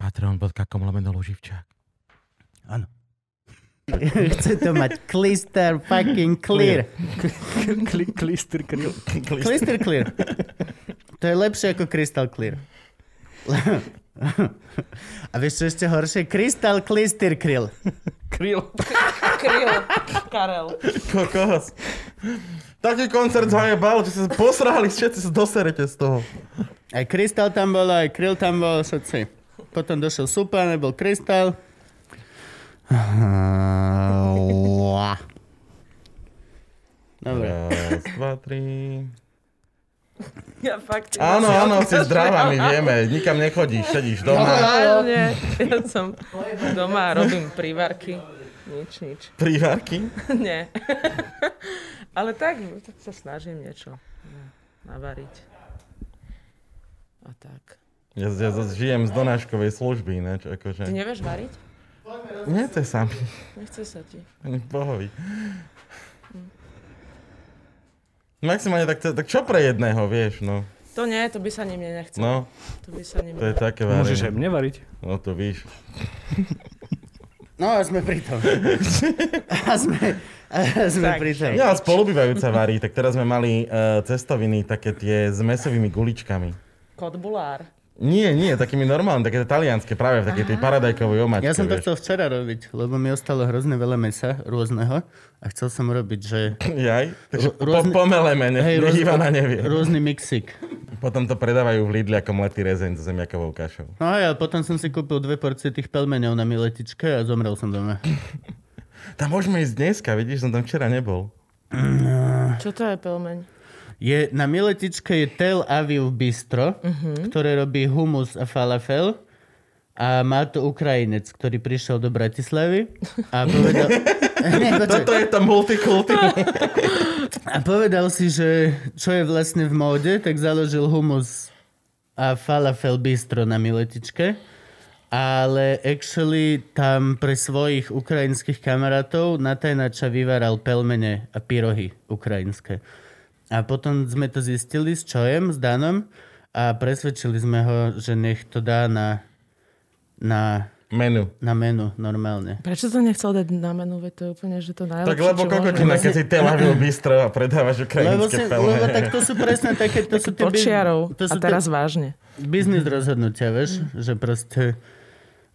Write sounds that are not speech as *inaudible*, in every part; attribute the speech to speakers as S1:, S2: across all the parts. S1: patreon.com lomeno Luživčák.
S2: Áno. *laughs* Chce to mať klister fucking clear.
S3: Klister, klister.
S2: Crystal Clear. To je lepšie ako Crystal Clear. A vieš, čo ešte horšie? Crystal Clister Krill.
S3: Kryl.
S4: Kryl. Karel.
S1: Kokos. Taký koncert zajebal, že sa posrali, všetci sa doserete z toho.
S2: Aj Crystal tam bol, aj Krill tam bol, všetci. Potom došiel Supan, bol Crystal. Dobre.
S1: Raz, dva, tri.
S4: Ja fakt...
S1: Áno, áno, si zdravá, my vieme. Nikam nechodíš, sedíš doma.
S4: Vážne, ja som doma a robím prívarky. Nič, nič.
S1: Prívárky.
S4: Nie. *laughs* Ale tak, tak sa snažím niečo no, navariť. A tak.
S1: Ja, ja zase žijem z donáškovej služby, ináč
S4: Ty
S1: akože.
S4: nevieš variť?
S1: Nie, to je sami.
S4: Nechce sa ti.
S1: Ani bohovi. Maximálne tak, tak čo pre jedného, vieš, no.
S4: To nie, to by sa ním nechcel.
S1: No,
S4: To by sa ním...
S1: to je také varenie.
S3: Môžeš aj mne variť.
S1: No to víš.
S2: No a sme pri tom. A sme, a sme
S4: Tak,
S2: pri tom.
S1: Ja a spolubývajúca varí, tak teraz sme mali uh, cestoviny také tie s mesovými guličkami.
S4: Kotbulár.
S1: Nie, nie, takými normálne, také talianské, práve v takej tej paradajkovej omačke.
S2: Ja som to
S1: vieš.
S2: chcel včera robiť, lebo mi ostalo hrozne veľa mesa rôzneho a chcel som robiť, že...
S1: *laughs* Jaj, takže
S2: Ro-
S1: po,
S2: rôzne-
S1: pomeleme, ne, hey,
S2: rôz-
S1: Ivana nevie.
S2: Rôzny mixik.
S1: Potom to predávajú v Lidli ako mletý rezeň so zemiakovou kašou.
S2: No a ja potom som si kúpil dve porcie tých pelmeňov na miletičke a zomrel som doma.
S1: Tam môžeme ísť dneska, vidíš, som tam včera nebol.
S4: Čo to je pelmeň?
S2: Je, na miletičke je Tel Aviv Bistro, ktoré robí humus a falafel a má to Ukrajinec, ktorý prišiel do Bratislavy a povedal... Nie, počkaj.
S1: Toto je to multikulty.
S2: A povedal si, že čo je vlastne v móde, tak založil humus a falafel bistro na Miletičke. Ale actually tam pre svojich ukrajinských kamarátov na tajnača vyváral pelmene a pyrohy ukrajinské. A potom sme to zistili s Čojem, s Danom a presvedčili sme ho, že nech to dá na, na,
S1: Menu.
S2: na menu normálne.
S4: Prečo to nechcel dať na menu? Veď to je úplne, že to najlepšie,
S1: Tak lebo
S4: čo
S1: kokotina,
S4: môžeme.
S1: keď si Tel
S2: *clears throat*
S1: Aviv bistro a predávaš
S2: Lebo,
S1: ukrajinské
S2: si, lebo
S1: pelé.
S2: tak to sú presne také, to sú tie...
S4: Pod
S2: biz-
S4: čiarou.
S2: to
S4: A
S2: sú tie-
S4: teraz vážne.
S2: biznis rozhodnutia, vieš, že proste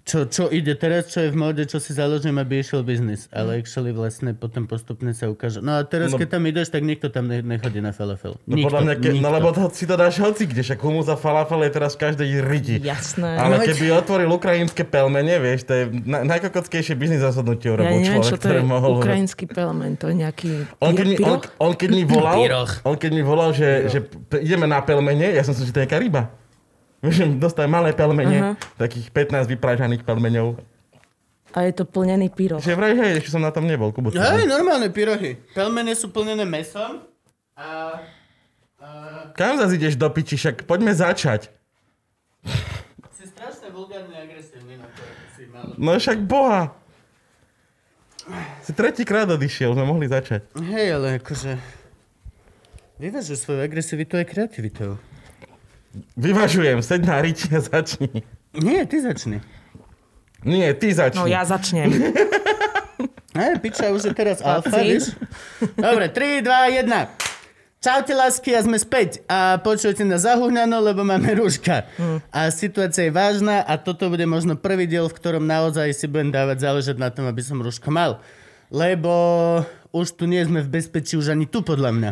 S2: čo, čo ide teraz, čo je v móde, čo si založím, aby išiel biznis. Ale actually vlastne potom postupne sa ukáže. No a
S1: Mm.
S2: teraz,
S1: No-
S2: keď tam ideš, tak nikto tam ne- nechodí na falafel.
S1: No
S2: Nikto,
S1: podľa mňa, ke,
S2: nikto.
S1: no lebo to, si to dáš hoci kde, však humus a falafel je teraz v každej riti.
S4: Jasné.
S1: Ale
S2: No veď-
S1: keby otvoril ukrajinské pelmene, vieš, to je na, najkokockejšie biznis rozhodnutie
S4: Ja
S1: urobil
S4: neviem,
S1: človek,
S4: čo to je
S1: ktorý mohol...
S4: ukrajinský pelmeň. To je nejaký...
S1: On keď, mi, on, on, keď mi volal,
S2: Pyroch.
S1: on keď mi volal, že, že p- ideme na pelmene, ja som si, že to je nejaká ryba. Vieš, že dostaj malé pelmene, takých 15 vyprážaných pelmeňov.
S4: A je to plnený pyro.
S1: Že vraj, hej, ešte som na tom nebol, Kubo.
S2: Hej, normálne pyrohy. Pelmene sú plnené mesom. A...
S1: Kam zase ideš do piči, však poďme začať.
S2: Si strašne vulgárne agresívny na to, ako si mal.
S1: No však boha. Si tretíkrát odišiel, sme mohli začať.
S2: Hej, ale akože... Vyvážeš svoju agresivitu aj kreativitou.
S1: Vyvažujem, seď na riti a začni.
S2: Nie, ty začni.
S1: Nie, ty začni.
S4: No ja začnem.
S2: Ne, piča, už je teraz alfa,
S4: Chlapci.
S2: vieš? Dobre, 3, 2, 1. Čaute, lásky, a sme späť. A počujete na zahuhnano, lebo máme rúška. A situácia je vážna a toto bude možno prvý diel, v ktorom naozaj si budem dávať záležať na tom, aby som rúško mal. Lebo už tu nie sme v bezpečí, už ani tu podľa mňa.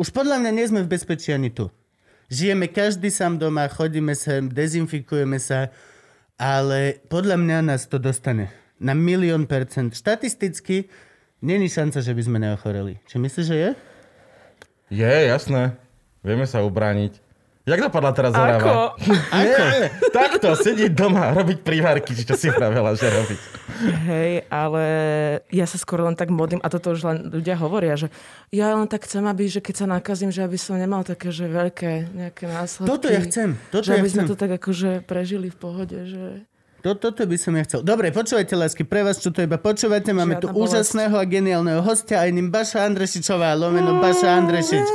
S2: Už podľa mňa nie sme v bezpečí ani tu. Žijeme každý sám doma, chodíme sem, dezinfikujeme sa, ale podľa mňa nás to dostane. Na milión percent. Štatisticky není šanca, že by sme neochoreli. Či myslíš, že je?
S1: Je, jasné. Vieme sa ubrániť. Jak dopadla teraz *laughs*
S4: Ako?
S1: Zorava? Ako? Takto, sedieť doma, robiť prívarky, či čo si vravela, že robiť.
S4: Hej, ale ja sa skôr len tak modlím, a toto už len ľudia hovoria, že ja len tak chcem, aby, že keď sa nakazím, že aby som nemal také, že veľké nejaké následky.
S2: Toto ja chcem, toto
S4: že
S2: ja
S4: aby sme
S2: chcem.
S4: to tak akože prežili v pohode, že...
S2: To, toto by som ja chcel. Dobre, počúvajte, lásky, pre vás, čo to iba počúvate, máme tu
S4: Žiadna bolesť.
S2: úžasného a geniálneho hostia, aj ním Baša Andrešičová, lomeno Baša Andrešič.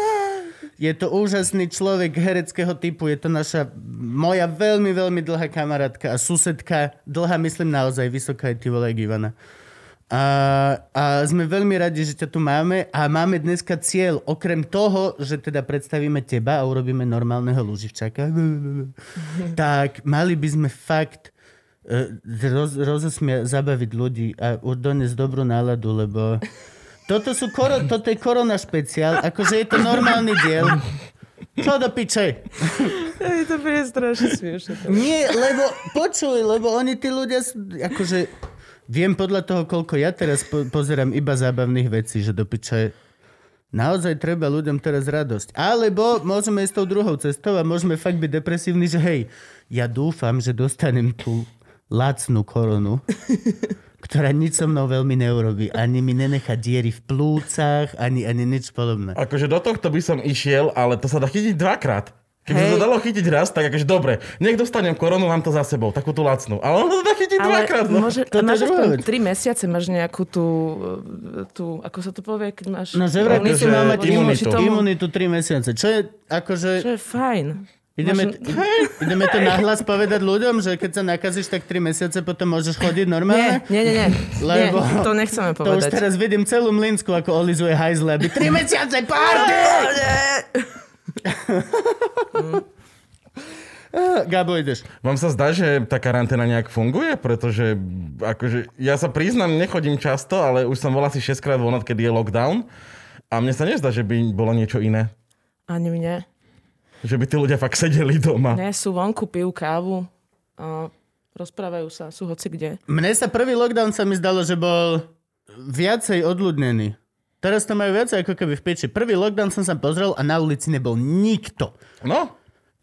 S2: Je to úžasný človek hereckého typu, je to naša, moja veľmi, veľmi dlhá kamarátka a susedka, dlhá myslím naozaj, vysoká je ty vole, jak Ivana. A, a sme veľmi radi, že ťa tu máme a máme dneska cieľ, okrem toho, že teda predstavíme teba a urobíme normálneho lúživčaka, *laughs* tak mali by sme fakt e, roz, rozosmia, zabaviť ľudí a u- doniesť dobrú náladu, lebo toto, sú koro, toto je korona špeciál, akože je to normálny diel. Čo do piče?
S4: Hej, to bude strašne smiešne.
S2: Nie, lebo počuj, lebo oni tí ľudia, sú- akože viem podľa toho, koľko ja teraz po- pozerám iba zábavných vecí, že do piče naozaj treba ľuďom teraz radosť. Alebo môžeme ísť tou druhou cestou a môžeme fakt byť depresívni, že hej, ja dúfam, že dostanem tú lacnú koronu, ktorá nič so mnou veľmi neurobí. Ani mi nenechá diery v plúcach, ani, ani nič podobné.
S1: Akože do tohto by som išiel, ale to sa dá chytiť dvakrát. Keby sa
S4: Hej.
S1: to dalo chytiť raz, tak akože dobre, nech dostanem koronu, mám to za sebou, takú tú lacnú. Ale ono sa dá *laughs* chytiť
S4: Ale
S1: dvakrát. No.
S4: môže,
S2: To je
S4: máš
S2: druhá
S4: aspoň
S2: vec.
S4: 3 mesiace, máš nejakú tú, e, tú, ako sa to povie, keď máš...
S2: No že vraj,
S1: Imunitu,
S2: že má mať
S1: imunitu.
S2: imunitu,
S4: Tomu,
S2: imunitu 3 mesiace, čo je akože...
S4: Čo je fajn.
S2: Ideme,
S4: Možno-
S2: ideme to nahlas povedať ľuďom, že keď sa nakazíš, tak 3 mesiace potom môžeš chodiť
S4: Nie,
S2: normálne?
S4: nie, nie, nie.
S2: Lebo-
S4: nie to nechceme
S2: To už
S4: povedať.
S2: teraz vidím celú Mlinsku, ako olizuje hajzle, aby 3 mesiace party!
S4: Ah!
S2: Gabo, ideš.
S1: Vám sa zdá, že tá karanténa nejak funguje? Pretože akože, ja sa priznam, nechodím často, ale už som bol asi 6 krát von, odkedy je lockdown. A mne sa nezdá, že by bolo niečo iné.
S4: *laughs* Ani mne.
S1: Že by tí ľudia fakt sedeli doma.
S4: Ne, sú vonku, pijú kávu, a rozprávajú sa, sú hoci kde.
S2: Mne sa prvý lockdown sa mi zdalo, že bol viacej odľudnený. Teraz to majú viacej ako keby v peči. Prvý lockdown som sa pozrel a na ulici nebol nikto.
S1: No,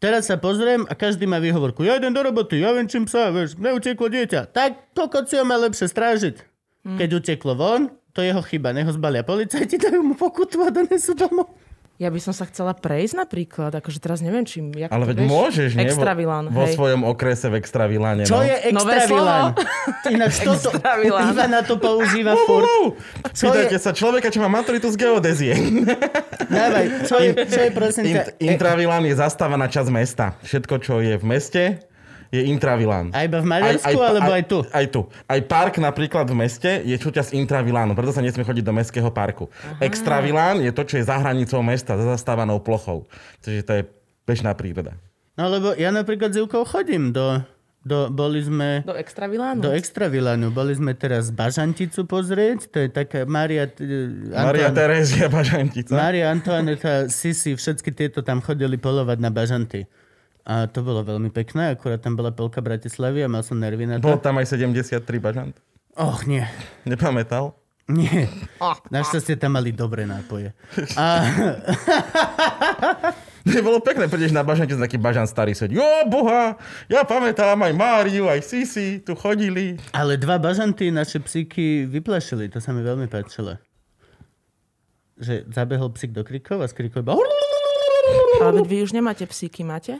S2: Teraz sa pozriem a každý má výhovorku. Ja idem do roboty, ja viem čím sa, vieš, mne uteklo dieťa. Tak kokot si ho má lepšie strážiť. Keď uteklo von, to je jeho chyba. Nech ho zbalia policajti, *laughs* dajú mu pokutu a donesú domov.
S4: Ja by som sa chcela prejsť napríklad, akože teraz neviem, čím... Jak
S1: ale
S4: to
S1: veď
S4: vieš?
S1: môžeš, nie? Vo-
S4: Extravilán,
S1: Vo
S4: hej.
S1: svojom okrese v extraviláne.
S2: Čo
S1: no.
S2: je
S4: Nové
S2: extravilán? Ináč toto,
S4: Extravilán.
S2: iba na to používa furt.
S1: Uhu!
S2: Čo
S1: Pýtajte
S2: je-
S1: sa človeka, čo má maturitu z geodézie.
S2: Dávaj, čo je, čo je prosím ťa?
S1: Int- intravilán je zastávaná časť mesta. Všetko, čo je v meste, je intravilán.
S2: A iba v Maďarsku, alebo aj tu?
S1: Aj tu. Aj park napríklad v meste je súčasť intravilánu, preto sa nesmie chodiť do mestského parku. Extravilán je to, čo je za hranicou mesta, za zastávanou plochou. Čiže to je bežná príroda.
S2: No lebo ja napríklad s Júkou chodím do, do boli sme...
S4: Do extravilánu?
S2: Do Extravilánu. Boli sme teraz Bažanticu pozrieť. To je taká Maria... eh,
S1: Maria
S2: Antoine-
S1: Terézia Bažantica.
S2: Mária Antoaneta, Sisi, všetky tieto tam chodili polovať na bažanty. A to bolo veľmi pekné, akurát tam bola polka Bratislavy a mal som nervy na
S1: Bol
S2: to.
S1: tam aj 73 bažant.
S2: Och, nie.
S1: Nepamätal? *laughs*
S2: Nie. Našťastie tam mali dobré nápoje. A,
S1: Bolo pekné, prídeš na bažante, taký bažant starý sedí. Jo, boha, ja pamätám aj Máriu, aj Sisi, tu chodili.
S2: ale dva bažanty naše psíky vyplašili, to sa mi veľmi páčilo. Že zabehol psík do krikov a z krikov iba...
S4: Ale veď vy už nemáte psíky, máte?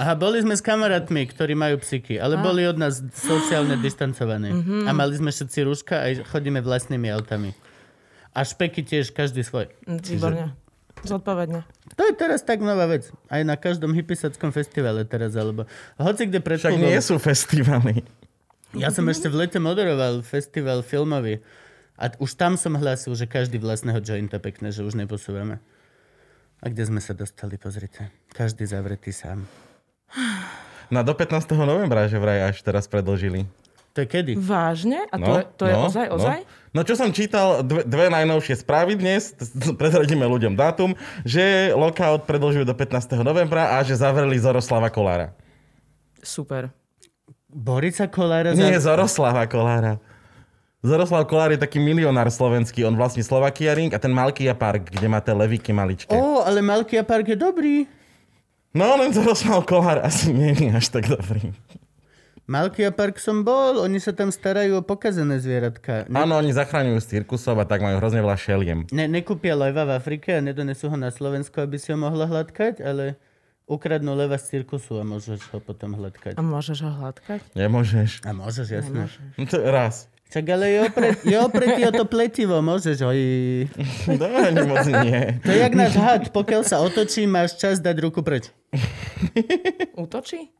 S2: Aha, boli sme s kamarátmi, ktorí majú psíky, ale boli od nás sociálne distancovaní. A mali sme všetci rúška a chodíme vlastnými autami. A špeky tiež, každý svoj.
S4: Mm, Výborne. Zodpovedne.
S2: To je teraz tak nová vec. Aj na každom hypisackom festivale teraz, alebo hoci kde pred
S1: Však nie sú festivaly.
S2: Ja som ešte v lete moderoval festival filmový. A t- už tam som hlásil, že každý vlastného jointa pekne, že už neposúvame. A kde sme sa dostali, pozrite. Každý zavretý sám.
S1: Na do 15. novembra, že vraj až teraz predlžili.
S2: To je kedy?
S4: Mhm. Vážne? A to, je, to je ozaj, ozaj?
S1: No. no čo som čítal, dve, dve najnovšie správy dnes, *laughs* t- t- prezradíme ľuďom dátum, že lockout predlžujú do 15. novembra a že zavreli Zoroslava Kolára.
S4: Super.
S2: Borica Kolára
S1: Nie, Zoroslava Kolára. Zoroslav Kolár je taký milionár slovenský, on vlastní Slovakia Ring a ten Malkia Park, kde má tie levíky maličké.
S2: Ó, ale Malkia Park je dobrý.
S1: No len to mal kolár asi nie je až tak dobrý.
S2: Malkia Park som bol, oni sa tam starajú o pokazené zvieratka. Ne,
S1: Áno, oni zachraňujú z cirkusov a tak majú hrozne veľa šeliem.
S2: ne, nekúpia leva v Afrike a nedonesú ho na Slovensko, aby si ho mohla hladkať, ale ukradnú leva z cirkusu a môžeš ho potom hladkať.
S4: A môžeš ho hladkať?
S1: Nemôžeš.
S2: A môžeš, jasné.
S1: No to raz.
S2: Čak ale je opret, je opretý o to pletivo, môžeš ho i...
S1: No ani moc nie.
S2: To je jak náš had, pokiaľ sa otočí, máš čas dať ruku preč.
S4: Útočí?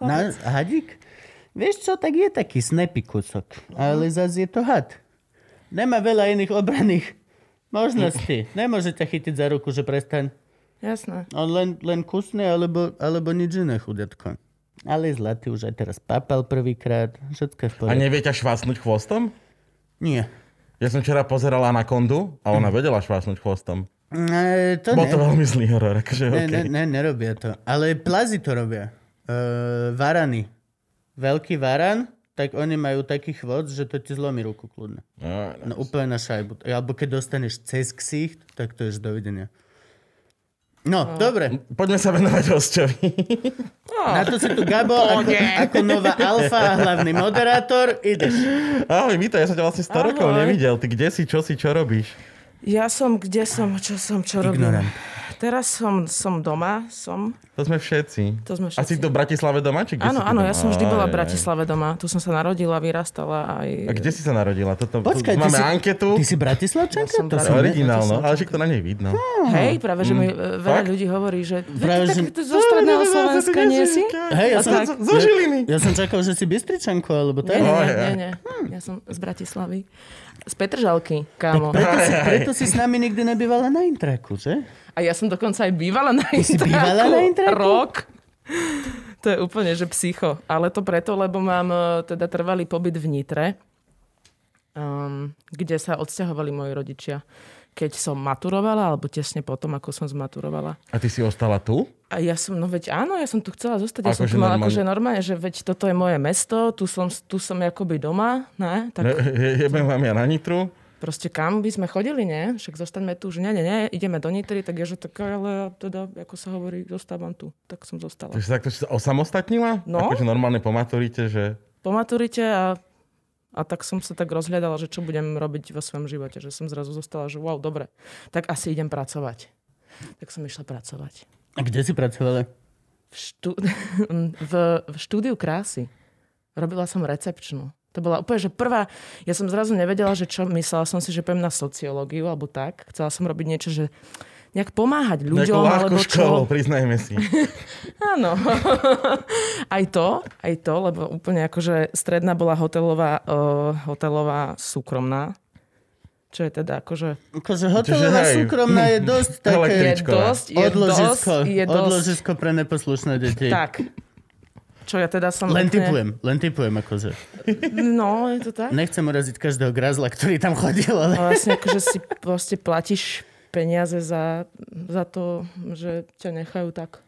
S2: Na, hadík? Vieš čo, tak je taký snepý kúsok, ale
S1: Mhm.
S2: zase je to had. Nemá veľa iných
S1: *laughs*
S2: obranných možností. Nemôže ťa chytiť za ruku, že prestaň.
S4: Jasné.
S2: On len, len kusne, alebo, alebo nič iné, chudetko. Ale zlatý už aj teraz papal prvýkrát. Všetko je v
S1: A
S2: poriadku.
S1: neviete švácnuť chvostom?
S2: Nie.
S1: Ja som včera pozeral Anakondu a ona vedela švásnuť chvostom.
S2: E, to
S1: Bol
S2: Hm. ne.
S1: to veľmi zlý horor, akože
S2: Ne,
S1: OK.
S2: ne, ne, nerobia to. Ale plazy to robia. E, varany. Veľký varan, tak oni majú taký chvot, že to ti zlomí ruku kľudne.
S1: No,
S2: No úplne na šajbu. Alebo keď dostaneš cez ksicht, tak to je už dovidenia. No, dobre.
S1: Poďme sa venovať hosťovi. No.
S2: Na to si tu
S4: *laughs*
S2: Gabo ako, ako nová alfa a hlavný moderátor. Ideš.
S1: Ahoj, vítaj, ja som ťa vlastne 100 rokov
S4: Ahoj.
S1: nevidel. Ty kde si, čo si, čo robíš?
S4: Ja som, kde som, čo som, čo robím.
S2: Ignorant.
S4: Teraz som, som doma, som.
S1: To sme všetci.
S4: To sme
S1: A si
S4: všetci.
S1: do Bratislave doma, či kde
S4: Áno,
S1: si tu
S4: áno,
S1: doma?
S4: ja som vždy
S1: Aj,
S4: bola v Bratislave doma. Tu som sa narodila, vyrastala
S1: aj.
S4: aj...
S1: A kde si sa narodila? Toto, tu
S2: Počkaj, ty
S1: máme
S2: si,
S1: anketu.
S2: ty si Hm. Bratislavčanka?
S4: Ja som
S2: to
S4: Bratislava-
S2: som ne-
S1: Originálno, ale však to na nej vidno.
S4: Hej, práve, že mi e, veľa
S1: Mm, Fakt?
S4: ľudí hovorí, že...
S2: Práve,
S4: Práve, tak,
S2: že-
S4: to zo stredného Slovenska nie si?
S2: Hej,
S1: ja
S2: ja som-
S1: som zo zo Žiliny.
S2: Ja som čakal, že si Bystričanko, alebo
S4: Nie,
S2: tak.
S4: nie,
S1: Oh,
S4: nie,
S1: ja.
S4: nie, nie. Ja som z Bratislavy. Z Petržalky, kámo.
S2: Preto si, preto si s nami nikdy nebývala na intraku, že?
S4: A ja som dokonca aj bývala na
S2: si
S4: intraku.
S2: bývala na intraku?
S4: Rok. To je úplne, že psycho. Ale to preto, lebo mám eh, teda trvalý pobyt v Nitre, um, kde sa odsťahovali moji rodičia. Keď som maturovala, alebo tesne potom, ako som zmaturovala.
S1: A ty si ostala tu?
S4: A ja som, no veď áno, ja som tu chcela zostať. Ja som
S1: Akože
S4: tu mala
S1: normálne.
S4: akože normálne, že veď toto je moje mesto, tu som, tu som akoby doma, ne? Tak
S1: Ne, je- Jebem vám ja na Nitru.
S4: proste kam by sme chodili, nie? Však zostaňme tu, že nie, nie, nie, ideme do Nitry, tak je, že tak, ale ja teda, ako sa hovorí, zostávam tu. Tak som zostala.
S1: Takže takto si sa osamostatnila?
S4: No.
S1: Akože normálne po maturite, že...
S4: Po maturite a, a tak som sa tak rozhľadala, že čo budem robiť vo svojom živote, že som zrazu zostala, že wow, dobre, tak asi idem pracovať. Tak som išla pracovať.
S2: A kde si pracovala?
S4: V, štú... *laughs* v, v štúdiu krásy robila som recepčnú. To bola úplne, že prvá, ja som zrazu nevedela, že čo, myslela som si, že pôjdem na sociológiu alebo tak. Chcela som robiť niečo, že nejak pomáhať
S1: Nejakú
S4: ľuďom,
S1: ľahkú
S4: alebo
S1: školu,
S4: čo.
S1: priznajme si.
S4: Áno. *laughs* aj to, aj to, lebo úplne akože stredná bola hotelová, uh, hotelová súkromná. Čo je teda akože...
S2: Akože hotelová
S1: hej.
S2: súkromná je
S4: *laughs*
S2: dosť také
S1: Električka.
S4: Je
S1: Tričková.
S4: dosť, je
S2: odložisko,
S4: dosť, je dosť.
S2: odložisko pre neposlušné deti.
S1: Hm.
S4: Tak. Čo ja teda som... úplne-
S2: Len typujem, len typujem akože.
S4: No, je to tak.
S2: Nechcem uraziť každého grazla, ktorý tam chodil, ale...
S4: A vlastne akože si proste platíš peniaze za, za to, že ťa nechajú tak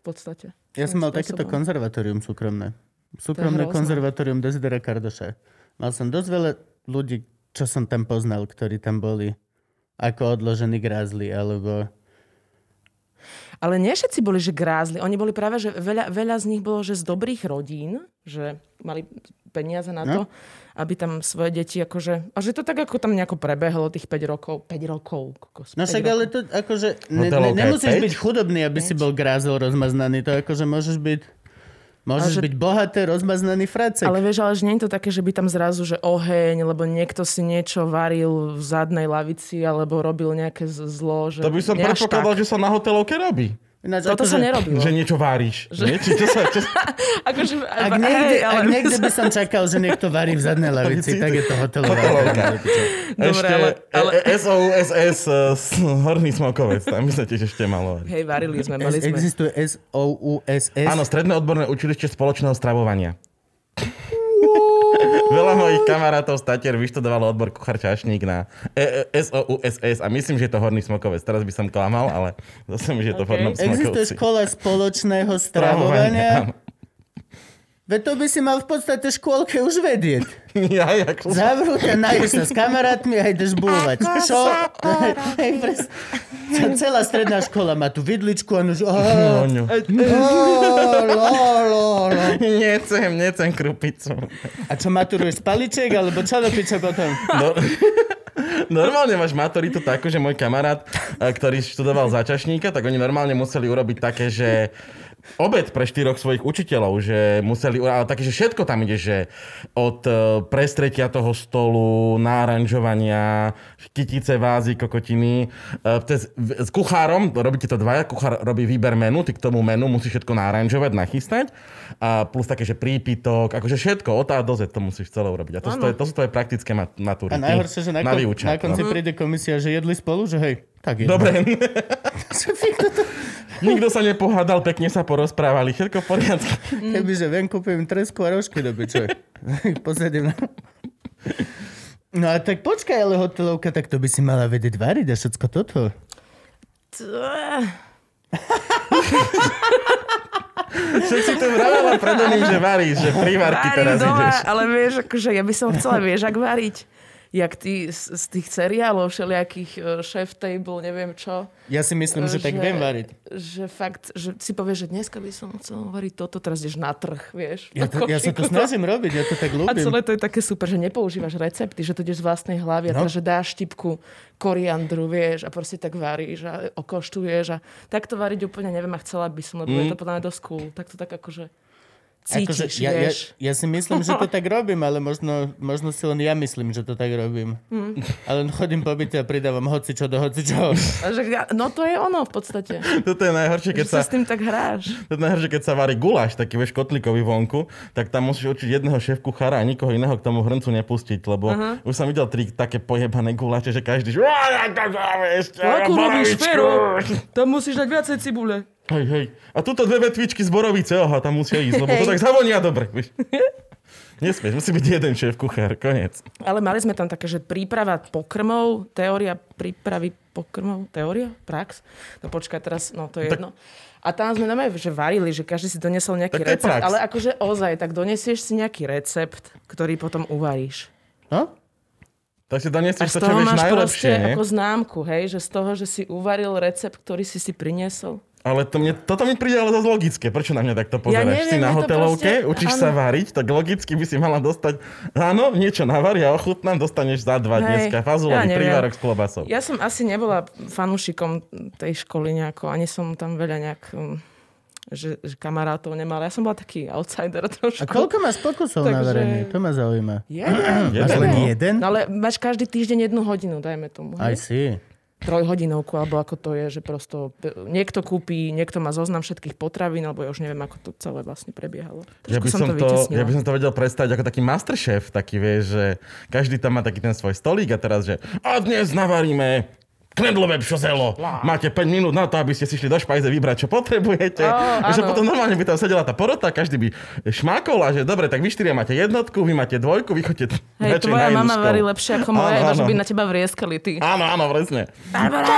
S4: v podstate.
S2: Ja som mal takéto
S4: spôsobom.
S2: konzervatórium súkromné. Súkromné
S4: hrozné.
S2: konzervatórium Desidera Kardoša. Mal som dosť veľa ľudí, čo som tam poznal, ktorí tam boli ako odložení grázli, alebo...
S4: Ale nie všetci boli, že grázli. Oni boli práve, že veľa, veľa z nich bolo, že z dobrých rodín, že mali peniaze na
S1: No.
S4: to, aby tam svoje deti akože... A že to tak ako tam nejako prebehlo tých 5 rokov. 5 rokov. Kokos,
S2: No
S4: 5
S2: však
S4: rokov.
S2: ale to akože... Ne, ne,
S1: Hotelovka je
S2: nemusíš
S1: päť?
S2: byť chudobný, aby si bol grázel rozmaznaný. To akože môžeš byť...
S4: Ale
S2: Môžeš
S4: že-
S2: byť bohatý, rozmaznaný fracek.
S4: Ale vieš, ale že nie je to také, že by tam zrazu, že oheň, lebo niekto si niečo varil v zadnej lavici, alebo robil nejaké z- zlo. Že
S1: To by som
S4: nie až
S1: predpokladal,
S4: tak. No.
S1: že sa na hotelovke robí.
S2: Ináč, akože
S4: Toto sa nerobilo.
S1: Že niečo váriš. Nie? Či to sa, čo...
S4: Akože,
S2: Ak
S4: hej,
S2: niekde,
S4: ale-
S2: ak niekde by som čakal, že niekto varí v zadnej lavici, tak je to hotelová.
S1: Hotelovka. ešte
S4: ale- ale-
S1: e- e- SOUSS e, Horný Smokovec, tam by sa tiež ešte malo variť.
S4: Hej, varili sme, mali sme.
S2: Existuje SOUSS.
S1: Áno, stredné odborné učilište spoločného stravovania. Veľa mojich kamarátov z Tatier vyštudovalo odbor kuchár čašník na e- e- SOUSS a myslím, že je to Horný Smokovec. Teraz by som klamal, ale zase mi, že je to v Hornom
S2: Existuje
S1: Smokovci.
S2: škola spoločného stravovania. Veď to by si mal v podstate škôlke už vedieť.
S1: *laughs* Ja, jak...
S2: Zavrú ťa, najú sa s kamarátmi a ideš bulovať. Čo? *laughs* Hej, pres- Celá stredná škola má tú vidličku a už... Oh,
S1: Oňo.
S4: E-
S2: lo, lo, lo.
S1: *laughs* Nechcem, nechcem krupicu.
S2: A čo, maturuješ z paliček, alebo čo do piče potom?
S1: No, normálne máš maturitu takú, že môj kamarát, e, ktorý študoval začašníka, tak oni normálne museli urobiť také, že obed pre štyroch svojich učiteľov, že museli, ura- ale také, že všetko tam ide, že od e, prestretia toho stolu, náranžovania, kytice, vázy, kokotiny, e, cez, v- s kuchárom, robíte to dvaja, kuchár robí výber menu, ty k tomu menu musíš všetko náranžovať, nachystať, a plus také, že prípitok, akože všetko, od A do Z to musíš celé urobiť. A to, sú tvoje, to sú tvoje praktické mat- matúry.
S2: A najhoršie, že na,
S1: na,
S2: kon-
S1: vyučák,
S2: na konci
S1: no.
S2: príde komisia, že jedli spolu, že hej, tak jedli. *laughs*
S1: Dobre, *laughs*
S2: Čo ty, kto to-
S1: nikto sa nepohádal, pekne sa porozprávali, všetko v poriadku. *laughs*
S2: Kebyže ven kúpim tresku a rožky do *laughs* piče. Posadím na... No a tak počkaj, ale hotelovka, tak to by si mala vedieť variť a všetko toto.
S4: T-
S1: Však si tu vravela predo mým, že varíš, že privárky
S4: Varím
S1: teraz
S4: doma,
S1: ideš.
S4: ale vieš, akože ja by som chcela, vieš, ak variť. Jak ty z, z tých seriálov, všelijakých e, Chef Table, neviem čo.
S2: Ja si myslím, že, tak viem variť.
S4: Že fakt, že si povieš, že dneska by som chcel variť toto, teraz ideš na trh, vieš.
S2: Ja,
S4: do
S2: to, ja sa to
S4: košíku.
S2: snažím robiť, ja to tak
S4: A
S2: ľúbim.
S4: celé to je také super, že nepoužívaš recepty, že to ideš z vlastnej hlavy a no.
S2: No.
S4: že dáš štipku koriandru, vieš, a proste tak varíš a okoštuješ a takto variť úplne neviem a chcela by som, lebo mm. je to podľa mňa dosť cool. Tak to tak akože cítiš,
S2: Akože ja, ja,
S4: vieš.
S2: ja si myslím, že
S4: *laughs*
S2: to tak robím, ale možno, možno si len ja myslím, že to tak robím.
S4: Hm.
S2: Mm. Ale chodím po byte a pridávam hocičo do hocičoho.
S4: A že ja, no to je ono v podstate.
S1: Toto je najhoršie,
S4: Že
S1: keď
S4: sa
S1: sa...
S4: s tým tak hráš.
S1: To je najhoršie, keď sa varí guláš, taký vieš, kotlikový vonku, tak tam musíš určiť jedného šéf kuchára a nikoho iného k tomu hrncu nepustiť, lebo uh-huh. už som videl tri také pojebané guláče, že každý... *laughs* že, "Á, ja to dám ešte, ja borovičku." *laughs*
S4: Tam musíš dať viacej cibule.
S1: Hej, hej. A tuto dve vetvičky z borovice, oha, tam musia ísť, lebo to tak zavonia dobre. Vieš. *laughs* Nesmieš, musí byť jeden šéf kuchár, koniec.
S4: Ale mali sme tam také, že príprava pokrmov, teória prípravy pokrmov, teória, prax. No počkaj teraz, no to je
S1: Tak-
S4: jedno. A tam sme normálne, že varili, že každý si donesol nejaký
S1: Tak to je
S4: recept,
S1: prax.
S4: ale akože ozaj, tak donesieš si nejaký recept, ktorý potom uvaríš.
S2: No?
S1: Tak si doniesieš
S4: A z
S1: to, čo
S4: toho
S1: vieš
S4: máš
S1: najlepšie,
S4: proste
S1: nie?
S4: ako známku, hej, že z toho, že si uvaril recept, ktorý si si priniesol.
S1: Ale to mne, toto mi príde ale dosť logické. Prečo na mňa takto pozeráš? si
S4: neviem,
S1: na
S4: mne to
S1: hotelovke,
S4: proste-
S1: učíš
S4: áno.
S1: sa variť, tak logicky by si mala dostať, áno, niečo navar, ja ochutnám, dostaneš za dva
S4: Hej,
S1: dneska fazulový
S4: ja neviem.
S1: privárok s klobasou.
S4: Ja som asi nebola fanúšikom tej školy nejako, ani som tam veľa nejak, um, že, že kamarátov nemala. Ja som bola taký outsider *laughs*
S2: A
S4: trošku.
S2: koľko máš pokusov na
S4: Takže-
S2: varení? To ma zaujíma.
S4: Jeden.
S2: Máš
S1: Jeden,
S2: len
S1: no.
S2: jeden?
S4: No ale máš každý týždeň jednu hodinu, dajme tomu. Hej?
S2: I see.
S4: Trojhodinovku, alebo ako to je, že prosto pe- niekto kúpi, niekto má zoznam všetkých potravín, alebo ja už neviem, ako to celé vlastne prebiehalo.
S1: Ja by,
S4: Trošku
S1: som to,
S4: vytesnila.
S1: ja by som to vedel predstaviť ako taký masterchef, taký vieš, že každý tam má taký ten svoj stolík a teraz, že a dnes navaríme knedlové pšozelo. Máte 5 minút na to, aby ste si šli do špajze vybrať, čo potrebujete.
S4: Á,
S1: že
S4: áno.
S1: potom normálne by tam sedela tá porota, každý by šmákol a že dobre, tak vy štyria máte jednotku, vy máte dvojku, vy chodíte
S4: Hej,
S1: *laughs* radšej na
S4: tvoja mama
S1: jednu
S4: varí
S1: školu.
S4: lepšie ako moja,
S1: Áno,
S4: iba že
S1: áno.
S4: by na teba vrieskali ty.
S1: Áno, áno, presne.
S4: Barbara,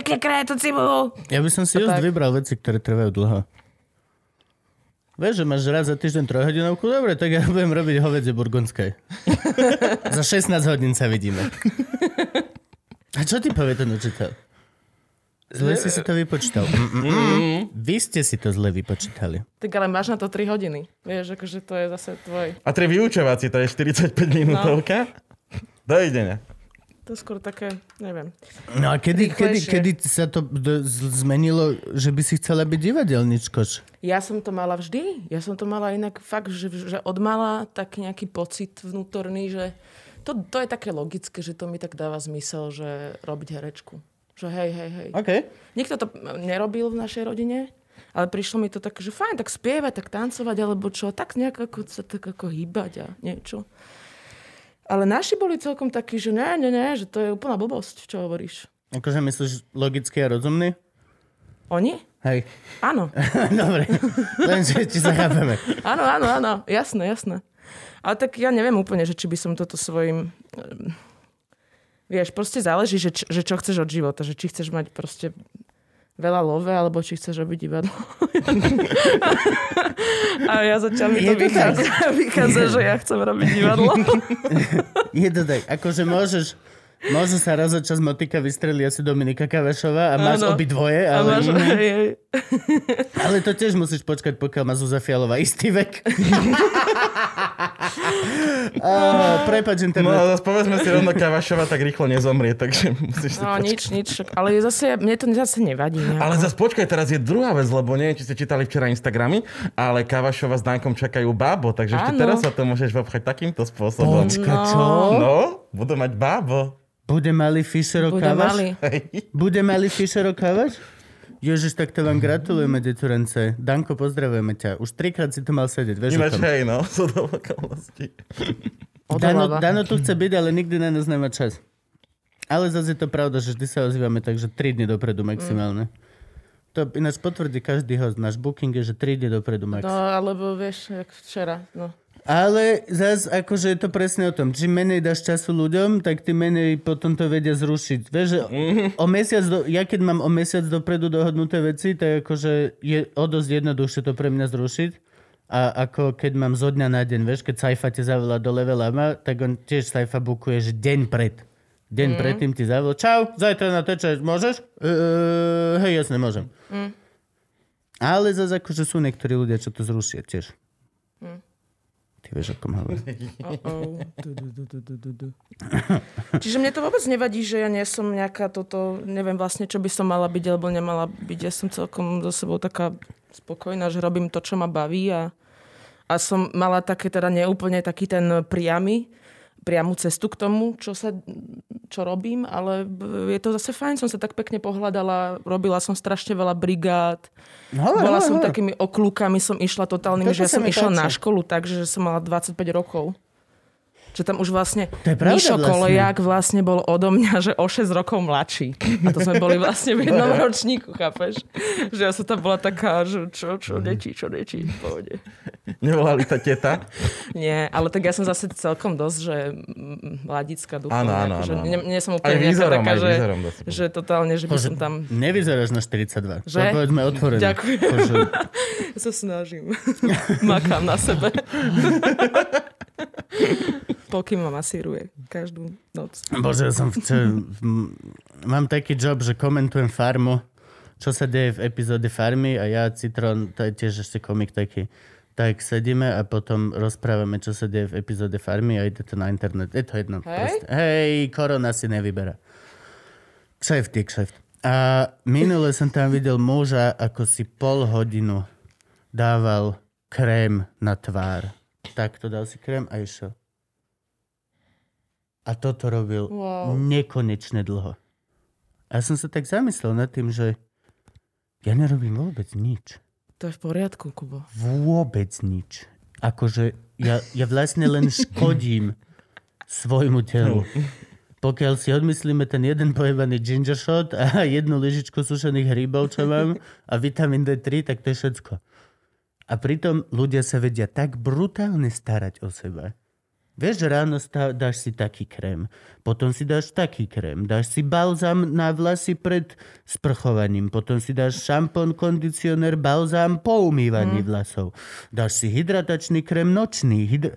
S4: pekne kraje tú cibulu.
S2: Ja by som si just
S4: tak.
S2: vybral veci, ktoré trvajú dlho. Vieš, že máš raz za týždeň trojhodinovku? Dobre, tak ja *laughs* budem robiť hovedzie
S4: *laughs*
S2: burgundské. za 16 hodín sa vidíme. A čo ti povie ten učiteľ? Zle si si to vypočítal.
S4: Mm.
S2: Mm-mm. Vy ste si to zle vypočítali.
S4: Tak ale máš na to 3 hodiny. Vieš, akože to je zase tvoj...
S1: A tri vyučovacie, to je 45 minútovka.
S4: No.
S1: Dovidenia.
S4: To je skôr také, neviem.
S2: No a kedy, kedy,
S4: Rýchlejšie.
S2: kedy sa to d- z- zmenilo, že by si chcela byť divadelničkoš?
S4: Ja som to mala vždy. Ja som to mala inak fakt, že, že od mala tak nejaký pocit vnútorný, že to, to je také logické, že to mi tak dáva zmysel, že robiť herečku. Že hej, hej, hej.
S2: OK.
S4: Nikto to nerobil v našej rodine, ale prišlo mi to tak, že fajn, tak spievať, tak tancovať, alebo čo, tak nejak ako, sa tak ako hýbať a niečo. Ale naši boli celkom takí, že ne, ne, ne, že to je úplná blbosť, čo hovoríš.
S2: Akože myslíš logicky a rozumný?
S4: Oni?
S2: Hej.
S4: Áno.
S2: Dobre, lenže
S4: *laughs*
S2: či sa chápeme.
S4: Áno, áno, áno, jasné, jasné. Ale tak ja neviem úplne, že či by som toto svojim... ehm, Vieš, proste záleží, že, č- že čo chceš od života, že či chceš mať proste veľa love, alebo či chceš robiť divadlo. a ja začal mi
S2: Je
S4: to
S2: to tak?
S4: vychádza, vychádza, že ja chcem robiť
S2: *laughs*
S4: divadlo.
S2: Je to tak, akože môžeš, môže sa raz za čas motika vystrelí asi Dominika Kavešová a máš
S4: Áno.
S2: obidvoje,
S4: A
S2: ale,
S4: máš, hej, hej.
S2: ale to tiež musíš počkať, pokiaľ má Zuzá Fialová istý
S4: *laughs*
S2: vek. Á, Prepač,
S1: No
S2: internet.
S1: a zase povedzme si rovno, Kavašova tak rýchlo nezomrie, takže *laughs* musíš si
S4: No
S1: počkať.
S4: nič, nič. Ale je zase, mne to zase nevadí. Nejako.
S1: Ale zase počkaj, teraz je druhá vec, lebo neviem, či ste čítali včera Instagramy, ale Kavašova s Dankom čakajú bábo, takže ešte
S4: Áno.
S1: teraz sa to môžeš obchať takýmto spôsobom.
S2: Počka, čo?
S1: No, budú mať bábo.
S2: Bude malý Fischerov
S4: Bude
S2: Kavaš?
S4: malý.
S1: Hej.
S2: Bude malý Fischerov Kavaš? Ježiš, tak to vám gratulujeme, deturence. Danko, pozdravujeme ťa. Už trikrát si tu mal sedieť, vieš o
S1: Ináč,
S2: tom.
S1: hej, no, *laughs* sú to okolnosti.
S2: Dano,
S4: Odoláva.
S2: Dano tu chce byť, ale nikdy na nás nemá čas. Ale zase je to pravda, že vždy sa ozývame tak, že 3 dny dopredu maximálne. To ináč potvrdí každý host. Náš booking je, že 3 dny dopredu max.
S4: No, alebo vieš, jak včera. No.
S2: Ale zas akože je to presne o tom. Čím menej dáš času ľuďom, tak tým menej potom to vedia zrušiť. Vieš, že o mesiac do, ja keď mám o mesiac dopredu dohodnuté veci, tak akože je o dosť jednoduchšie to pre mňa zrušiť. A ako keď mám zo dňa na deň, vieš, keď Saifa ti zavolá do level Lama, tak on tiež Saifa bukuje, že deň pred. Deň predtým ti zavolá, čau, zajtra na tečeš, môžeš? Uh, hej, jasne, môžem. Ale zase akože sú niektorí ľudia, čo to zrušia tiež. Ty vieš, o kom hovorím.
S4: Uh-oh. Čiže mne to vôbec nevadí, že ja nie som nejaká toto, neviem vlastne, čo by som mala byť alebo nemala byť. Ja som celkom so sebou taká spokojná, že robím to, čo ma baví a, a som mala také teda neúplne taký ten priamy, priamu cestu k tomu, čo, sa, čo robím, ale je to zase fajn, som sa tak pekne pohľadala, robila som strašne veľa brigád,
S2: Hovor,
S4: Bola
S2: hovor,
S4: som
S2: hovor.
S4: takými oklúkami, som išla totálnymi,
S2: Toto
S4: že ja
S2: sa
S4: som
S2: mi
S4: išla
S2: páči.
S4: na školu tak, že som mala 25 rokov. Že tam už vlastne
S2: To je pravda
S4: Mišo
S2: vlastne.
S4: Kolejak vlastne bol odo mňa, že o 6 rokov mladší. A to sme boli vlastne
S1: *laughs*
S4: v
S1: No.
S4: jednom ročníku, chápeš? Že ja som tam bola taká, že čo, čo,
S1: Mhm.
S4: deti, čo, deti, v pohode.
S1: Nevolali ta teta?
S4: Nie, ale tak ja som zase celkom dosť, že mm, mladická ducha.
S1: Áno, áno,
S4: akože
S1: áno.
S4: Ne, nie som
S1: Aj
S4: úplne nejaká
S1: výzorom,
S4: taká,
S1: aj
S4: že,
S1: výzorom vlastne. dosť.
S4: že totálne, že by som tam...
S2: Nevyzeráš na 42. Že?
S4: Že?
S2: To povedzme otvorené.
S4: Ďakujem.
S2: Akože,
S4: Ja *laughs* sa snažím. *laughs* Makám na
S1: *laughs*
S4: sebe. Pokým ma masíruje každú noc.
S2: bože, ja som včer... m- Mám taký job, že komentujem farmu, čo sa deje v epizóde farmy a ja, Citron, to je tiež ešte komik taký, tak sedíme a potom rozprávame, čo sa deje v epizóde farmy a ide to na internet. Je to jedno.
S4: Hej?
S2: proste. Hej, korona si nevyberá. Kšeft je kšeft. A minule som tam videl muža, ako si pol hodinu dával krém na tvár. Takto dal si krém a išiel. A toto robil
S4: Wow.
S2: nekonečne dlho. A ja som sa tak zamyslel nad tým, že ja nerobím vôbec nič.
S4: To je v poriadku, Kubo.
S2: Vôbec nič. Akože ja, ja vlastne len škodím svojmu telu. Pokiaľ si odmyslíme ten jeden pojebaný ginger shot a jednu lyžičku sušených hríbov, čo mám, a vitamín D3, tak to je všetko. A pritom ľudia sa vedia tak brutálne starať o seba. Vieš, že ráno stá, dáš si taký krém, potom si dáš taký krém, dáš si balzám na vlasy pred sprchovaním, potom si dáš šampón, kondicionér, balzám po
S4: Mhm.
S2: umývaní mm. vlasov, dáš si hydratačný krém nočný. Hydr...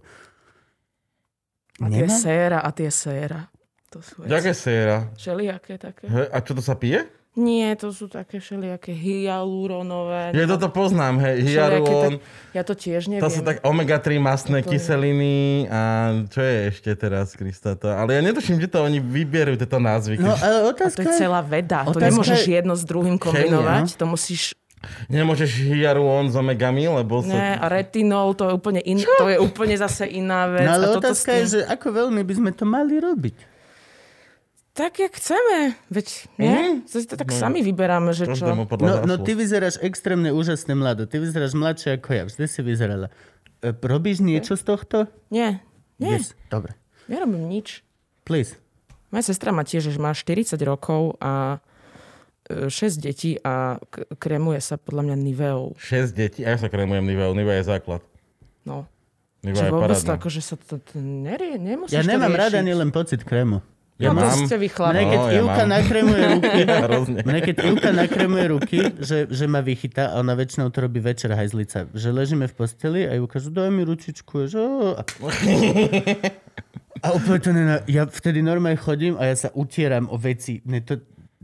S4: A tie
S2: Nemá?
S4: séra a tie séra. To sú
S1: Ďakujem, Sera.
S4: všelijaké také.
S1: Hej, A čo to sa pije?
S4: Nie, to sú také všelijaké hyaluronové.
S1: Ja toto poznám, hej,
S4: všelijaké
S1: hyaluron.
S4: tak- Ja to tiež neviem.
S1: To sú tak omega-3 mastné
S4: Toto je-
S1: kyseliny a čo je ešte teraz, Krista? To, ale ja netuším, kde to oni vyberú tieto názvy. No,
S2: No ale
S4: To je
S2: otázka
S4: celá veda. To
S2: Otázka
S4: nemôžeš
S2: je-
S4: jedno s druhým
S1: no.
S4: kombinovať. To musíš...
S1: Nemôžeš hyaluron s omegami, lebo...
S4: Ne,
S1: Sa...
S4: a retinol, to je úplne, in... to je úplne zase iná vec.
S2: No ale
S4: a toto s
S2: otázka
S4: tým-
S2: je, že ako veľmi by sme to mali robiť.
S4: Tak, jak chceme. Veď
S2: Mhm.
S4: nie? Mm? Si to tak sami vyberáme, že čo.
S1: No. Každému podľa
S2: No, no
S1: zásluh.
S2: ty vyzeráš extrémne úžasne mlado. Ty vyzeráš mladšie ako ja. Vždy si vyzerala. E, Robíš niečo z tohto?
S4: Nie, nie, yes.
S2: Dobre.
S4: nerobím nič.
S2: Please.
S4: Moja sestra má tiež, že má 40 rokov a 6 detí a k- kremuje sa podľa mňa Niveou.
S1: 6 detí, a ja sa kremujem Nivea, Nivea je základ.
S4: No.
S1: Nivea je
S4: Čiže vôbec to
S1: parádna.
S4: ako, že sa to, to nerie, nemusíš
S2: Ja
S4: to
S2: nemám
S4: riešiť.
S2: rada ani len pocit krému.
S1: Ja
S4: no to
S1: mám.
S4: ste vy
S2: Mne
S4: chlapi.
S1: No,
S2: keď
S1: ja
S2: Ivka
S1: mám. *laughs*
S2: nakremuje ruky,
S1: Hrozne.
S2: mne keď Ivka nakremuje ruky, že, že ma vychytá a ona väčšinou to robí večer hajzlica. Že ležíme v posteli a Ivka, že daj mi ručičku. Že... "Ó."
S1: *laughs*
S2: A úplne to nená... Ja vtedy normálne chodím a ja sa utieram o veci. Mne to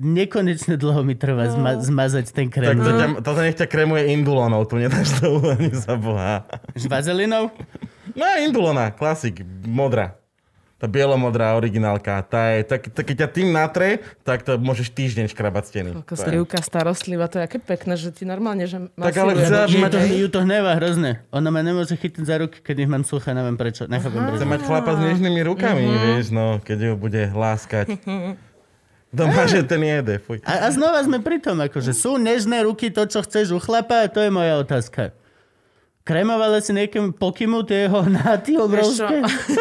S2: nekonečne dlho mi trvá zma- zmazať ten
S1: *laughs* Tak
S2: krém.
S4: No.
S1: to, ťa, to nech ťa kremuje indulonov, tu nedáš to ani *laughs* za boha.
S2: S vazelinou?
S1: No a indulona, klasik, modrá. Tá bielomodrá originálka, tá je, tak, tak keď ťa tým natre, tak to môžeš týždeň škrabať steny.
S4: Ako
S1: To je-
S4: strivka starostlivá, to je aké pekné, že ty normálne, že
S1: Tak ale
S4: masíruje.
S1: chce, aby
S2: Ju
S1: ma
S2: to, ju to hnevá hrozne. Ona ma nemôže chytiť za ruky, keď ich mám suché, neviem prečo. Nechápem prečo.
S1: Chce mať chlapa s nežnými rukami,
S4: Mhm.
S1: mm-hmm. vieš, no, keď ho bude láskať.
S4: *laughs*
S1: Doma, že ten jede, fuj.
S2: A, a znova sme pri tom, akože sú nežné ruky to, čo chceš u chlapa? To je moja otázka. Kremovala si niekému pokymu tie jeho hnáty obrovské?
S4: Vieš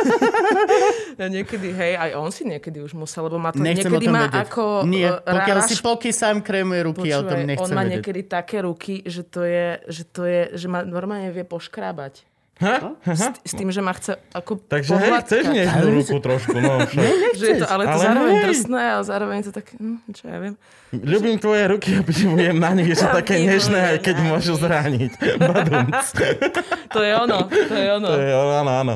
S4: *laughs* Ja niekedy, hej, aj on si niekedy už musel, lebo má to,
S2: Nechcem o
S4: niekedy
S2: tom
S4: má
S2: vedieť.
S4: ako...
S2: Nie,
S4: e,
S2: pokiaľ
S4: ráž-
S2: si poky sám kremuje ruky, ja o
S4: Počúvaj, on
S2: tom nechcem
S4: má
S2: vedieť.
S4: niekedy také ruky, že to je, že to je, že ma normálne vie poškrábať.
S1: Ha?
S4: S, s tým, že ma chce ako
S1: Takže hej,
S4: pohľadkať.
S1: chceš nežnú ruku trošku,
S2: *laughs*
S1: no. však.
S4: Že je to, ale to
S1: Ale
S4: zároveň
S1: hej.
S4: drsné a zároveň je to tak, hm, čo ja viem.
S1: Ľubím tvoje ruky, obdivujem na nich, že sú také
S4: Obdivujem
S1: nežné, aj keď
S4: na
S1: môžu *laughs* zrániť. Badumc.
S4: To je ono, to je ono.
S1: To je, áno, áno.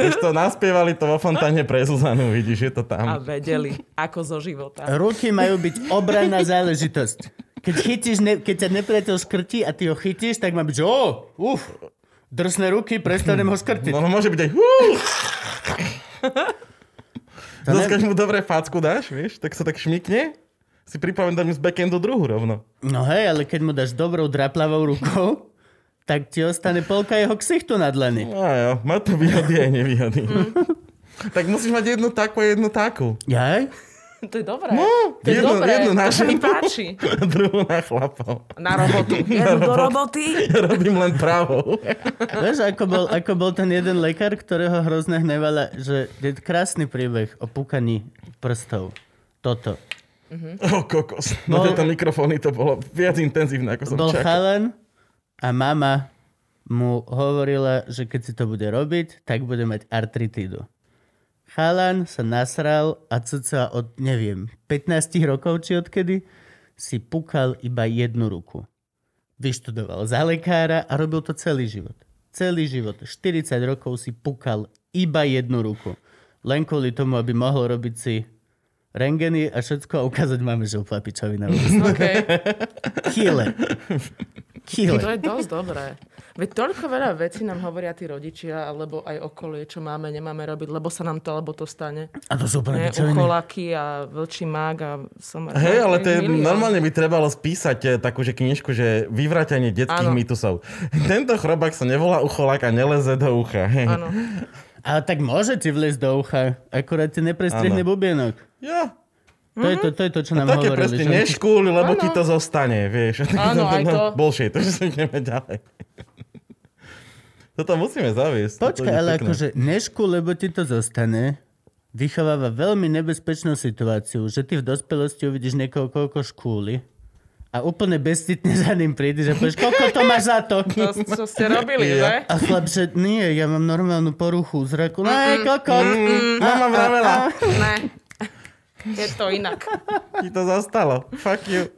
S1: Už to naspievali to vo fontáne pre Zuzanu, vidíš, je to
S4: A
S1: tam.
S4: vedeli, ako zo života.
S2: Ruky majú byť
S4: *laughs*
S2: obranná záležitosť. Keď, chytíš, ne, keď ťa nepriateľ škrtí a ty ho chytíš, tak má byť, že ó, uf, drsné ruky, prestanem ho škrtiť.
S1: No, no môže byť aj... hú!
S2: To ne-
S1: Zas, keď mu dobre facku dáš, vieš, tak sa tak šmikne, si pripamätám z backendu druhu rovno.
S2: No hej, ale keď mu dáš dobrou draplavou rukou, tak ti ostane polka jeho ksichtu na dlani.
S1: No jo, má to výhody aj nevýhody.
S2: Mm.
S1: tak musíš mať jednu takú a jednu takú.
S2: Jaj?
S4: To je dobré.
S1: No,
S4: Hm, to je
S1: jednu-
S4: dobré,
S1: jednu
S4: to sa mi
S1: našu.
S4: páči.
S1: A *laughs* druhú na chlapov.
S4: Na
S1: *laughs*
S4: robotu. Ja idem do roboty.
S1: Ja robím len
S2: *laughs*
S1: pravou.
S2: Vieš, ako bol, ako bol ten jeden lekár, ktorého hrozne hnevala, že je krásny príbeh o pukaní prstov. Toto.
S1: O kokos. No
S2: Bol-
S1: tieto mikrofóny to bolo viac intenzívne, ako som
S2: Bol
S1: čakal.
S2: chalan a mama mu hovorila, že keď si to bude robiť, tak bude mať artritídu. Chalan sa nasral a cca od, neviem, 15 rokov či odkedy, si pukal iba jednu ruku. Vyštudoval za lekára a robil to celý život. Celý život, 40 rokov si pukal iba jednu ruku. Len kvôli tomu, aby mohol robiť si rengeny a všetko a ukázať máme, že úplne pičovina.
S4: Okay.
S2: Killer.
S4: To je
S2: Killer.
S4: dosť dobré. Veď toľko veľa vecí nám hovoria tí rodičia, alebo aj okolie, čo máme, nemáme robiť, lebo sa nám to, alebo to stane.
S2: A to sú úplne
S4: Nie,
S2: pičoviny.
S4: ucholaky a vlčí mák a som...
S1: Hej, ale to je,
S4: Milión.
S1: normálne by trebalo spísať eh, takú že knižku, že vyvratanie detských
S4: Áno.
S1: mýtusov. *laughs* Tento chrobák sa nevolá ucholák a neleze do ucha. Hej.
S4: Áno.
S2: Ale tak môže ti vlesť do ucha, akurát ti neprestrihne
S1: Áno.
S2: bubienok.
S1: Ja,
S2: To je to, to, je to čo nám
S1: také
S2: hovorili.
S1: proste
S2: že on ti-
S1: neškúli, lebo
S4: Áno.
S1: ti to zostane, vieš. *laughs*
S4: Áno, aj to.
S1: no, Bullshit, *laughs* to už ideme ďalej. *laughs* Toto musíme zaviesť. toto
S2: Počkaj,
S1: je
S2: ale
S1: pekné.
S2: akože nešku, lebo ti to zostane, vychováva veľmi nebezpečnú situáciu, že ty v dospelosti uvidíš niekoho, koľko škúli a úplne bezcitne za ním prídeš a povieš, koľko to máš za to?
S4: To, čo ste robili, že?
S2: A chlap, že nie, ja mám normálnu poruchu zraku. No, kokot.
S4: Mm,
S1: No, mám ramena.
S4: Ne. Je to inak.
S1: Ti to zostalo. Fuck you.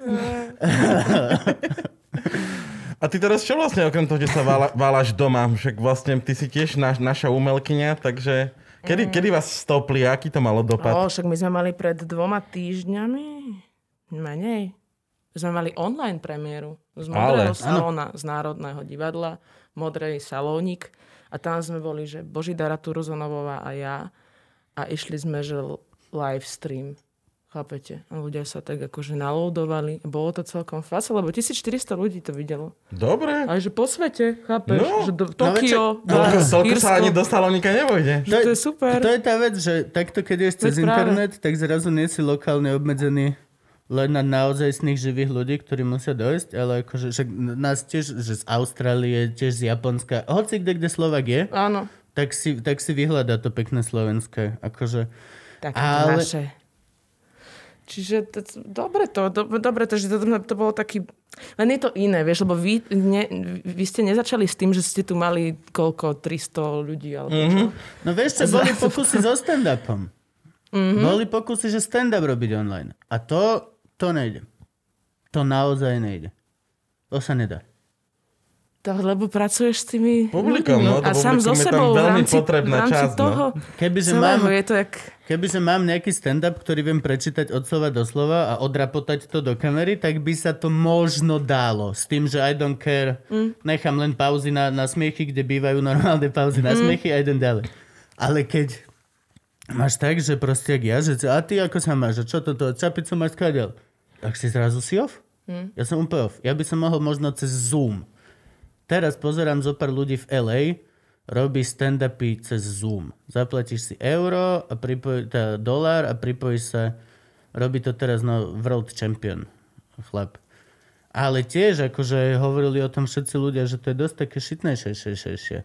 S1: A ty teraz čo vlastne okrem toho, že sa vála, válaš doma? Však vlastne ty si tiež naš, naša umelkyňa, takže
S4: Mm.
S1: kedy, kedy vás stopli? Aký to malo dopad?
S4: O, však my sme mali pred dvoma týždňami, menej, sme mali online premiéru z
S1: Ale.
S4: Modrého Ale, salóna, z Národného divadla, Modrej salónik. A tam sme boli, že Božidara Turozonovová a ja. A išli sme, že l- live stream. Chápete? A ľudia sa tak akože naloadovali. Bolo to celkom fasa, lebo 1400 ľudí to videlo.
S1: Dobre.
S4: A že po svete, chápeš?
S1: No.
S4: že do
S2: No,
S4: Tokio, do
S1: Toľko, toľko
S4: Írsko.
S1: sa ani do Salónika nevojde.
S4: Že to je super.
S2: To je tá vec, že takto keď ješ cez
S4: Veď práve.
S2: internet, tak zrazu nie si lokálne obmedzený len na naozajstných živých ľudí, ktorí musia dojsť, ale akože však nás tiež, že z Austrálie, tiež z Japonska, hoci kde, kde Slovak je,
S4: Áno.
S2: tak si, tak si vyhľadá to pekné slovenské. Akože,
S4: Také
S2: Ale-
S4: ale... naše. Čiže to, dobre to, do, dobre to, že to, to bolo taký... Len je to iné, vieš, lebo vy, ne, vy ste nezačali s tým, že ste tu mali
S1: Mhm.
S4: koľko, 300 ľudí alebo čo.
S2: no vieš čo, boli pokusy so stand-upom.
S4: Mhm.
S2: Mm-hmm. Boli pokusy, že stand-up robiť online. A to, to nejde. To naozaj nejde. To sa nedá.
S4: To, lebo pracuješ s tými
S1: Publikom, no,
S4: ľuďmi.
S1: to
S4: a sám so
S1: publikum je tam
S4: sebou
S1: veľmi
S4: v rámci,
S1: potrebná
S4: v rámci
S1: časť, no.
S4: toho
S2: Kebyže
S4: celého
S2: mám-
S4: je to jak...
S2: Keby som mám nejaký stand-up, ktorý viem prečítať od slova do slova a odrapotať to do kamery, tak by sa to možno dalo. S tým, že I don't care, mm. nechám len pauzy na, na smiechy, kde bývajú normálne pauzy na smiechy a idem ďalej. Ale keď máš tak, že proste jak ja, že a ty ako sa máš, a čo toto, čapicu máš skladel, tak si zrazu si off? Mm. Ja som úplne off. Ja by som mohol možno cez Zoom. Teraz pozerám zo pár ľudí v LA, robí stand-upy cez Zoom. Zaplatíš si euro, a pripoj, teda dolár a pripojíš sa, robí to teraz no, World Champion, chlap. Ale tiež, akože hovorili o tom všetci ľudia, že to je dosť také šitnejšie, šejšejšie.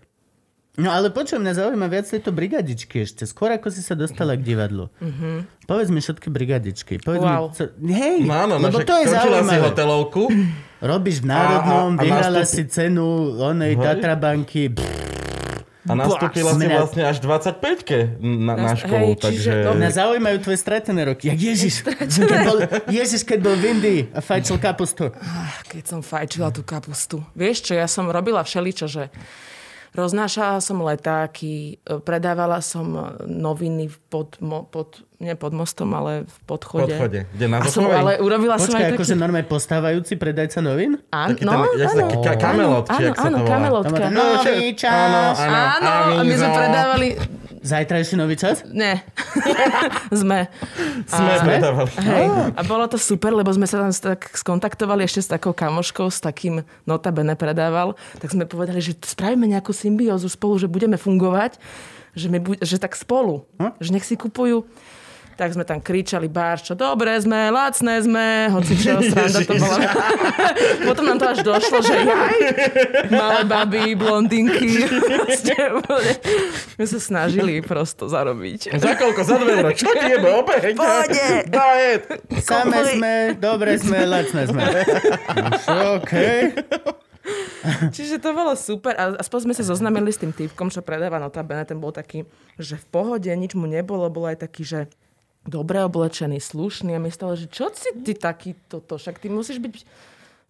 S2: No ale počujem, mňa zaujíma viac tejto brigadičky ešte, skôr ako si sa dostala k divadlu. Mm-hmm. Povedz mi všetky brigadičky. Povedz
S4: Wow.
S2: mi, co... Hej,
S1: No áno, no,
S2: lebo
S1: však
S2: to je
S1: skončila si
S2: zaujímavé.
S1: hotelovku.
S2: Robíš v Národnom,
S1: A- a- a
S2: vyhrala
S1: nastúpi-
S2: si cenu onej
S1: Hej.
S2: Tatra banky.
S1: A
S2: Pff,
S1: nastúpila si
S2: Sme na-
S1: vlastne až 25-ke na, na
S4: Nás-
S1: školu,
S4: hej, čiže
S1: takže...
S4: dobre.
S2: Mňa zaujímajú tvoje stratené roky. Jak Ježiš. Keď bol, Ježiš, keď bol v Indii a
S1: *laughs*
S2: fajčil kapustu.
S4: Ach, Keď som fajčila tú kapustu. Vieš čo, ja som robila všeličo, že roznášala som letáky, e, predávala som e, noviny pod, mo, pod nie pod mostom, ale v podchode.
S1: Podchode, kde na
S4: a som,
S1: Zochovej?
S4: ale urobila som aj
S2: Počkaj,
S4: Vlastne taký...
S2: akože normálne postávajúci predajca novín?
S4: Áno,
S1: Taký ten, jak sa-
S4: áno.
S1: ka- kamelot, či
S4: áno,
S1: jak sa
S4: áno,
S1: to volá.
S4: kamelotka.
S2: Tam má ten
S1: No, čo-
S2: nový čas.
S1: áno,
S4: Áno, a my sme
S1: avízo.
S4: predávali...
S2: Zajtrajší nový čas?
S4: Ne, *laughs* sme.
S1: Sme predávali.
S4: Hej. A bolo to super, lebo sme sa tam tak skontaktovali ešte s takou kamoškou, s takým notabene predával, tak sme povedali, že spravíme nejakú symbiózu spolu, že budeme fungovať, že, my bu- že tak spolu, hm? že nech si kupujú tak sme tam kričali bár, čo dobre sme, lacné sme, hoci čo, sranda to bola. *laughs* Potom nám to až došlo, že jaj, malé baby, blondinky. *laughs* Ste úplne- My sa snažili prosto zarobiť.
S1: Za koľko? Za 2 euro. Čo ti jebe? Opäť?
S4: Pohode.
S1: Diet.
S2: Same
S4: Koľko-
S2: sme, dobre
S4: *laughs*
S2: sme, lacné sme. OK.
S4: Čiže to bolo super. A aspoň sme sa zoznamili s tým typkom, čo predáva notabene. Ten bol taký, že v pohode, nič mu nebolo. Bol aj taký, že dobre oblečený, slušný. A mi stalo, že čo si ty taký toto? Však ty musíš byť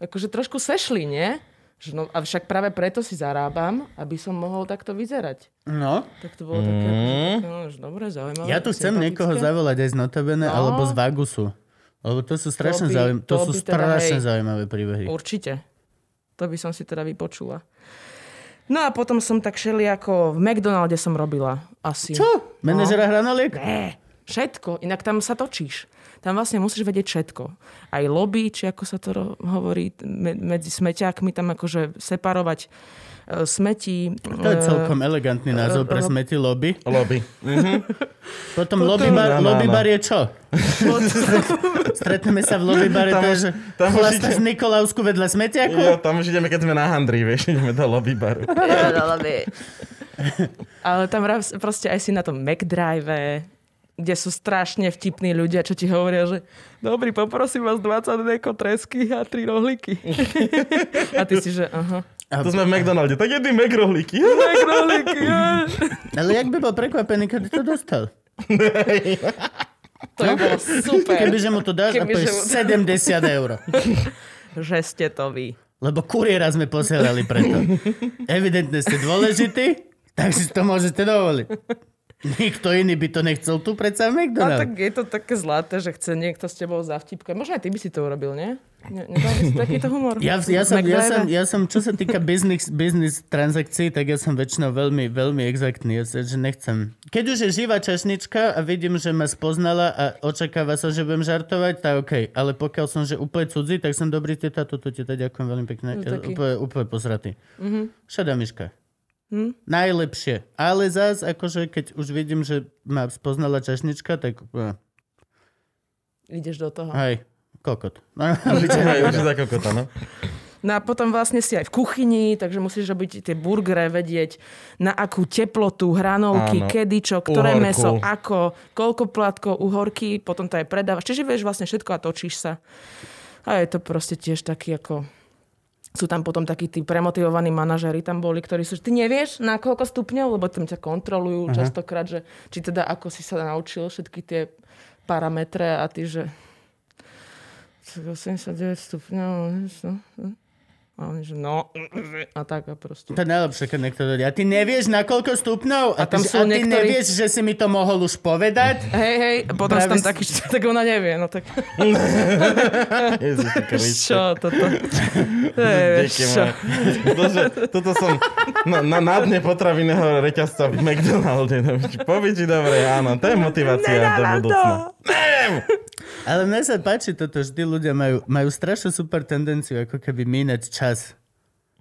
S4: akože trošku sešli, nie? Že no, a však práve preto si zarábam, aby som mohol takto vyzerať.
S2: No,
S4: Tak to bolo také, mm. no, že dobre, zaujímavé.
S2: ja tu chcem
S4: sympatické.
S2: niekoho zavolať aj z Notabene
S4: No.
S2: alebo z Vagusu. Lebo to sú strašne,
S4: by-
S2: zaujím- to
S4: to
S2: sú
S4: by teda,
S2: strašne
S4: hej.
S2: zaujímavé príbehy.
S4: Určite. To by som si teda vypočula. No a potom som tak šeli ako v McDonalde som robila. Asi.
S2: Čo? Manažera hranoliek?
S4: Ne, E, všetko. Inak tam sa točíš. Tam vlastne musíš vedieť všetko. Aj lobby, či ako sa to ro- hovorí, me- medzi smeťákmi tam akože separovať e, smetí.
S2: To je celkom elegantný názov pre smeti lobby.
S1: Lobby.
S2: Potom lobby
S1: No,
S2: bar,
S1: no,
S2: lobby
S1: no.
S2: bar je čo? Stretneme sa v lobby bare,
S1: Tam
S2: to je,
S1: už-
S2: že
S1: tam už
S2: chlastaš
S1: ide-
S2: Nikolausku vedľa smetiaku?
S1: Jo, tam už ideme, keď sme na handri, vieš, *laughs* ideme do lobby baru.
S4: Ale tam raz, proste aj si na tom McDrive, kde sú strašne vtipní ľudia, čo ti hovoria, že dobrý, poprosím vás 20 deko tresky a 3 rohlíky. a ty si, že aha.
S1: To sme v McDonalde. Tak jedný McRohlíky. *laughs*
S4: Tak rohlíky, ja.
S2: Ale jak by bol prekvapený, kedy to dostal?
S4: To bolo super.
S2: Kebyže mu to dáš, a to
S4: Kebyže
S2: je
S4: mu-
S2: 70 eur.
S4: Že ste to vy.
S2: Lebo kuriéra sme posielali preto. Evidentne ste dôležití, tak si to môžete dovoliť. Nikto iný by to nechcel tu predsa v
S4: A tak
S2: McDonald's.
S4: je to také zlaté, že chce niekto s tebou zavtipkať. Možno aj ty by si to urobil, nie? Ne, nedal by si takýto humor?
S2: Ja, ja, som, ja,
S4: McDrive?
S2: som, ja som, čo sa týka business, business transakcií, tak ja som väčšinou veľmi, veľmi exaktný. Ja sa, že nechcem. Keď už je živá čašnička a vidím, že ma spoznala a očakáva sa, že budem žartovať, tak OK. Ale pokiaľ som že úplne cudzí, tak som dobrý teta, toto teta, ďakujem veľmi pekne.
S4: No,
S2: Ja,
S4: taký. Mhm.
S2: úplne, úplne posratý. Mm-hmm. Šedá myška. Hm? Najlepšie. Ale zás, akože keď už vidím, že ma spoznala čašnička, tak eh,
S4: Ideš do toho.
S2: hej,
S4: *laughs*
S2: kokot.
S1: Aj už je za kokota, no.
S4: No a potom vlastne si aj v kuchyni, takže musíš robiť tie burgere, vedieť na akú teplotu,
S1: Áno.
S4: hranolky, kedy čo, ktoré
S1: Uhorku.
S4: meso, ako, koľko platkov, uhorky, potom to aj predávaš. Čiže vieš vlastne všetko a točíš sa. A je to proste tiež taký ako sú tam potom takí tí premotivovaní manažery tam boli, ktorí sú, že ty nevieš na koľko stupňov, lebo tam ťa kontrolujú Aha. častokrát, že či teda ako si sa naučil všetky tie parametre a ty, že 89 stupňov, vieš, no. A oni, že no, a tak a proste.
S2: To je najlepšie, keď niekto dojde. A ty nevieš na koľko stupňov?
S4: A
S2: A,
S4: tam
S2: ty, že-
S4: sú
S2: a ty
S4: niektorí-
S2: nevieš, že si mi to mohol
S4: *laughs*
S2: už povedať?
S4: Hej, hej, a potom Práve
S2: Práve
S4: tam
S2: si-
S4: taký, že tak ona nevie, no tak *laughs*
S1: Ježiš Kriste.
S4: čo
S1: *laughs*
S4: toto? To je, vieš,
S1: Díky,
S4: čo.
S1: moje. Bože, toto som na, na, na dne potravinného reťazca v McDonalde. No, Poviči, dobre, áno, to je motivácia do
S4: Nedávam to.
S1: budúcna.
S2: Ale mne sa páči toto, vždy ľudia majú, majú strašne super tendenciu ako keby minať čas.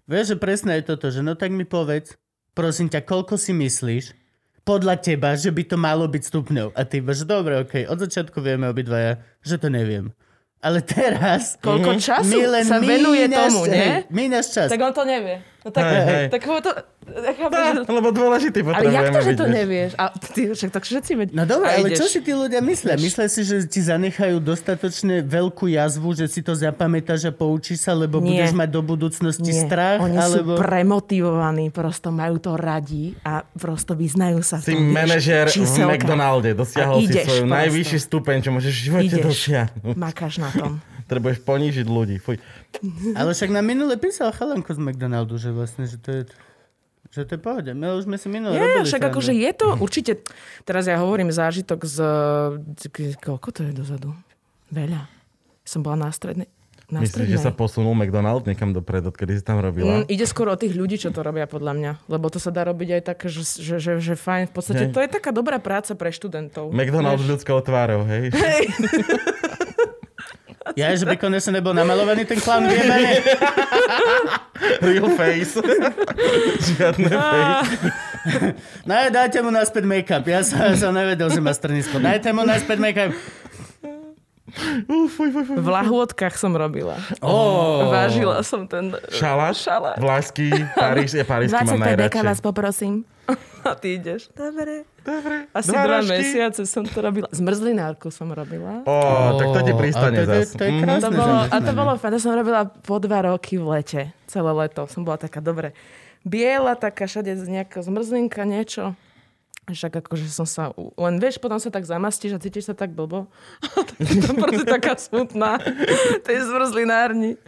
S2: Vieš, že presne je toto, že no tak mi povedz, prosím ťa, koľko si myslíš, podľa teba, že by to malo byť stupňov. A ty iba, že dobre, okej, od začiatku vieme obidvaja, že to neviem. Ale teraz...
S4: Koľko
S2: Mhm.
S4: času
S2: my len
S4: sa venuje
S2: míňaš-
S4: tomu, nie?
S2: hej, Míňaš čas.
S4: Tak on to nevie. No tak,
S1: Hej, hej.
S4: tak ho to...
S1: Á,
S4: Chápem, že...
S1: Lebo dôležitý
S4: Ale
S1: potrebujeme
S4: jak to, že
S1: byť,
S4: to
S1: vieš.
S4: nevieš? A ty však tak všetci vedia.
S2: No dobre,
S4: A
S2: ale
S4: ideš.
S2: čo si tí ľudia myslia? Myslia si, že ti zanechajú dostatočne veľkú jazvu, že si to zapamätáš a poučíš sa, lebo
S4: Nie.
S2: budeš mať do budúcnosti
S4: Nie,
S2: strach?
S4: oni
S2: alebo...
S4: sú premotivovaní, prosto majú to radi a prosto vyznajú sa
S1: Si
S4: v tom. vieš,
S1: manažér v
S4: číselka.
S1: McDonalde,
S4: A
S1: dosiahol si
S4: ideš
S1: svoj
S4: prosto.
S1: najvyšší stupeň, čo môžeš v živote
S4: Ideš.
S1: dosiahnuť.
S4: Makáš na tom.
S1: *laughs* Trebuješ ponížiť ľudí. Fuj.
S2: Ale však na minule písal chalanko z McDonaldu, že vlastne, že to je... Že to je pohode. My už sme si minule
S4: Ja,
S2: robili
S4: však
S2: srandu.
S4: akože je to určite, teraz ja hovorím zážitok z, koľko to je dozadu? Veľa. Som bola na strednej. Na
S1: Myslíš, že sa posunul McDonald niekam dopredu, odkedy si tam robila?
S4: Mm, ide skôr o tých ľudí, čo to robia podľa mňa. Lebo to sa dá robiť aj tak, že, že, že, že fajn. V podstate
S1: Hej.
S4: to je taká dobrá práca pre študentov.
S1: McDonald s
S4: Vieš?
S1: ľudskou tvárou, hej? *laughs*
S2: Ja, že by konečne nebol namalovaný ten
S4: *laughs*
S2: clown vyjebaný.
S1: Real face. Žiadne face.
S2: No ja, dajte mu naspäť make-up. Ja sa, som nevedel, že má strnisko. Dajte mu naspäť make-up.
S1: Ú, fuj, fuj, fuj.
S4: V lahôdkach som robila.
S2: Oh.
S4: Vážila som ten...
S1: Šalaš?
S4: Šalaš.
S1: Vlásky, Paríž, je Parížský mám najradšej.
S4: poprosím. *laughs* A ty ideš. Dobre. Dobre. Asi
S1: Dva
S4: dva,
S1: rožky.
S4: mesiace som to robila. Zmrzlinárku som robila.
S1: Ó, tak to ti
S2: Ó,
S1: pristane
S2: a to- to-
S1: zase.
S2: to je krásne.
S4: No, To bolo, a
S2: zamestnanie.
S4: to bolo fajn, to som robila po dva roky v lete, celé leto. Som bola taká, dobre, biela, taká všade z- nejaká zmrzlinka, niečo. Však akože som sa, u- len vieš, potom sa tak zamastíš a cítiš sa tak blbo. *laughs* tak som proste taká smutná tej zmrzlinárni.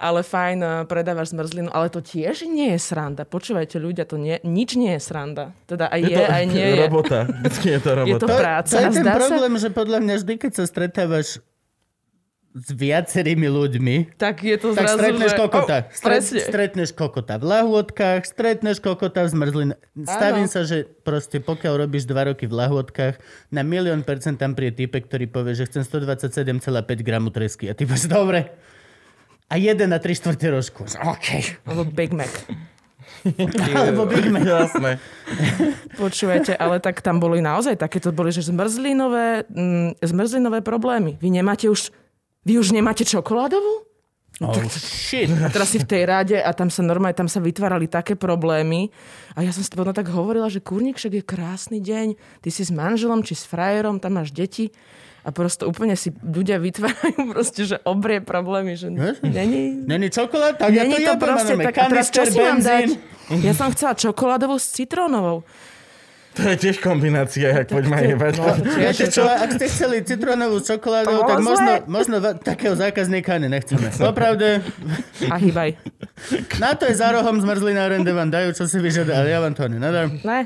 S4: Ale fajn, eh, predávaš zmrzlinu, ale to tiež nie je sranda. Počúvajte ľudia, to nie, nič nie je sranda. Teda aj je,
S1: to
S4: aj nie je.
S1: Robota. Vždycky je to
S4: Je to
S1: robota.
S4: práca.
S2: To je ten
S4: Zdá sa-
S2: problém, že podľa mňa vždy, keď sa stretávaš s viacerými ľuďmi,
S4: Tak je to
S2: tak
S4: zrazu,
S2: stretneš
S4: že...
S2: kokota.
S4: O,
S2: Stret,
S4: presne.
S2: stretneš kokota v lahôdkach, stretneš kokota v zmrzlin. Stavím
S4: Áno.
S2: sa, že proste pokiaľ robíš dva roky v lahôdkach, na milión percent tam príde type, ktorý povie, že chcem 127,5 gramu tresky. A ty povieš, dobre. A jeden na tri štvrte rožku. OK.
S4: Alebo Big Mac.
S2: Alebo Big Mac.
S1: *laughs* Jasné.
S4: Počujete, ale tak tam boli naozaj takéto, boli, že zmrzlinové, mm, zmrzlinové problémy. Vy nemáte už, vy už nemáte čokoládovú?
S2: Oh, shit.
S4: A teraz si v tej rade a tam sa normálne, tam sa vytvárali také problémy. A ja som si potom tak hovorila, že kurník však je krásny deň, ty si s manželom či s frajerom, tam máš deti. A prosto úplne si ľudia vytvárajú *laughs* proste, že obrie problémy, že není,
S2: Není čokolád? Tak ja to
S4: Není to
S2: jebem,
S4: proste
S2: máme
S4: tak, a teraz čo
S2: kanister,
S4: si mám dať?
S2: benzín.
S4: Ja som chcela čokoládovú s citrónovou.
S1: To je tiež kombinácia, jak poďme ma jebať.
S4: no.
S2: Viete čo, ak ste chceli citrónovú čokoládu,
S4: To bolo
S2: tak
S4: zlé.
S2: možno, možno va- takého zákazníka ani nechceme. Popravde,
S4: A hýbaj.
S2: na to je za rohom zmrzlina rende vám dajú, čo si vyžiada, ale ja vám to ani nedám.
S4: Ne?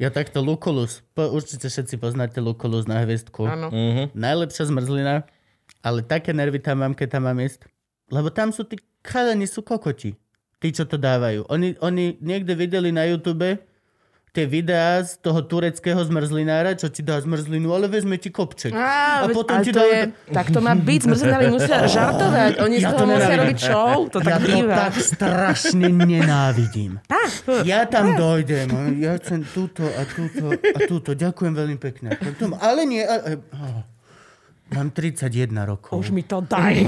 S2: Ja takto Lukulus, po, určite všetci poznáte Lukulus na hviezdku.
S4: Áno.
S1: Mm.
S2: Najlepšia zmrzlina, ale také nervy tam mám, keď tam mám ísť. Lebo tam sú tí chalani, sú kokoti. Tí, čo to dávajú. Oni, oni niekde videli na YouTube tie videá z toho tureckého zmrzlinára, čo ti dá zmrzlinu, ale vezme ti kopček.
S4: Á,
S2: a
S4: veď-
S2: potom
S4: ale
S2: ti
S4: to je,
S2: dajú...
S4: tak to má byť, zmrzlinári musia žartovať, oni
S2: Ja
S4: z
S2: to
S4: toho musia
S2: nenávidím.
S4: robiť show, to
S2: ja
S4: tak
S2: to
S4: býva.
S2: tak strašne nenávidím. Ja tam dojdem. a Ja chcem túto a túto a túto. Ďakujem veľmi pekne. Potom, ale nie... A, a, oh, mám 31 rokov.
S4: Už
S2: Mm.
S4: mi to daj.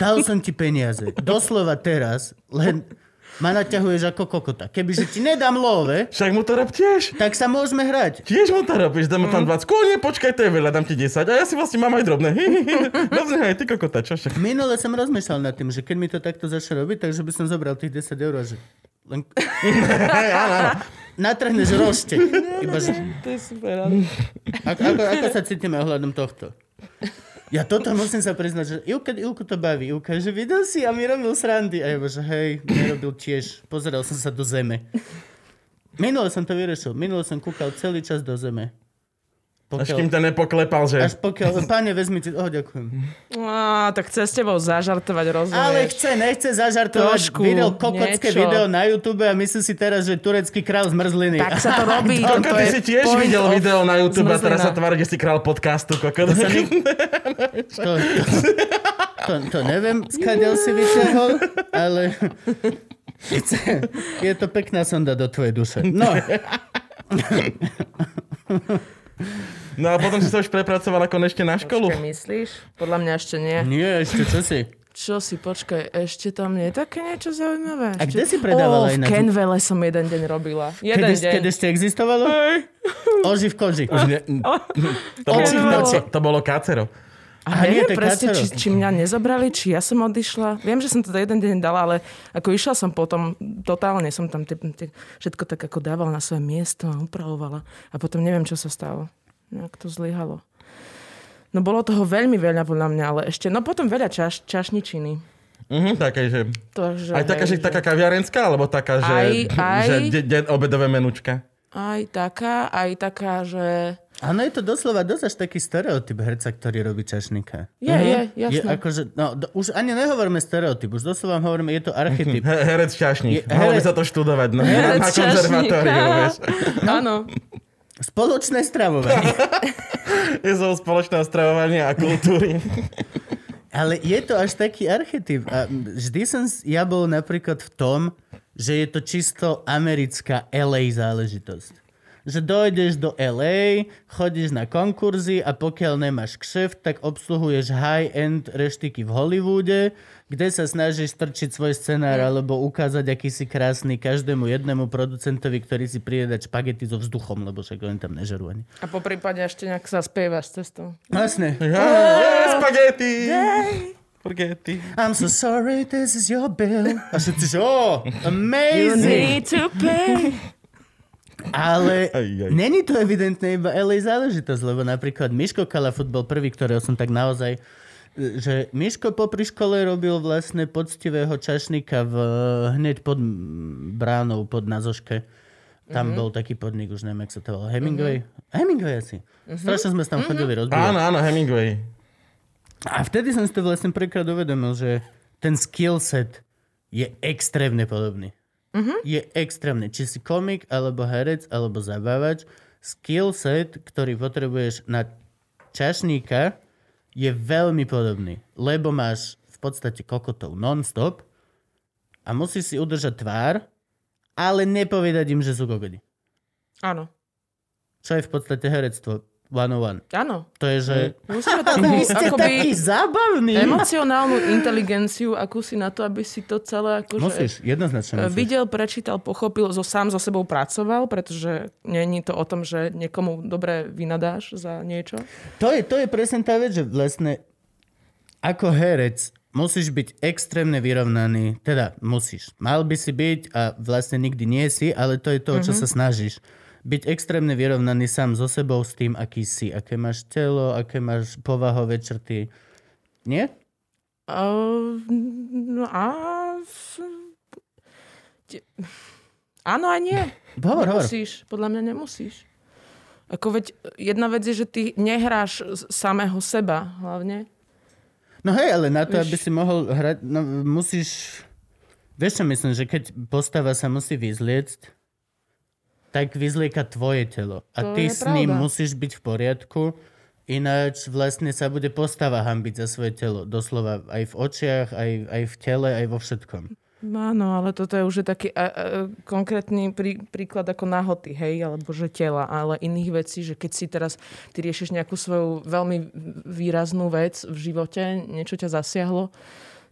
S2: Dal som ti peniaze. Doslova teraz. Len ma naťahuješ ako kokota. Kebyže ti nedám love,
S1: Však mu to rob tiež.
S2: tak sa môžeme hrať.
S1: Tiež mu to robíš, dáme
S4: Mm.
S1: tam 20. Kú, nie, počkaj, to je veľa, dám ti 10. A ja si vlastne mám aj drobné. *laughs* Dobre, aj ty kokota, čo však.
S2: Minule som rozmýšľal nad tým, že keď mi to takto začne robiť, takže by som zobral tých 10 eur a že...
S4: *laughs*
S2: Len... Natrhneš rošte. Iba, že...
S4: To je super.
S2: Ako, ako, ako sa cítime ohľadom tohto? Ja toto musím sa priznať, že Ilka, Ilku to baví. Ilka, že videl si a mi robil srandy. A ja že hej, nerobil tiež. Pozeral som sa do zeme. Minule som to vyriešil. Minule som kúkal celý čas do zeme.
S1: Až
S2: Pokiaľ,
S1: kým to Mhm. nepoklepal, že...
S2: až pokiaľ... Pane, vezmi ti... Oh, ďakujem.
S4: Á, tak chce s tebou zažartovať, rozumieš?
S2: Ale chce, nechce zažartovať.
S4: Trošku,
S2: Videl kokocké
S4: niečo.
S2: video na YouTube a myslí si teraz, že turecký král zmrzliny.
S4: Tak sa to
S1: *laughs*
S4: robí.
S1: Koko,
S4: to
S1: ty
S4: je
S1: si tiež
S4: point
S1: videl
S4: of
S1: video na YouTube a teraz sa
S4: zmrzlina.
S1: tvár, že si král podcastu, koko. To sa
S2: To, to, to, to neviem, skáďal si vyťahol, ale je to pekná sonda do tvojej duše. No,
S1: *laughs* No a potom si sa už prepracovala konečne na školu. Mm.
S4: Počkaj, myslíš? Podľa mňa ešte nie.
S2: nie, ešte čo si?
S4: Čo si, počkaj, ešte tam nie je také niečo zaujímavé.
S2: A
S4: Ešte-
S2: kde si
S4: Ó,
S2: predávala
S4: v
S2: ináč?
S4: Kenvele som jeden deň robila. Jeden
S2: Kedy,
S4: deň.
S2: kedy ešte existovalo? Oži v koži.
S1: Už ne... to, bolo,
S2: Oči v
S1: to,
S2: noci.
S1: to bolo kacero.
S2: Aha,
S4: A neviem
S2: nie, to je
S4: presne,
S2: kacero.
S4: či, či mňa nezobrali, či ja som odišla. Viem, že som to za jeden deň dala, ale ako išla som potom, totálne som tam tie, tie, všetko tak ako dávala na svoje miesto a upravovala. A potom neviem, čo sa stalo. Nejak to zlyhalo. No bolo toho veľmi veľa podľa mňa, ale ešte, no potom veľa čaš, čašničiny.
S1: Mhm, také, že...
S4: Takže,
S1: Aj taká, že taká kaviarenská, alebo taká, že,
S4: Aj, aj.
S1: že de, de, obedové menučka.
S4: Aj taká, aj taká, že...
S2: Áno, je to doslova dosť až taký stereotyp herca, ktorý robí čašníka.
S4: Je, je, jasné.
S2: Je akože, no, do, už ani nehovoríme stereotyp, už doslova hovoríme, je to
S4: *laughs*
S2: archetyp.
S1: He, herec čašník.
S2: Je-
S1: Malo by
S2: herec-
S1: sa to študovať no. na, na, na konzervatóriu, vieš.
S4: Áno.
S2: Spoločné stravovanie.
S1: Je zo spoločného stravovania a kultúry.
S2: Ale je to až taký archetyp. A vždy som s- ja bol napríklad v tom, že je to čisto americká LA záležitosť. Že dojdeš do LA, chodíš na konkurzy a pokiaľ nemáš kšeft, tak obsluhuješ high-end reštiky v Hollywoode, kde sa snažíš strčiť svoj scenár alebo ukázať, aký si krásny každému jednému producentovi, ktorý si príde dať špagety so vzduchom, lebo však oni tam nežerú ani.
S4: A po prípade ešte nejak sa spievaš cestou.
S2: Vlastne.
S1: Ja, ja, Spaghetti! Spaghetti.
S2: I'm so sorry, this is your bill. *laughs* A všetci, že oh, amazing.
S4: to pay.
S2: Ale
S1: Aj, aj.
S2: není to evidentne iba LA záležitosť, lebo napríklad Miško Kalafut bol prvý, ktorého som tak naozaj že Miško popri škole robil vlastne poctivého čašníka v, hneď pod mm, bránou, pod Nazoške. Tam mm-hmm. bol taký podnik, už neviem, jak sa to volal. Hemingway? Mm-hmm. Hemingway asi. Mm-hmm. Strašne sme sa tam mm-hmm. chodili rozbívať.
S1: Áno, áno, Hemingway.
S2: A vtedy som si to vlastne prvýkrát uvedomil, že ten skill set je extrémne podobný. Mm-hmm. Je extrémne. Či si komik, alebo herec, alebo zabávač, skill set, ktorý potrebuješ na čašníka, je veľmi podobný. Lebo máš v podstate kokotov non-stop a musíš si udržať tvár, ale nepovedať im, že sú kokody.
S4: Áno.
S2: Čo je v podstate herectvo 101.
S4: Áno.
S2: To je, že...
S4: No, Musíme
S2: Mm.
S4: takú
S2: Vy ste
S4: akoby
S2: taký zábavný.
S4: emocionálnu inteligenciu, akú si na to, aby si to celé akože...
S2: Musíš, jednoznačne
S4: e,
S2: musíš.
S4: Videl, prečítal, pochopil, so, sám so sebou pracoval, pretože není to o tom, že niekomu dobre vynadáš za niečo.
S2: To je, to je presne tá vec, že vlastne ako herec musíš byť extrémne vyrovnaný, teda musíš. Mal by si byť a vlastne nikdy nie si, ale to je to, o čo sa snažíš. Byť extrémne vyrovnaný sám so sebou, s tým, aký si, aké máš telo, aké máš povahové črty. Nie?
S4: Uh, no a... Ti- Áno a nie.
S2: Hovor, hovor.
S4: Nemusíš, podľa mňa nemusíš. Ako veď, jedna vec je, že ty nehráš s- samého seba hlavne.
S2: No hej, ale na to, aby si mohol hrať, no, musíš... Vieš čo myslím, že keď postava sa musí vyzliecť, tak vyzlieka tvoje telo. A
S4: To
S2: ty
S4: je
S2: s ním
S4: pravda.
S2: musíš byť v poriadku, ináč vlastne sa bude postava hambiť za svoje telo. Doslova aj v očiach, aj, aj v tele, aj vo všetkom.
S4: Áno, ale toto je už je taký a, a, konkrétny prí, príklad ako nahoty, hej, alebo že tela, ale iných vecí, že keď si teraz, ty riešiš nejakú svoju veľmi výraznú vec v živote, niečo ťa zasiahlo,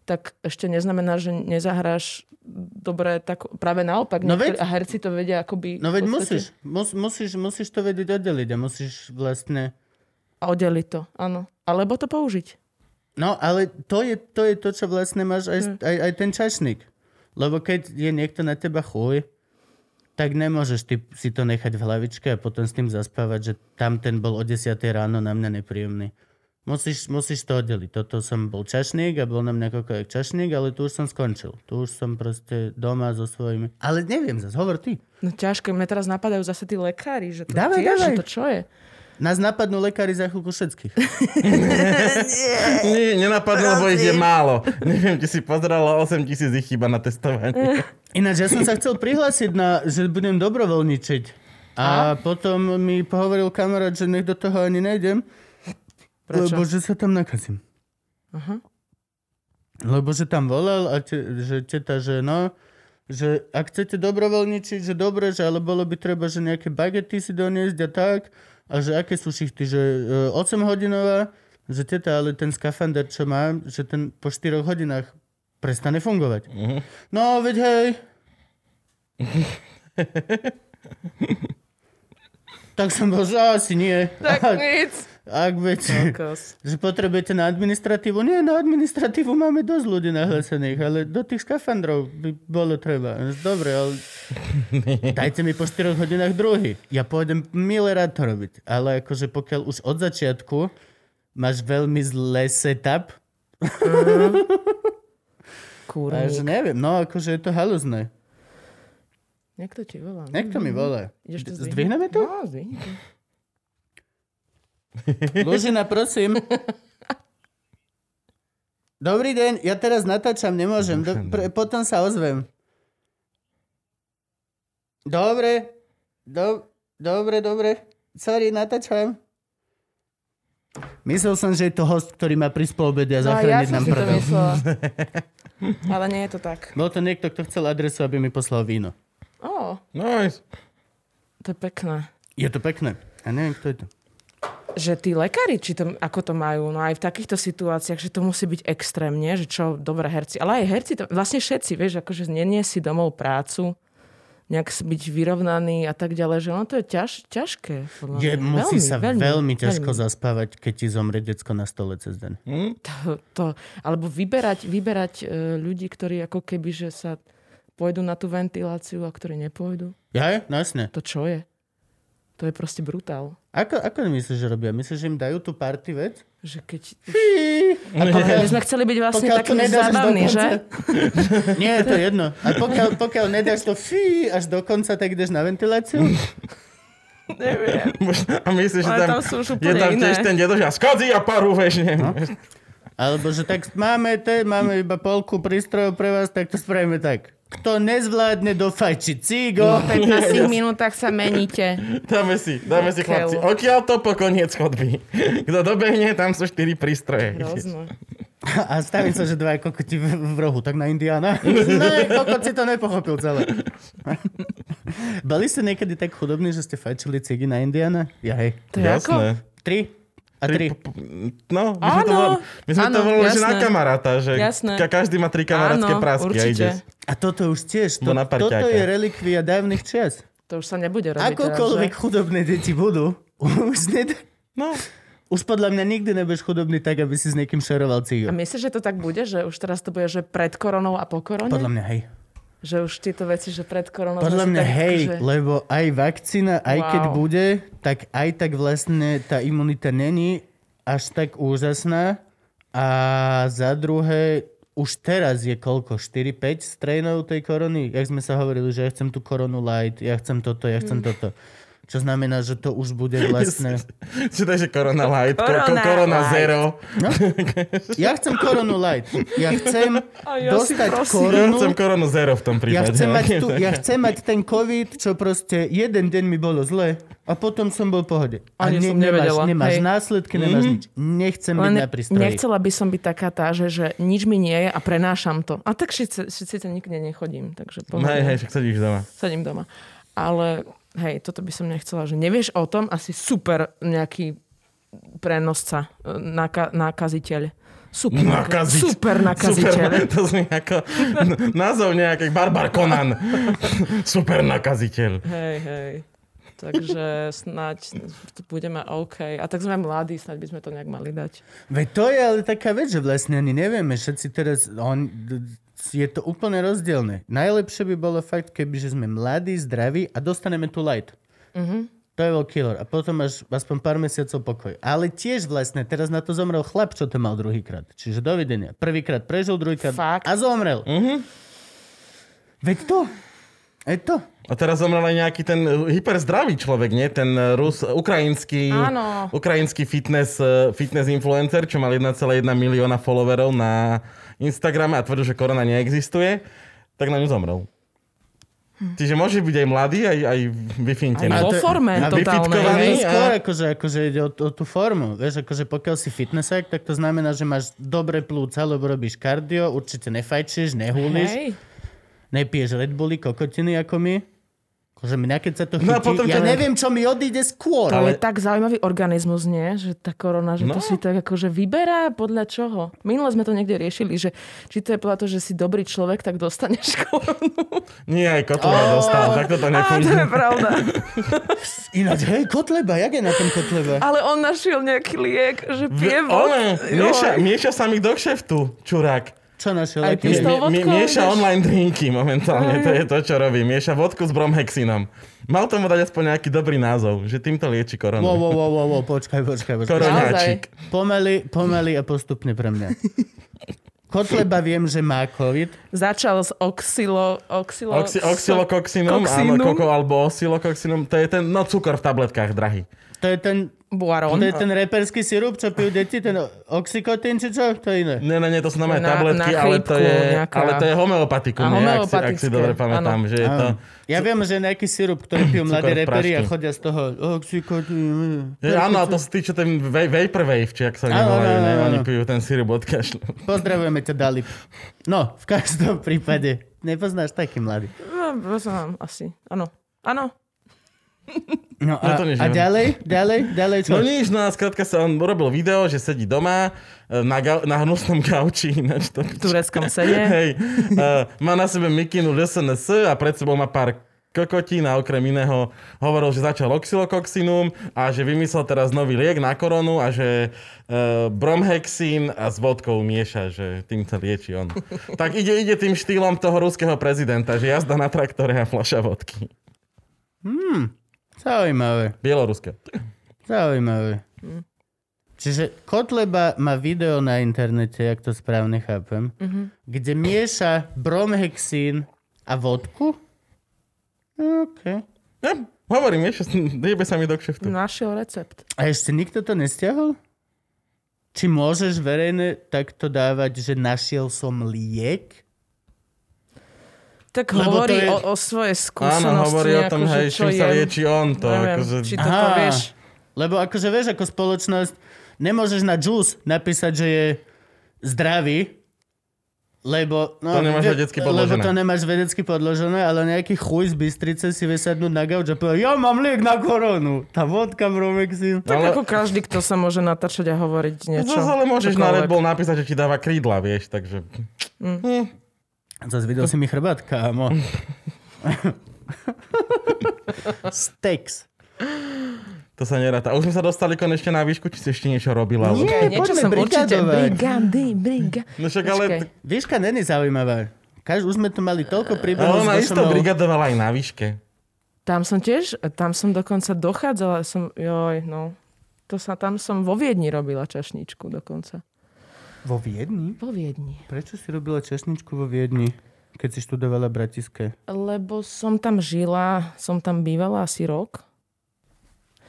S4: tak ešte neznamená, že nezahráš dobre, tak práve naopak.
S2: No
S4: niektorí-
S2: veď-
S4: a herci to vedia akoby...
S2: No veď
S4: v podstate-
S2: musíš, mus, musíš, musíš to vedieť oddeliť a musíš vlastne...
S4: A oddeliť to, áno. Alebo to použiť.
S2: No, ale to je to, je to čo vlastne máš aj, aj, aj ten čašník. Lebo keď je niekto na teba chuj, tak nemôžeš ty si to nechať v hlavičke a potom s tým zaspávať, že tam ten bol o 10 ráno na mňa nepríjemný. Musíš, musíš to oddeliť. Toto som bol čašník a bol na mňa kokojek čašník, ale tu už som skončil. Tu už som proste doma so svojimi... Ale neviem zase, hovor ty.
S4: No ťažké, mne teraz napadajú zase tí lekári, že to
S2: Dávaj,
S4: tiež,
S2: dávaj.
S4: že to čo je?
S2: Nás napadnú lekári za chvíľku všetkých.
S4: Eh,
S1: Nie, nenapadlo, lebo ich je málo. *laughs* Neviem, či si pozerala, 8 tisíc ich chyba na *laughs*
S4: Eh.
S1: testovanie.
S2: Ináč, ja som sa chcel prihlásiť na, že budem dobrovoľničiť. A, potom mi pohovoril kamarát, že nech do toho ani nejdem,
S4: Prečo?
S2: lebo že sa tam nakazím.
S4: Aha.
S2: Lebo že tam volal a te, že teta, že no, že ak chcete dobrovoľničiť, že dobre, že ale bolo by treba, že nejaké bagety si doniesť a tak. A že aké sú šichty, že e, 8 hodinová, že teta, ale ten skafander, čo mám, že ten po 4 hodinách prestane fungovať. No, veď hej. tak som bol, že asi nie.
S4: Tak
S2: ak,
S4: nic.
S2: ak viete,
S4: Kokos.
S2: že potrebujete na administratívu. Nie, na administratívu máme dosť ľudí nahlásených, ale do tých skafandrov by bolo treba. Dobre, ale dajte mi po 4 hodinách druhý. Ja pôjdem milé rád to robiť. Ale akože pokiaľ už od začiatku máš veľmi zlé setup, a že
S4: Kúrnik.
S2: neviem, no akože je to haluzné.
S4: Niekto ti volá. no?
S2: Niekto mi volá.
S4: Ideš to zdvihnúť?
S2: Zdvihneme to?
S4: No, zdvihni to.
S2: Lužina, prosím. Dobrý deň, ja teraz natáčam, nemôžem. no. Do, pre, potom sa ozvem. Dobre, do, dobre, dobre. Sorry, natáčam. Myslel som, že je to host, ktorý má prísť po obede a
S4: No, aj ja
S2: zachrániť
S4: som
S2: nám
S4: si to
S2: prdel. *laughs*
S4: myslela. Ale nie je to tak.
S2: Bol to niekto, kto chcel adresu, aby mi poslal víno.
S4: Ó,
S1: Nice.
S4: to je pekné.
S2: Je to pekné. A neviem, kto je to.
S4: že tí lekári, či to, ako to majú, no aj v takýchto situáciách, že to musí byť extrémne, že čo, dobré herci, ale aj herci, to, vlastne všetci, vieš, akože nenie si domov prácu, nejak si byť vyrovnaný a tak ďalej, že ono to je ťaž, ťažké. podľa
S2: Je,
S4: mňa.
S2: musí sa veľmi, veľmi ťažko zaspávať, keď ti zomrie decko na stole cez deň.
S4: To, to, alebo vyberať, vyberať e, ľudí, ktorí ako keby, že sa pôjdu na tú ventiláciu a ktorí nepôjdu.
S2: Ja? No jasne.
S4: To čo je? To je proste brutál.
S2: Ako, ako myslíš, že robia? Myslíš, že im dajú tú party vec?
S4: Že keď...
S1: *laughs*
S2: A
S4: Ale my sme chceli byť vlastne
S2: pokiaľ to
S4: taký
S2: nedáš do
S4: zábavný,
S2: konca.
S4: že?
S2: *laughs* Nie, to je jedno. A pokiaľ, pokiaľ nedáš to fí až do konca, tak ideš na ventiláciu? *laughs*
S4: Neviem.
S1: *laughs* A myslíš, že
S4: Ale
S1: tam,
S4: tam sú už
S1: je
S4: úplne
S1: tam
S4: iné.
S1: tiež ten dedo, že a skodzi a paru, vieš, nie? No?
S2: Alebo že tak máme, te, máme iba polku prístrojov pre vás, tak to spravíme tak. Kto nezvládne dofajčiť cigo,
S4: 15 minútach sa meníte.
S1: *laughs* Dáme si, dáme si
S4: Keľu.
S1: chlapci. Odkiaľ to po koniec chodby. *laughs* Kto dobehne, tam sú štyri prístroje. *laughs*
S4: Hrozno.
S2: a stavím sa, že dva kokoti v, v rohu, tak na Indiana. *laughs* No, kokot si to nepochopil celé. *laughs* Boli ste niekedy tak chudobní, že ste fajčili cigy na Indiana? Ja hej.
S4: To je ako?
S2: Tri a tri.
S1: Tri. p- p- No, my sme to volali, my
S4: Áno,
S1: sme
S4: áno,
S1: to volali že na
S4: jasné.
S1: kamaráta, že
S4: Jasné.
S1: ka- každý má tri kamarátske
S4: Áno,
S1: prásky a
S4: určite.
S1: ide.
S2: A toto už tiež, to,
S1: Bo na
S2: toto
S1: parťáka.
S2: je relikvia dávnych čias.
S4: To už sa nebude robiť.
S2: Akokoľvek chudobné deti budú, *laughs* už, ne,
S1: No, *laughs*
S2: už podľa mňa nikdy nebudeš chudobný tak, aby si s niekým šeroval
S4: Teraz, že? a
S2: cigo.
S4: myslíš, že to tak bude, že už teraz to bude, že pred koronou a po korone?
S2: Podľa mňa hej.
S4: Že už tieto veci, že pred koronou...
S2: Podľa
S4: sme si
S2: mňa
S4: tak,
S2: hej,
S4: Že...
S2: lebo aj vakcína, aj keď
S4: Wow.
S2: bude, tak aj tak vlastne tá imunita není až tak úžasná. A za druhé, už teraz je koľko? 4-5 strainov tej korony? Jak sme sa hovorili, že ja chcem tú koronu light, ja chcem toto,
S4: Mm.
S2: ja chcem toto. Čo znamená, že to už
S4: *laughs*
S2: bude vlastne...
S1: Čo to je, že Corona Light, Corona,
S4: Corona
S1: corona
S4: Light.
S1: Zero.
S2: Ja chcem koronu light. Ja chcem
S4: ja si
S2: dostať
S4: prosím.
S1: Ja
S2: koronu.
S1: chcem Corona Zero v tom
S2: No. Ja
S1: prípade. no,
S2: chcem, mať tu, ja chcem mať ten COVID, čo proste jeden deň mi bolo zle a potom som bol v pohode. A
S4: Ani som
S2: nemáš,
S4: nevedela,
S2: nemáš
S4: hej. Mhm.
S2: následky, nemáš nič. Nechcem byť
S4: Len
S2: na prístroji.
S4: nechcela by som byť taká tá, že, že nič mi nie je a prenášam to. A tak síce, síce nikde nechodím, takže pohodne.
S1: Hej, hej, však sedíš doma.
S4: sedím doma. Ale hej, toto by som nechcela, že nevieš o tom, asi super nejaký prenosca, e, naka- nákaziteľ. Super,
S1: Nakaziť.
S4: super nakaziteľ.
S1: Super, to znie ako n- názov nejaký Barbar Conan. *laughs* Super nakaziteľ.
S4: Hej, hej. Takže snáď budeme OK. A tak sme mladí, snáď by sme to nejak mali dať.
S2: Veď to je ale taká vec, že vlastne ani nevieme, všetci teraz, on, je to úplne rozdielne. Najlepšie by bolo fakt, keby že sme mladí, zdraví a dostaneme tu light.
S4: Mhm.
S2: To je veľký killer. A potom máš aspoň pár mesiacov pokoj. Ale tiež vlastne, teraz na to zomrel chlap, čo to mal druhýkrát. Čiže dovidenia. Prvýkrát prežil, druhýkrát
S4: Fakt?
S2: a zomrel. Mm-hmm.
S1: Mhm.
S2: Veď to. Je to.
S1: A teraz zomrel aj nejaký ten eh, hyperzdravý človek, nie? Ten eh, Rus, ukrajinský,
S4: Áno.
S1: ukrajinský fitness, eh, fitness influencer, čo mal 1,1 milióna followerov na Instagrame a tvrdil, že korona neexistuje, tak na ňu zomrel. Hm. Čiže môže byť aj mladý, aj, aj vyfintený.
S4: Aj vo
S2: to je-
S4: forme
S1: a
S2: Ale
S1: vyfitkovali-
S4: totálnej.
S2: to
S1: Hej, a-
S2: skôr akože, akože ide o, o tú formu. Vieš, akože pokiaľ si fitnessák, tak to znamená, že máš dobré plúca, lebo robíš kardio, určite nefajčíš, nehúliš,
S4: Hej.
S2: nepiješ Red Bulli, kokotiny ako my. Akože mňa keď sa to chytí,
S1: No a potom ťa-
S2: ja neviem, čo mi odíde skôr.
S4: To
S2: Ale...
S4: je tak zaujímavý organizmus, nie? Že tá korona, že no.
S1: No.
S4: to si tak akože vyberá podľa čoho. Minule sme to niekde riešili, že či to je podľa toho, že si dobrý človek, tak dostaneš koronu.
S1: Nie, aj Kotleba
S2: Ó.
S1: dostal, tak toto
S4: Á, *laughs* to je
S1: nefunguje.
S4: pravda.
S2: Ináč, hej, Kotleba, jak je na tom Kotleba?
S4: Ale on našiel nejaký liek, že pije vod.
S1: Ole, mieša, mieša sa mi do kšeftu, čurák.
S2: Čo našiel?
S4: Aj
S2: aký-
S4: ty- S tou vodkou,
S1: mieša
S4: vieš?
S1: online drinky momentálne, to je to, čo robí. Mieša vodku s bromhexinom. Mal tomu dať aspoň nejaký dobrý názov, že týmto lieči koronu.
S2: Wow, wow, wow, wow, wow, počkaj, počkaj, počkaj.
S1: Koronáčik.
S2: Pomaly, pomaly a postupne pre mňa. Kotleba viem, že má COVID.
S4: Začal s oxilo... oxilo
S1: Oxy, oxylokoxinom, áno,
S4: Koxinum.
S1: koko, alebo oxylokoxinom, to je ten, no cukor v tabletkách, drahý.
S2: To je ten,
S1: Hm?
S4: Buaron.
S2: to je ten reperský sirup, čo pijú deti, ten oxykotín, či čo? To je iné.
S1: Nie, nie, nie, to sú normálne
S4: Na-
S1: tabletky, ale,
S4: na
S1: to
S4: chrípku
S1: je,
S4: nejaká.
S1: ale to je homeopatikum,
S4: A
S1: nie, ak, si, ak si
S4: homeopatické,
S1: dobre pamätám, že je to...
S2: Áno. Ja viem, že je nejaký sirup, ktorý pijú
S1: *clears throat*
S2: mladí
S1: Cukor v
S2: reperi a
S1: prášku.
S2: chodia z toho oxykotín.
S1: Že, áno, a to sa týče ten va- vapor wave, či ak sa nevolajú,
S2: áno,
S1: ne,
S2: áno.
S1: oni pijú ten sirup od kašľu.
S2: Pozdravujeme ťa, Dalip. No, v každom prípade. Nepoznáš taký mladý.
S4: No, poznám asi. Áno. Áno.
S2: No
S1: Ja
S2: a,
S1: to než
S2: a
S1: neviem.
S2: ďalej, ďalej, ďalej čo?
S1: No nič, no a skrátka sa on urobil video, že sedí doma e, na, ga- na hnusnom gauči, ináč to...
S4: V tureckom
S1: *laughs*
S4: sede.
S1: Hej, uh, má na sebe mikinu LSNS a pred sebou má pár kokotín a okrem iného hovoril, že začal oxylokoxinum a že vymyslel teraz nový liek na koronu a že uh, bromhexín a s vodkou mieša, že tým sa lieči on. Tak ide, ide tým štýlom toho ruského prezidenta, že jazda na traktore a fľaša vodky.
S2: Zaujímavé,
S1: Bieloruské.
S2: zaujímavé. Čiže Kotleba má video na internete, ak to správne chápem, kde mieša bromhexín a vodku? OK.
S1: Ja, hovorím, ešte jebe sa mi do kšeftu.
S4: Našiel recept.
S2: A ešte nikto to nestiahol? Či môžeš verejne takto dávať, že našiel som liek?
S4: Tak
S2: Lebo to
S4: hovorí
S2: je-
S4: o, o svojej skúsenosti.
S1: Áno, hovorí o
S4: nejako,
S1: tom,
S4: že
S1: hej,
S4: čo
S1: čím sa
S4: jem.
S1: lieči on to.
S4: Neviem,
S1: akože...
S4: či to
S2: Aha.
S4: povieš.
S2: Lebo akože vieš, ako spoločnosť, nemôžeš na juice napísať, že je zdravý, lebo, no,
S1: To nemáš
S2: vie-
S1: vedecky
S2: lebo
S1: podložené.
S2: to nemáš vedecky podložené, ale nejaký chuj z Bystrice si vysadnúť na gauč a povedať, ja mám liek na koronu. Tá vodka bromexin.
S4: Tak
S1: No, Ale-
S4: ako každý, kto sa môže natáčať a hovoriť niečo.
S1: Zase ale môžeš na Red
S4: čokoľvek.
S1: Bull napísať, že ti dáva krídla, vieš, takže...
S4: Mm.
S1: Hm,
S2: Zas videl si mi chrbát,
S1: *laughs*
S2: kámo. Steaks.
S1: To sa neráta. Už sme sa dostali konečne na výšku, či si ešte niečo robila? alebo-
S2: Nie,
S4: Niečo
S2: poďme
S4: som určite...
S2: brigadovať.
S4: Brigády, briga.
S1: No však ale...
S4: Počkaj.
S2: Výška není zaujímavá. Kaž, už sme tu mali toľko
S1: Ale
S2: príbehov s
S1: ona isto
S2: Gošanou.
S1: brigadovala aj na výške.
S4: Tam som tiež, tam som dokonca dochádzala, som, joj, no. To sa, tam som vo Viedni robila čašničku dokonca.
S2: Vo Viedni?
S4: Vo Viedni.
S2: Prečo si robila česničku vo Viedni, keď si študovala bratiské?
S4: Lebo som tam žila, som tam bývala asi rok.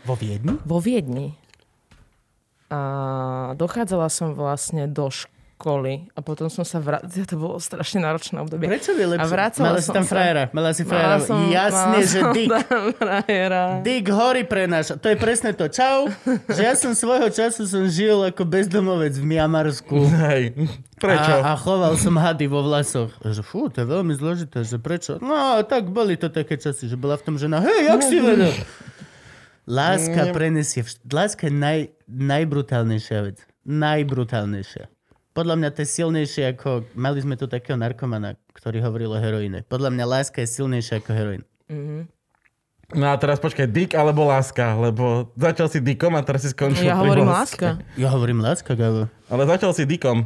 S2: Vo Viedni?
S4: Vo Viedni. A dochádzala som vlastne do školy a potom som sa vrátila, *laughs* to bolo strašne náročné obdobie.
S2: Prečo by
S4: A
S2: lepšie?
S4: vracala
S2: mala si
S4: som
S2: tam
S4: sa.
S2: frajera. Mala si
S4: Mala
S2: frajera.
S4: som-
S2: Jasne,
S4: mala
S2: že
S4: som
S2: Dick.
S4: tam frajera.
S2: Dick hory prenáša. To je presne to. Čau. Že ja som svojho času som žil ako bezdomovec v Miamarsku.
S1: *laughs* Hej, prečo?
S2: A, a choval som hady vo vlasoch. A Že fú, to je veľmi zložité, že prečo? No, tak boli to také časy, že bola v tom žena, hej, jak si vedel? Láska prenesie, vš- láska je naj, najbrutálnejšia vec. Najbrutálnejšia. Podľa mňa to je silnejšie ako... Mali sme tu takého narkomana, ktorý hovoril o heroíne. Podľa mňa láska je silnejšia ako heroín.
S1: No a teraz počkaj, dick alebo láska, lebo začal si dickom a teraz si skončil
S4: Ja
S1: pri
S4: hovorím
S1: láske.
S4: láska.
S2: Ja hovorím láska, Gabo.
S1: Ale začal si dickom.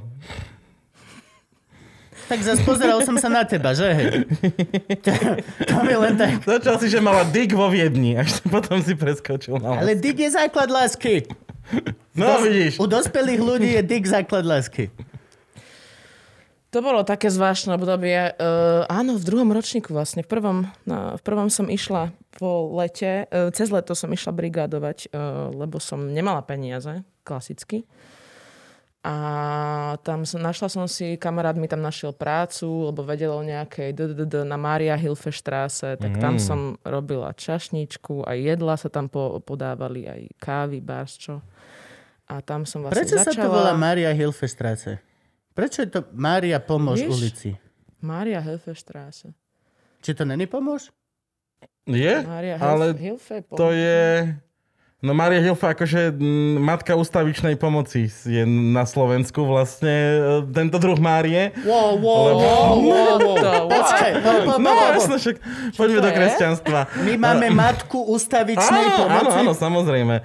S2: Tak zase pozeral som sa na teba, že hej? To, to mi len tak...
S1: Začal si, že mala dick vo Viedni, až to potom si preskočil na Ale...
S2: Ale dick je základ lásky.
S1: No vidíš,
S2: U dospelých ľudí je dick základ lásky.
S4: To bolo také zvláštne obdobie. Uh, áno, v druhom ročníku vlastne. V prvom, na, v prvom som išla po lete. Uh, cez leto som išla brigádovať, uh, lebo som nemala peniaze, klasicky. A tam som, našla som si, kamarát mi tam našiel prácu, lebo vedel o nejakej DDD na Maria Hilfestrasse, tak
S1: Mm.
S4: tam som robila čašničku, aj jedla sa tam po, podávali, aj kávy, bárs, čo. A tam som vlastne
S2: Prečo
S4: začala...
S2: sa to volá Mária Hilfestrasse? Prečo je to Mária Pomož
S4: Vieš?
S2: ulici?
S4: Maria Hilfestrasse.
S2: Či to není Pomož?
S1: je,
S4: Mária Hilfe,
S1: ale
S4: Hilfe, po...
S1: to je... No Maria Hilfa, akože mm, matka ústavičnej pomoci je na Slovensku vlastne e, tento druh Márie.
S4: No,
S2: Wow, wow,
S1: Lebo-
S2: wow, wow, wow.
S4: To,
S2: Počkaj, po, po, po,
S1: No
S2: po, po.
S1: jasne, však poďme
S4: to
S1: do
S4: je?
S1: kresťanstva.
S2: My máme matku ústavičnej
S1: Áno, áno,
S2: pomoci.
S1: áno, samozrejme.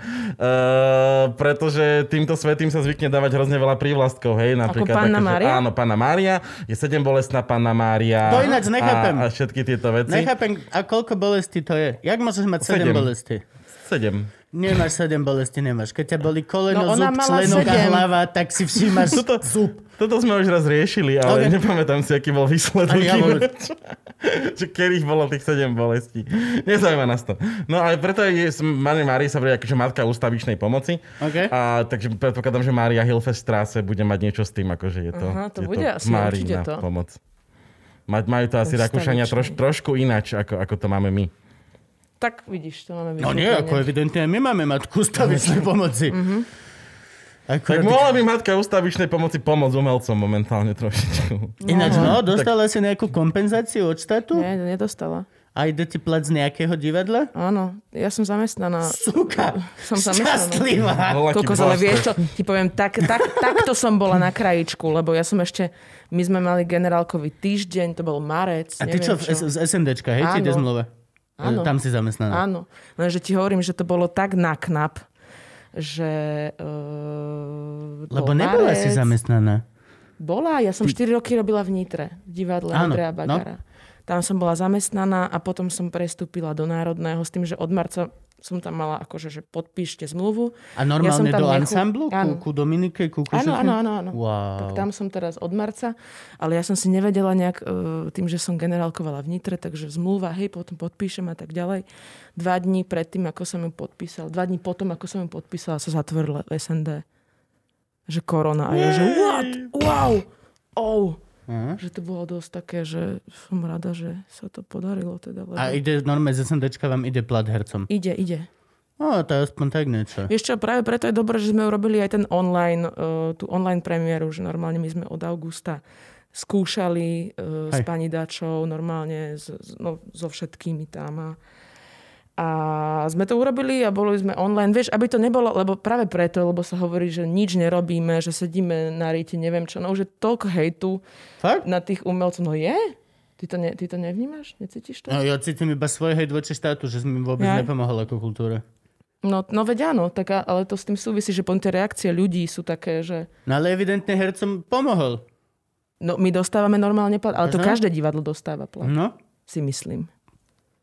S1: Uh, pretože týmto svetým sa zvykne dávať hrozne veľa prívlastkov, hej, napríklad. také,
S4: Panna
S1: že-
S4: Mária?
S1: Áno, Panna Mária, je sedem bolestná Panna Mária.
S2: To ináč nechápem.
S1: A, a všetky tieto veci.
S2: Nechápem, a koľko bolesti to je? Jak môžeš mať 7
S1: Sedem.
S2: bolesti?
S1: Sedem.
S2: Nemáš 7 bolesti, nemáš. Keď ťa boli koleno,
S4: No, ona
S2: zub,
S4: mala
S2: členok a
S4: sedem.
S2: hlava, tak si všímaš
S1: Toto-
S2: zub.
S1: Toto sme už raz riešili, ale
S2: Ok.
S1: nepamätám si, aký bol výsledok.
S2: Ani ja vôbec.
S1: *laughs* Že Kedy ich bolo tých sedem bolestí. Nezaujíma nás to. No ale preto je Mane Mária sa bude akože matka ústavičnej pomoci.
S2: Ok.
S1: A, takže predpokladám, že Mária Hilfestrasse bude mať niečo s tým, akože je to,
S4: Aha, to
S1: je
S4: bude asi určite
S1: Márina
S4: to.
S1: pomoc. Ma, majú to asi
S4: Ústavičné.
S1: Rakúšania troš, trošku inač, ako, ako to máme my.
S4: Tak vidíš, to máme
S2: No nie, ako evidentne, my máme matku ústavičnej pomoci.
S1: Tak
S2: Akurát,
S1: mohla by matka ústavičnej pomoci pomôcť umelcom momentálne trošičku.
S2: ináč, no, dostala si nejakú kompenzáciu od štátu?
S4: Nie, nedostala.
S2: A ide ti plat z nejakého divadla?
S4: Áno, ja som zamestnaná.
S2: Suka!
S4: Som zamestnaná.
S2: Šťastlivá!
S1: Bola ti vlastne-
S4: Kokos, ale
S1: blázko.
S4: vieš čo, ti poviem, tak, tak, takto som bola na krajičku, lebo ja som ešte, my sme mali generálkový týždeň, to bol marec,
S2: A ty
S4: neviem
S2: čo, v- z SNDčka, hej,
S4: Áno.
S2: ti ide zmluva?
S4: Áno.
S2: Tam si zamestnaná.
S4: Áno, lenže ti hovorím, že to bolo tak na knap, že... eh, Uh,
S2: Lebo nebola si zamestnaná.
S4: Bola, ja som 4 roky robila v Nitre, v divadle
S2: Áno,
S4: Andreja
S2: no.
S4: Bagara. Tam som bola zamestnaná a potom som prestúpila do Národného s tým, že od marca som tam mala akože, že podpíšte zmluvu.
S2: A normálne
S4: som tam
S2: do
S4: nechu-
S2: ansamblu?
S4: Áno.
S2: Ku, ku Dominike, ku ku
S4: Áno,
S2: všetkým?
S4: áno, áno, áno.
S2: Wow.
S4: Tak tam som teraz od marca, ale ja som si nevedela nejak, e, tým, že som generálkovala v Nitre, takže zmluva, hej, potom podpíšem a tak ďalej. Dva dní predtým, ako som ju podpísala, dva dní potom, ako som ju podpísala, sa zatvorila SND. Že korona. A ja, že what? Wow! Oh!
S2: Aha.
S4: Že to bolo dosť také, že som rada, že sa to podarilo. Teda, lebo...
S2: A ide normálne z SNDčka vám ide plat hercom.
S4: Ide, ide.
S2: No, to je aspoň tak niečo.
S4: Vieš čo, práve preto je dobré, že sme urobili aj ten online, uh, tú online premiéru, že normálne my sme od augusta skúšali uh, s
S2: Hej.
S4: pani Dačou, normálne s, s- no, so všetkými tam a a sme to urobili a boli sme online. Vieš, aby to nebolo, lebo práve preto, lebo sa hovorí, že nič nerobíme, že sedíme na rite, neviem čo. No už je toľko hejtu
S2: Fakt?
S4: na tých umelcov. No je? Ty to, ne, ty to nevnímaš? Necítiš to?
S2: No, ja cítim iba svoj hejt voči štátu, že som im vôbec
S4: Ja.
S2: nepomohol ako kultúra.
S4: No, no veď áno, tak, a- ale to s tým súvisí, že potom tie reakcie ľudí sú také, že
S2: No ale evidentne hercom pomohol.
S4: No, my dostávame normálne plat, ale to
S2: Aha.
S4: každé divadlo dostáva plat,
S2: No?
S4: si myslím.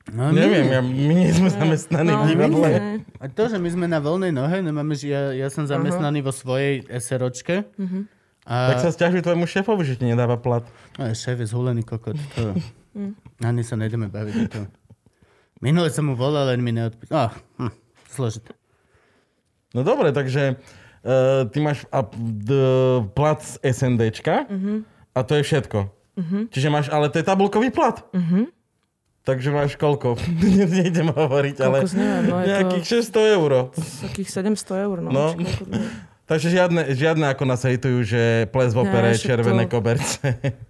S2: no my
S1: Neviem,
S2: nie.
S1: ja, my nie sme zamestnaní v
S4: No,
S1: divadle.
S4: nie.
S2: A to, že my sme na voľnej nohe, nemáme, že ja, ja som zamestnaný vo svojej SROčke.
S4: Mhm.
S2: A
S1: Tak sa stiažuj tvojmu šéfovi, že ti nedáva plat.
S2: No, šéf je zhulený kokot. To...
S4: Mhm.
S2: Ani sa nejdeme baviť o tom. Minule som mu volal, len mi neodpísal. Oh, hm, zložité.
S1: No dobre, takže uh, ty máš a, d, plat z SNDčka
S4: Mhm.
S1: a to je všetko. Čiže máš, ale to je tabulkový plat.
S4: Mhm.
S1: Takže máš koľko? *laughs* Nejdem hovoriť, ale
S4: Kokos, neviem, no je
S1: nejakých
S4: to
S1: 600 eur.
S4: takých 700 eur. No,
S1: No.
S4: či koľko to je.
S1: Takže žiadne, žiadne ako nás hejtujú, že ples v opere,
S4: však to-
S1: červené koberce.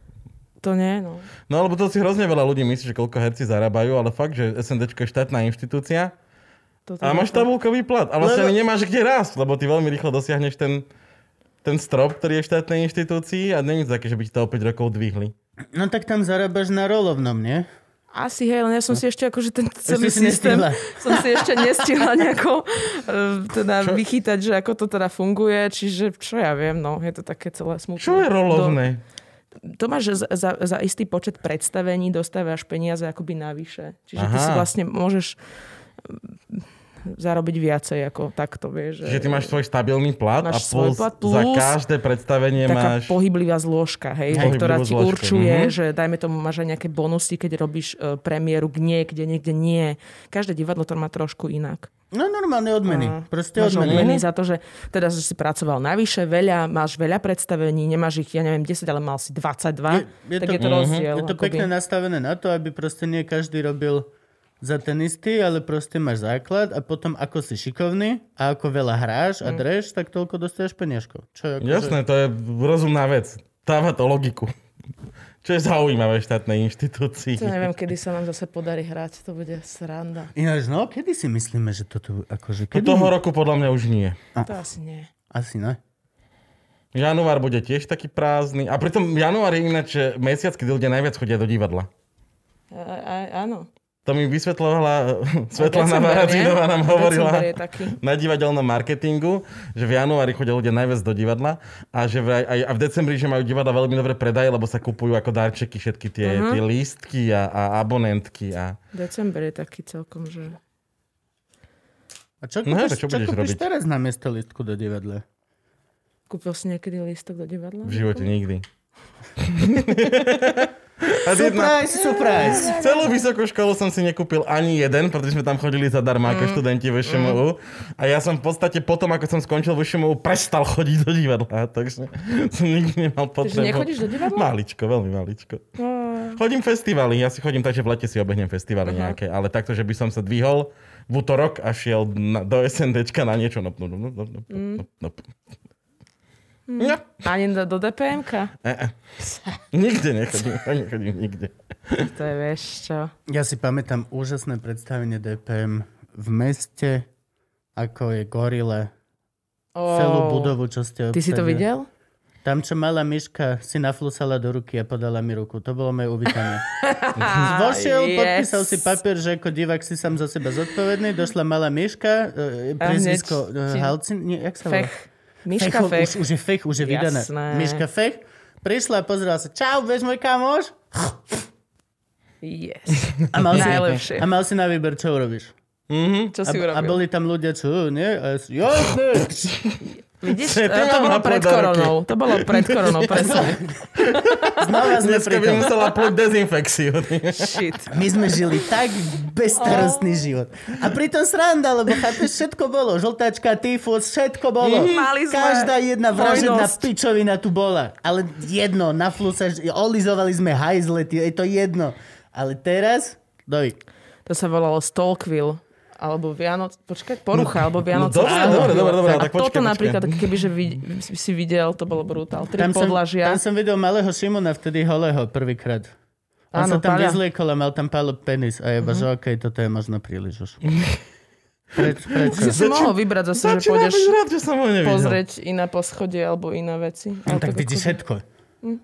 S1: *laughs*
S4: to nie, no.
S1: No lebo to si hrozne veľa ľudí myslí, že koľko herci zarábajú, ale fakt, že SNDčko je štátna inštitúcia
S4: To teda
S1: a máš tabulkový plat. A vlastne
S2: Lebo-
S1: ani nemáš kde rásť, lebo ty veľmi rýchlo dosiahneš ten, ten strop, ktorý je v štátnej inštitúcii a není to také, že by ti to o 5 rokov dvihli.
S2: No tak tam zarábaš na rolovnom, nie?
S4: Asi hej, len ja som si ešte akože ten celý
S2: si
S4: systém
S2: nestihla.
S4: som si ešte nestihla nejako eh, teda vychytať, že ako to teda funguje, čiže čo ja viem, no, je to také celé smutné.
S1: Čo je rolovné?
S4: Do, to máš za, za, za istý počet predstavení, dostávaš peniaze akoby navyše. Čiže Aha. ty
S1: Aha.
S4: si vlastne môžeš mm, zarobiť viacej ako takto, vieš.
S1: Že ty máš svoj stabilný plat a
S4: No. Máš svoj
S1: plus,
S4: plat
S1: za
S4: plus
S1: každé predstavenie
S4: taká
S1: máš...
S4: pohyblivá zložka, hej,
S1: Pohyblivú
S4: že, ktorá ti
S1: zložku,
S4: určuje,
S1: mhm.
S4: že dajme tomu, máš aj nejaké bonusy, keď robíš e, premiéru niekde, niekde nie. Každé divadlo to má trošku inak.
S2: No normálne odmeny.
S4: A
S2: Proste
S4: Máš
S2: odmeny.
S4: odmeny za to, že teda že si pracoval navyše veľa, máš veľa predstavení, nemáš ich, ja neviem, 10, ale mal si 22,
S2: Je- je
S4: tak
S1: Mhm.
S4: je
S2: to- Mhm.
S4: to rozdiel.
S2: Je to
S4: akoby.
S2: pekne nastavené na to, aby proste nie každý robil za ten istý, ale proste máš základ a potom ako si šikovný a ako veľa
S4: Mhm.
S2: hráš a dreš, tak toľko dostaneš peniažkov. Čo je akože- ako,
S1: Jasné, to je rozumná vec. Dáva to logiku. Čo je zaujímavé v štátnej inštitúcii.
S4: To neviem, kedy sa nám zase podarí hrať, to bude sranda.
S2: Ináč, no, kedy si myslíme, že toto akože...
S1: Do
S2: Kedy?
S1: No toho roku podľa mňa už nie.
S4: To asi nie.
S2: Asi ne.
S1: Január bude tiež taký prázdny. A pritom január je ináč eh, mesiac, kedy ľudia najviac chodia do divadla.
S4: A, a, áno.
S1: To mi vysvetľovala *laughs* eh, Svetlana
S4: December, nie?
S1: Varacinová nám hovorila
S4: December je taký.
S1: na divadelnom marketingu, že v januári chodia ľudia najviac do divadla a že vraj, aj, a v decembri, že majú divadla veľmi dobre predaje, lebo sa kupujú ako darčeky všetky tie,
S4: Mhm.
S1: uh-huh. tie lístky a, a abonentky. A...
S4: December je taký celkom, že...
S2: A čo
S1: No,
S2: kúpiš,
S1: tak čo
S2: čo
S1: budeš
S2: kúpiš
S1: robiť?
S2: teraz na miesto listku do divadla?
S4: Kúpil si niekedy lístok do divadla?
S1: V živote
S4: *laughs*
S1: nikdy. A jedna,
S2: Surprise, surprise!
S1: celú vysokú školu som si nekúpil ani jeden, pretože sme tam chodili zadarmo
S4: Mm.
S1: ako študenti v ŠMU. A ja som v podstate potom, ako som skončil v ŠMU, prestal chodiť do divadla. Takže som nikdy nemal potrebu.
S4: nechodíš do divadla?
S1: Maličko, veľmi maličko. Chodím festivaly, ja si chodím tak, že v lete si obehnem festivaly
S4: Aha.
S1: nejaké, ale takto, že by som sa dvihol v útorok a šiel na, do SNDčka na niečo. No, no, no, no, no, no,
S4: Mm.
S1: no, no. No,
S4: Ani do, do DPMK?
S1: e, e. Nikde nechodím, ja nechodím nikde.
S4: To je, vieš čo.
S2: Ja si pamätám úžasné predstavenie DPM v meste, ako je gorile,
S4: Oh.
S2: celú budovu, čo ste
S4: Ty si to
S2: obsadili.
S4: videl?
S2: Tam, čo mala myška, si naflusala do ruky a podala mi ruku. To bolo moje
S4: *laughs*
S2: uvítanie. Vošiel, yes. podpísal si papier, že ako divák si sám za seba zodpovedný. Došla malá myška, e,
S4: A hneď
S2: priezvisko e,
S4: ti-
S2: Halcin, nie, jak sa volá?
S4: Fech. Miška
S2: Fechov-
S4: Fech.
S2: Už, už je fech, už je vydané.
S4: Jasné.
S2: Myška fech. Prišla a pozrela sa. Čau, vieš môj kamoš?
S4: Yes.
S2: A mal, si,
S4: Najlepšie.
S2: a mal si na výber, čo urobíš.
S4: Čo
S2: A,
S4: si
S2: a
S4: urobil?
S2: boli tam ľudia, čo, nie? A ja si, jasné.
S4: Vidíš,
S1: Čo
S4: eh,
S1: je, to
S4: to,
S1: mám
S4: bolo
S1: na
S4: pred
S1: podarky.
S4: koronou. To bolo pred koronou, presne.
S2: Znova sme
S1: Dneska
S2: pri
S1: by
S2: tom.
S1: musela plúť
S4: *laughs*
S1: dezinfekciu.
S4: Shit.
S2: My sme žili tak bezstarostný život. A pritom sranda, lebo chápeš, všetko bolo. Žltačka, tyfus, všetko bolo.
S4: Mhm. Mali sme
S2: Každá jedna vražedná
S4: hojnosť.
S2: pičovina tu bola. Ale jedno, na fluse, olizovali sme hajzle, tie- je to jedno. Ale teraz, doj.
S4: To sa volalo Stalkville. Alebo Vianoc... Počkaj, porucha, alebo Vianoc...
S1: No, dobre, dobre, dobre, dobre,
S4: A
S1: tak počkaj,
S4: toto
S1: počkaj.
S4: napríklad, kebyže vid- si videl, to bolo brutál. Tri
S2: Tam som,
S4: podlažia.
S2: tam som videl malého Šimona vtedy holého prvýkrát. On
S4: Áno,
S2: sa tam
S4: Paľa. Mhm.
S2: vyzliekol a mal tam pálo penis. A jeba, že okej, toto je možno príliš už. Preč, prečo?
S4: Si si mohol vybrať zase, že
S1: Začínam
S4: pôjdeš
S1: byť rád, že som ho nevidel.
S4: pozrieť i na poschodie alebo iné veci. Ale akože- Hm?
S2: No, tak
S4: ako-
S2: vidíš všetko.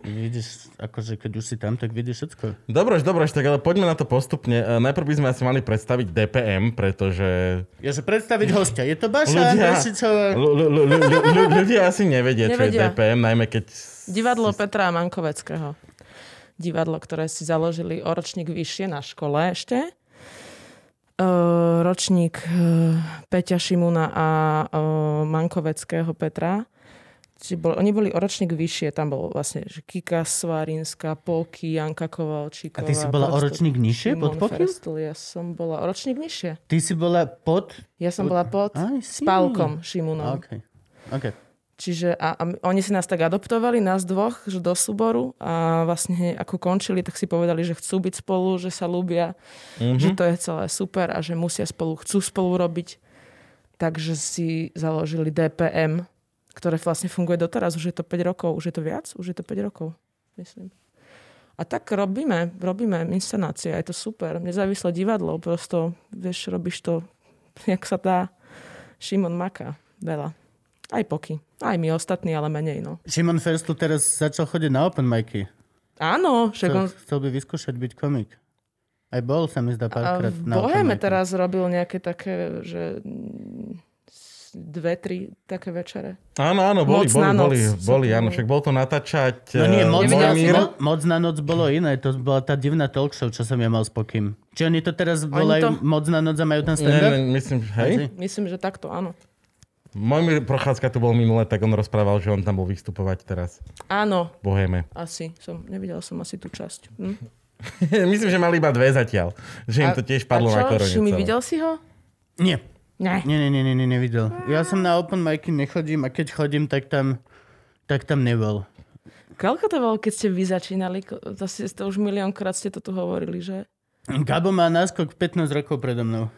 S2: Vidíš, akože keď už si tam, tak vidíš všetko.
S1: Dobrož, dobrož, tak ale poďme na to postupne. E, Najprv by sme asi mali predstaviť DPM, pretože
S2: Ja že
S4: Hm.
S2: predstaviť hostia. Je to Baša
S1: ľudia,
S2: Andrešičová.
S1: lu- lu- lu- lu- lu- lu- ľudia asi nevedia, čo je
S4: Nevedia.
S1: DPM, najmä keď...
S4: Divadlo Petra Mankoveckého. Divadlo, ktoré si založili o ročník vyššie na škole ešte. Uh, ročník uh, Peťa Šimuna a uh, Mankoveckého Petra. Čiže bol, oni boli o ročník vyššie, tam bol vlastne že Kika Svarinská, Polky, Janka
S2: A
S4: Kovalčíková.
S2: ty si bola o
S4: Pasto-
S2: ročník nižšie pod
S4: Šimon
S2: pokým?
S4: Ferstl. Ja som bola o ročník nižšie.
S2: Ty si bola pod...
S4: Ja som bola pod
S2: I see.
S4: Spálkom Šimunom.
S2: OK. OK.
S4: Čiže a, a my- oni si nás tak adoptovali, nás dvoch, že do súboru a vlastne hneď ako končili, tak si povedali, že chcú byť spolu, že sa ľúbia, mm-hmm. že to je celé super a že musia spolu, chcú spolu robiť. Takže si založili DPM, ktoré vlastne funguje doteraz, už je to 5 rokov, už je to viac, už je to 5 rokov, myslím. A tak robíme, robíme inscenácie, a je to super. Nezávislé divadlo, *laughs* prosto, vieš, robíš to, jak sa dá. Šimon Maka, veľa. A Aj poky. Aj my ostatní, ale menej, no.
S2: Šimon Ferstu teraz začal chodiť na open micy.
S4: Áno, však on
S2: Chcel, chcel by vyskúšať byť komik. Aj bol sa mi zdá
S4: a
S2: párkrát
S4: v
S2: na open
S4: Boheme
S2: micu.
S4: teraz robil nejaké také, že mm, s- dve, tri také večere.
S1: Áno, áno, boli,
S4: Moc
S1: boli,
S4: na noc
S1: boli,
S4: sú
S1: boli,
S4: to
S1: áno,
S4: boli.
S1: však bol to natáčať...
S2: No nie,
S1: eh,
S2: moc na,
S4: Nemidel si
S1: Mojmír.
S4: bol?
S2: mo, moc na noc bolo iné, to bola tá divná talk show, čo som ja mal s pokým. Či oni to teraz
S4: to-
S2: volajú moc na noc a majú ten
S1: Ne,
S2: stand-up?
S1: ne, myslím, že- hej.
S2: Medzi-
S4: Myslím, že takto, áno.
S1: Mojmír Prochádzka tu bol minule, tak on rozprával, že on tam bol vystupovať teraz
S4: Áno,
S1: v Boheme.
S4: asi. Som, nevidela som asi tú časť. Hm?
S1: *laughs* myslím, že mali iba dve zatiaľ. Že im
S4: A-
S1: to tiež padlo
S4: a čo?
S1: na korone.
S4: Šimi,
S1: celé.
S4: videl si ho?
S2: Nie.
S4: Ne.
S2: Nie, nie, nie, nie, nie, nevidel. Ja som na open micy nechodím a keď chodím, tak tam, tak tam nebol.
S4: Koľko to bolo, keď ste vy začínali? Ko- To, si, to už miliónkrát ste to tu hovorili, že?
S2: Gabo má náskok 15 rokov predo mnou.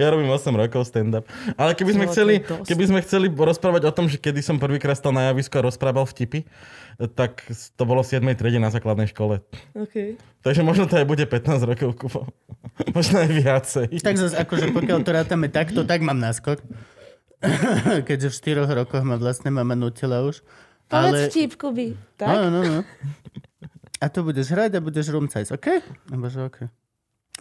S1: Ja robím 8 rokov stand-up. Ale keby sme,
S4: No, to
S1: chceli,
S4: je dosť.
S1: keby sme chceli rozprávať o tom, že kedy som prvýkrát stal na javisku a rozprával vtipy, tak to bolo v 7. triede na základnej škole.
S4: OK.
S1: Takže možno to aj bude 15 rokov, Kubo. *laughs* možno aj viacej.
S2: Tak zase, akože pokiaľ to rátame takto, tak mám náskok. *laughs* Keďže v 4 rokoch ma vlastne mama nutila už. Ale...
S4: vtip, Kuby. Tak?
S2: No, no, no. A to budeš hrať a budeš rumcajs, OK? Bože, OK.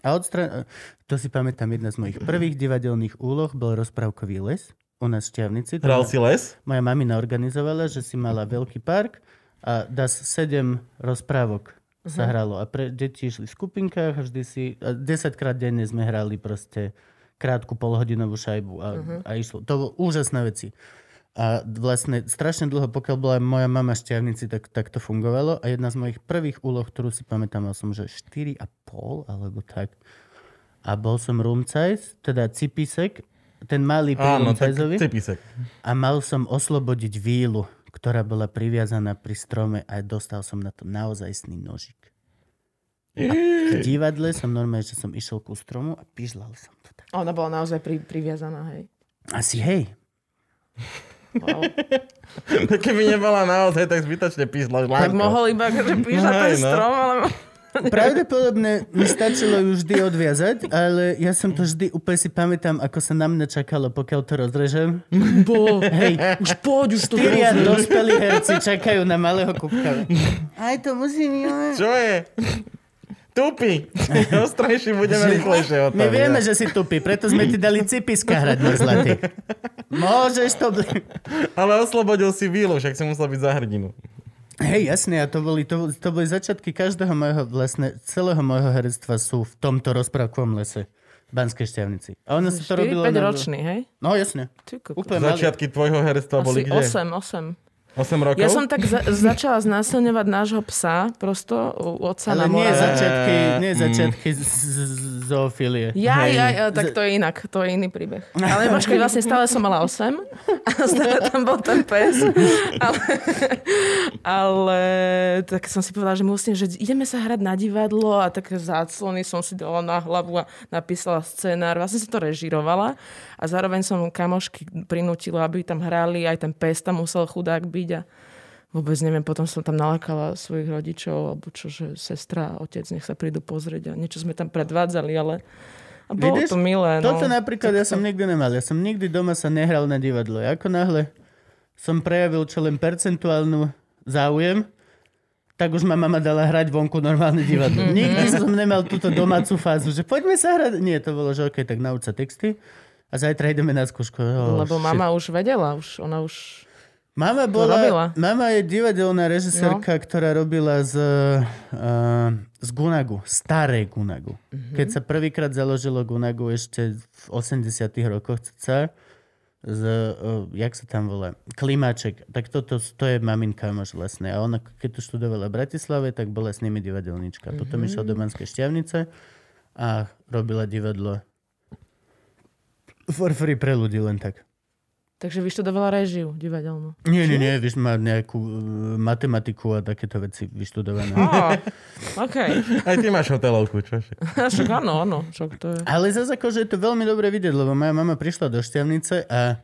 S2: A odstra... To si pamätám, jedna z mojich prvých divadelných úloh bol rozprávkový les u nás v Šťavnici. To
S1: Hral
S2: ma-
S1: si les?
S2: Moja mamina organizovala, že si mala veľký park a das 7 rozprávok sa hralo. A pre deti išli v skupinkách a vždy si... A 10 krát denne sme hrali proste krátku polhodinovú šajbu a, uh-huh. a išlo. To bolo úžasné veci. A vlastne strašne dlho, pokiaľ bola moja mama v šťavnici, tak, tak to fungovalo. A jedna z mojich prvých úloh, ktorú si pamätám, mal som, že 4,5 alebo tak. A bol som rumcajs, teda cipisek, ten malý pri
S1: Áno, tak
S2: rumcajzovi.
S1: cipisek.
S2: A mal som oslobodiť vílu, ktorá bola priviazaná pri strome a dostal som na to naozajstný nožik. V divadle som normálne, že som išiel ku stromu a pižlal som to tak.
S4: Ona bola naozaj pri, priviazaná, hej. *laughs*
S2: Asi hej.
S4: Wow.
S1: *laughs* Keby nebola naozaj, tak zbytočne písla
S4: tak
S1: žlánko.
S4: mohol iba že píša
S1: No,
S4: ten
S1: hej, no.
S4: strom, ale...
S2: Pravdepodobne mi stačilo ju vždy odviazať, ale ja som to vždy úplne si pamätám, ako sa na mňa čakalo, pokiaľ to rozrežem.
S4: Bo, *laughs*
S2: Hej,
S4: už poď, už to
S2: štyria dospelí herci čakajú na malého kúpka. Aj to musím... ja.
S1: Čo je?
S4: *laughs*
S1: Tupi. Ostrejší budeme rýchlejšie od
S2: My vieme, že si tupý, preto sme ti dali cipiska hrať, môj zlatý. Môžeš to... bl-
S1: Ale oslobodil si vílu, však si musel byť za hrdinu.
S2: Hej, jasne, a to boli, to, boli- to boli začiatky každého mojho, vlastne celého mojho herectva sú v tomto rozprávkovom lese. v Banskej šťavnici. A ono sa to
S4: 5
S2: robilo... na-
S4: ročný, hej?
S2: No jasne.
S4: Ty kokos.
S2: Úplne malý.
S1: Začiatky tvojho herectva boli
S4: Asi
S1: kde?
S4: 8, 8.
S1: 8 rokov?
S4: Ja som tak za- začala znásilňovať nášho psa, prosto u otca na
S2: Ale nie
S4: more.
S2: začiatky, nie
S1: Mm.
S2: začiatky z, z, z- zoofilie.
S4: Ja,
S1: Hej.
S4: ja, ja, tak to je inak, to je iný príbeh. Ale počkaj, vlastne stále som mala 8 a stále tam bol ten pes. Ale, ale tak som si povedala, že musím, že ideme sa hrať na divadlo a také záclony som si dala na hlavu a napísala scenár. Vlastne som to režirovala a zároveň som kamošky prinútila, aby tam hrali, aj ten pes tam musel chudák byť a vôbec neviem, potom som tam nalákala svojich rodičov, alebo čo, že sestra a otec nech sa prídu pozrieť a niečo sme tam predvádzali, ale a bolo
S2: Vidíš?
S4: to milé. No.
S2: Toto napríklad ja som nikdy nemal. Ja som nikdy doma sa nehral na divadlo. Ako náhle som prejavil čo len percentuálnu záujem, tak už ma mama dala hrať vonku normálne divadlo. Nikdy som nemal túto domácu fázu, že poďme sa hrať. Nie, to bolo, že okej, tak nauč sa texty a zajtra ideme na skúšku. Oh,
S4: Lebo
S2: shit.
S4: mama už vedela, už, ona už...
S2: Mama
S4: robila.
S2: bola, mama je divadelná režisérka, no. ktorá robila z, uh, z Gunagu, starej Gunagu. Mm-hmm. Keď sa prvýkrát založilo Gunagu ešte v 80 rokoch cca, z, uh, jak sa tam volá, Klimaček, tak toto to je mamin kamoš vlastne. A ona, keď tu študovala v Bratislave, tak bola s nimi divadelníčka. Mm-hmm. Potom išla do Banskej šťavnice a robila divadlo for free pre ľudí len tak.
S4: Takže vyštudovala režiu
S2: *laughs*
S4: divadelnú.
S2: Nie, nie, nie, vieš, má nejakú uh, matematiku a takéto veci vyštudované.
S4: Á, OK.
S1: Aj ty máš hotelovku, čo však?
S4: *laughs* Však áno, áno. Však to je...
S2: Ale zase akože je to veľmi dobre vidieť, lebo moja mama prišla do Šťavnice a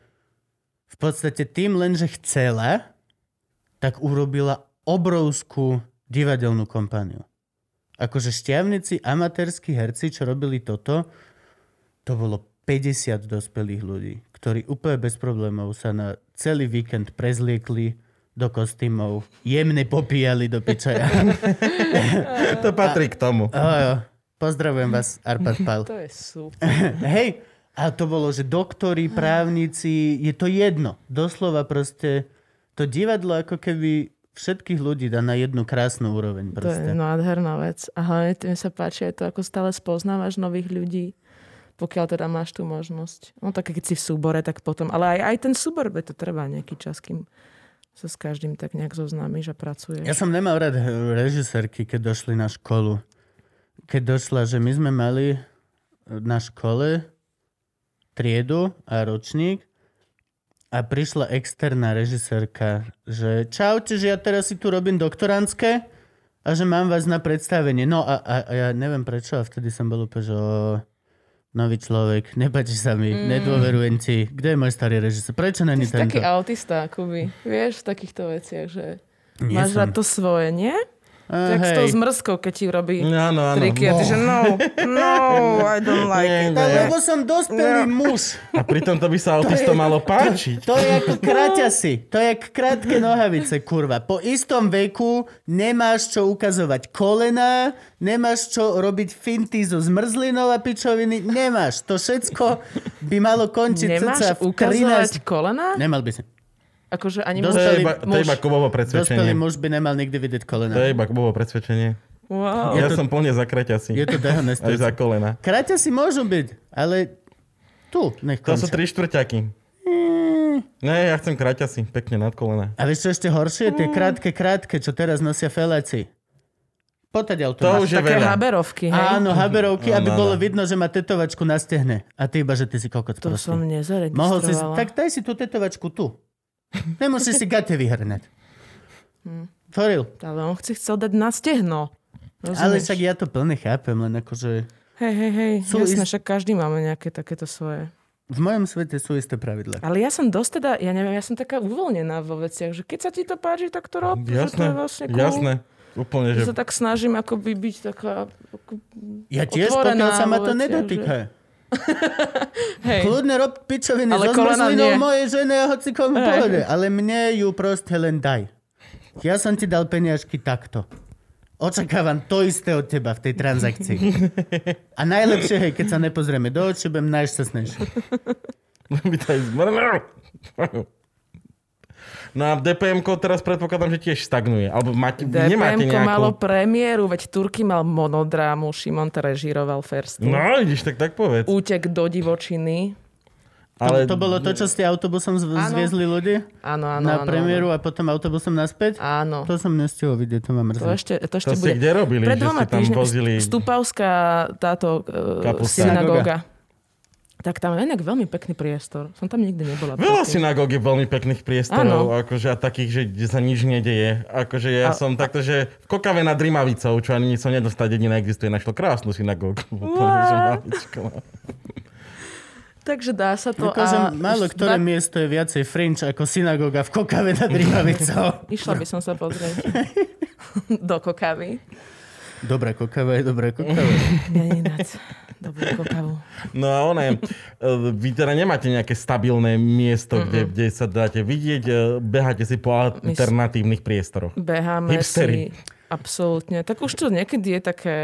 S2: v podstate tým len, že chcela, tak urobila obrovskú divadelnú kompaniu. Akože šťavnici, amatérsky herci, čo robili toto, to bolo 50 dospelých ľudí, ktorí úplne bez problémov sa na celý víkend prezliekli do kostýmov, jemne popíjali do pičaja.
S1: To patrí k tomu.
S2: Ojo, pozdravujem vás, Arpad Pal.
S4: Mhm. *laughs* To je super.
S2: Hej, a to bolo, že doktori, právnici, je to jedno. Doslova proste, to divadlo ako keby všetkých ľudí dá na jednu krásnu úroveň
S4: To je
S2: proste.
S4: nádherná vec. A hlavne tým sa páči aj to, ako stále spoznávaš nových ľudí, pokiaľ teda máš tú možnosť. No tak keď si v súbore, tak potom. Ale aj, aj ten súbor, veď to trvá nejaký čas, kým sa s každým tak nejak zoznámiš a pracuješ.
S2: Ja som nemal rád eh, režisérky, keď došli na školu. Keď došla, že my sme mali e, na škole triedu a ročník a prišla externá režisérka, že čaute, že ja teraz si tu robím doktorantské a že mám vás na predstavenie. No a, a, a ja neviem prečo a vtedy som bol úplne, že o, nový človek, nepáči sa mi, mm. nedôverujem ti. Kde je môj starý režisér? Prečo
S4: Ty
S2: není
S4: si taký
S2: tento?
S4: autista, Kuby. Vieš, v takýchto veciach, že
S2: Nie
S4: máš
S2: som.
S4: rád to svoje, nie?
S2: A
S4: Tak s tou
S2: hej. No,
S4: zmrzkou, keď ti robí
S1: Áno, áno.
S4: triky. A ty, že no,
S2: *laughs*
S4: no, I don't like
S1: Nie,
S4: it.
S2: No,
S1: nie.
S2: lebo som dospelý muž.
S1: A pritom to by sa
S4: *laughs*
S1: autistom malo páčiť.
S2: To je ako kraťasy. To je jak krátke nohavice, kurva. Po istom veku nemáš čo ukazovať kolena, nemáš čo robiť finty zo zmrzlinou a pičoviny. Nemáš. To všetko by malo končiť cca
S4: Nemáš
S2: v
S4: ukazovať
S2: 13...
S4: kolena?
S2: Nemal by si.
S4: Akože ani
S1: To je
S2: Dospelý
S1: iba, to je iba
S4: muž.
S1: Kubovo
S2: Dospelý
S1: predsvedčenie.
S2: muž by nemal nikdy
S1: To
S2: vidieť
S1: je
S2: kolena.
S1: iba Kubovo predsvedčenie.
S4: Wow.
S1: Ja
S2: to-
S1: som plne za kraťasy.
S2: Je to
S1: Aj za
S2: dehonestujúce.
S1: kolena.
S2: Kraťasy môžu byť, ale tu nech
S1: To sú
S2: končia.
S1: tri štvrťaky.
S2: Mm.
S1: Ne, ja chcem kraťasy. Pekne nad kolena.
S2: A vieš čo ešte horšie?
S4: Mm.
S2: Tie krátke, krátke, čo teraz nosia feláci. Potadiaľ to
S1: To už
S2: máš.
S1: je
S4: Také
S1: veľa.
S4: haberovky, hej?
S2: Áno, haberovky,
S1: Áno,
S2: aby
S1: áno.
S2: bolo vidno, že má tetovačku na stehne. A ty iba, že ty si kokot
S4: To
S2: proste.
S4: som nezaregistrovala.
S2: Mohol si, tak daj si tú tetovačku tu. Nemusíš si gate vyhrnať.
S4: Hm.
S2: Toril.
S4: Ale on si chcel dať na stehno. Rozumieš?
S2: Ale však ja to plne chápem, len akože
S4: Hej, hej, hej.
S2: Sú
S4: Jasné,
S2: ist-
S4: však každý máme nejaké takéto svoje.
S2: v mojom svete sú isté pravidlá.
S4: Ale ja som dosť teda, ja neviem, ja som taká uvoľnená vo veciach, že keď sa ti to páči, tak to rob. že to
S1: Jasné,
S4: je vlastne cool.
S1: jasné. Úplne,
S4: Že
S1: že...
S4: sa tak snažím akoby byť taká... Ako...
S2: Ja tiež,
S4: Otvorená
S2: pokiaľ sa ma
S4: vo
S2: to
S4: veciach,
S2: nedotýka.
S4: Hej.
S2: Kľudne rob pičoviny
S4: Ale
S2: so
S4: kolena
S2: zmrzlinou
S4: nie.
S2: mojej žene a hoci komu
S4: Hej.
S2: povede. Ale mne ju proste len daj. Ja som ti dal peniažky takto. Očakávam to isté od teba v tej
S4: *laughs*
S2: transakcii. A najlepšie, hej, keď sa nepozrieme do očí, budem najšťastnejší.
S1: *laughs* by to aj zmrnul. No a dpm teraz predpokladám, že tiež stagnuje. Alebo máte, nemáte nejakú...
S4: DPM malo premiéru, veď Turky mal monodrámu, Šimon to režíroval first.
S1: No, ideš, tak tak povedz.
S4: Útek do divočiny.
S2: Ale... To, to bolo to, čo ste autobusom zv-
S4: Áno.
S2: zviezli ľudí
S4: Áno, áno,
S2: na
S4: áno,
S2: premiéru a potom autobusom naspäť?
S4: Áno. áno.
S2: To som nestihol vidieť, to ma
S4: To
S2: mrzí.
S4: ešte, to
S1: To
S4: ešte
S1: ste
S4: bude.
S1: kde robili,
S4: Pred
S1: že
S4: dvoma
S1: ste tam
S4: týždňami
S1: vozili...
S4: Stupavská táto uh,
S1: Kapusta.
S4: synagóga. Tak tam je inak veľmi pekný priestor. Som tam nikdy nebola.
S1: Veľa
S4: predtým.
S1: synagóg je veľmi pekných priestorov,
S4: Áno.
S1: akože a takých, že kde sa nič nedeje. Akože ja
S4: A-
S1: som takto, že v Kokave nad Rimavicou, čo ani som nedostal jediná existuje, našiel krásnu synagógu. *laughs*
S4: Uá.
S1: Že mamičko.
S4: Takže dá sa to.
S2: Akože
S4: a
S2: málo
S4: už
S2: ktoré
S4: dva-
S2: miesto je viacej fringe ako synagoga v Kokave nad Rimavicou.
S4: *laughs* Išla by som sa *laughs* pozrieť. Do kokavy.
S2: Dobrá kokava je dobrá kokava.
S4: Ja ináč. Dobrú kokavu.
S1: No a ona je, e, vy teda nemáte nejaké stabilné miesto, kde, kde sa dáte vidieť, e, beháte si po alternatívnych priestoroch.
S4: Beháme
S1: Hipstery.
S4: si. Absolútne. Tak už to niekedy je také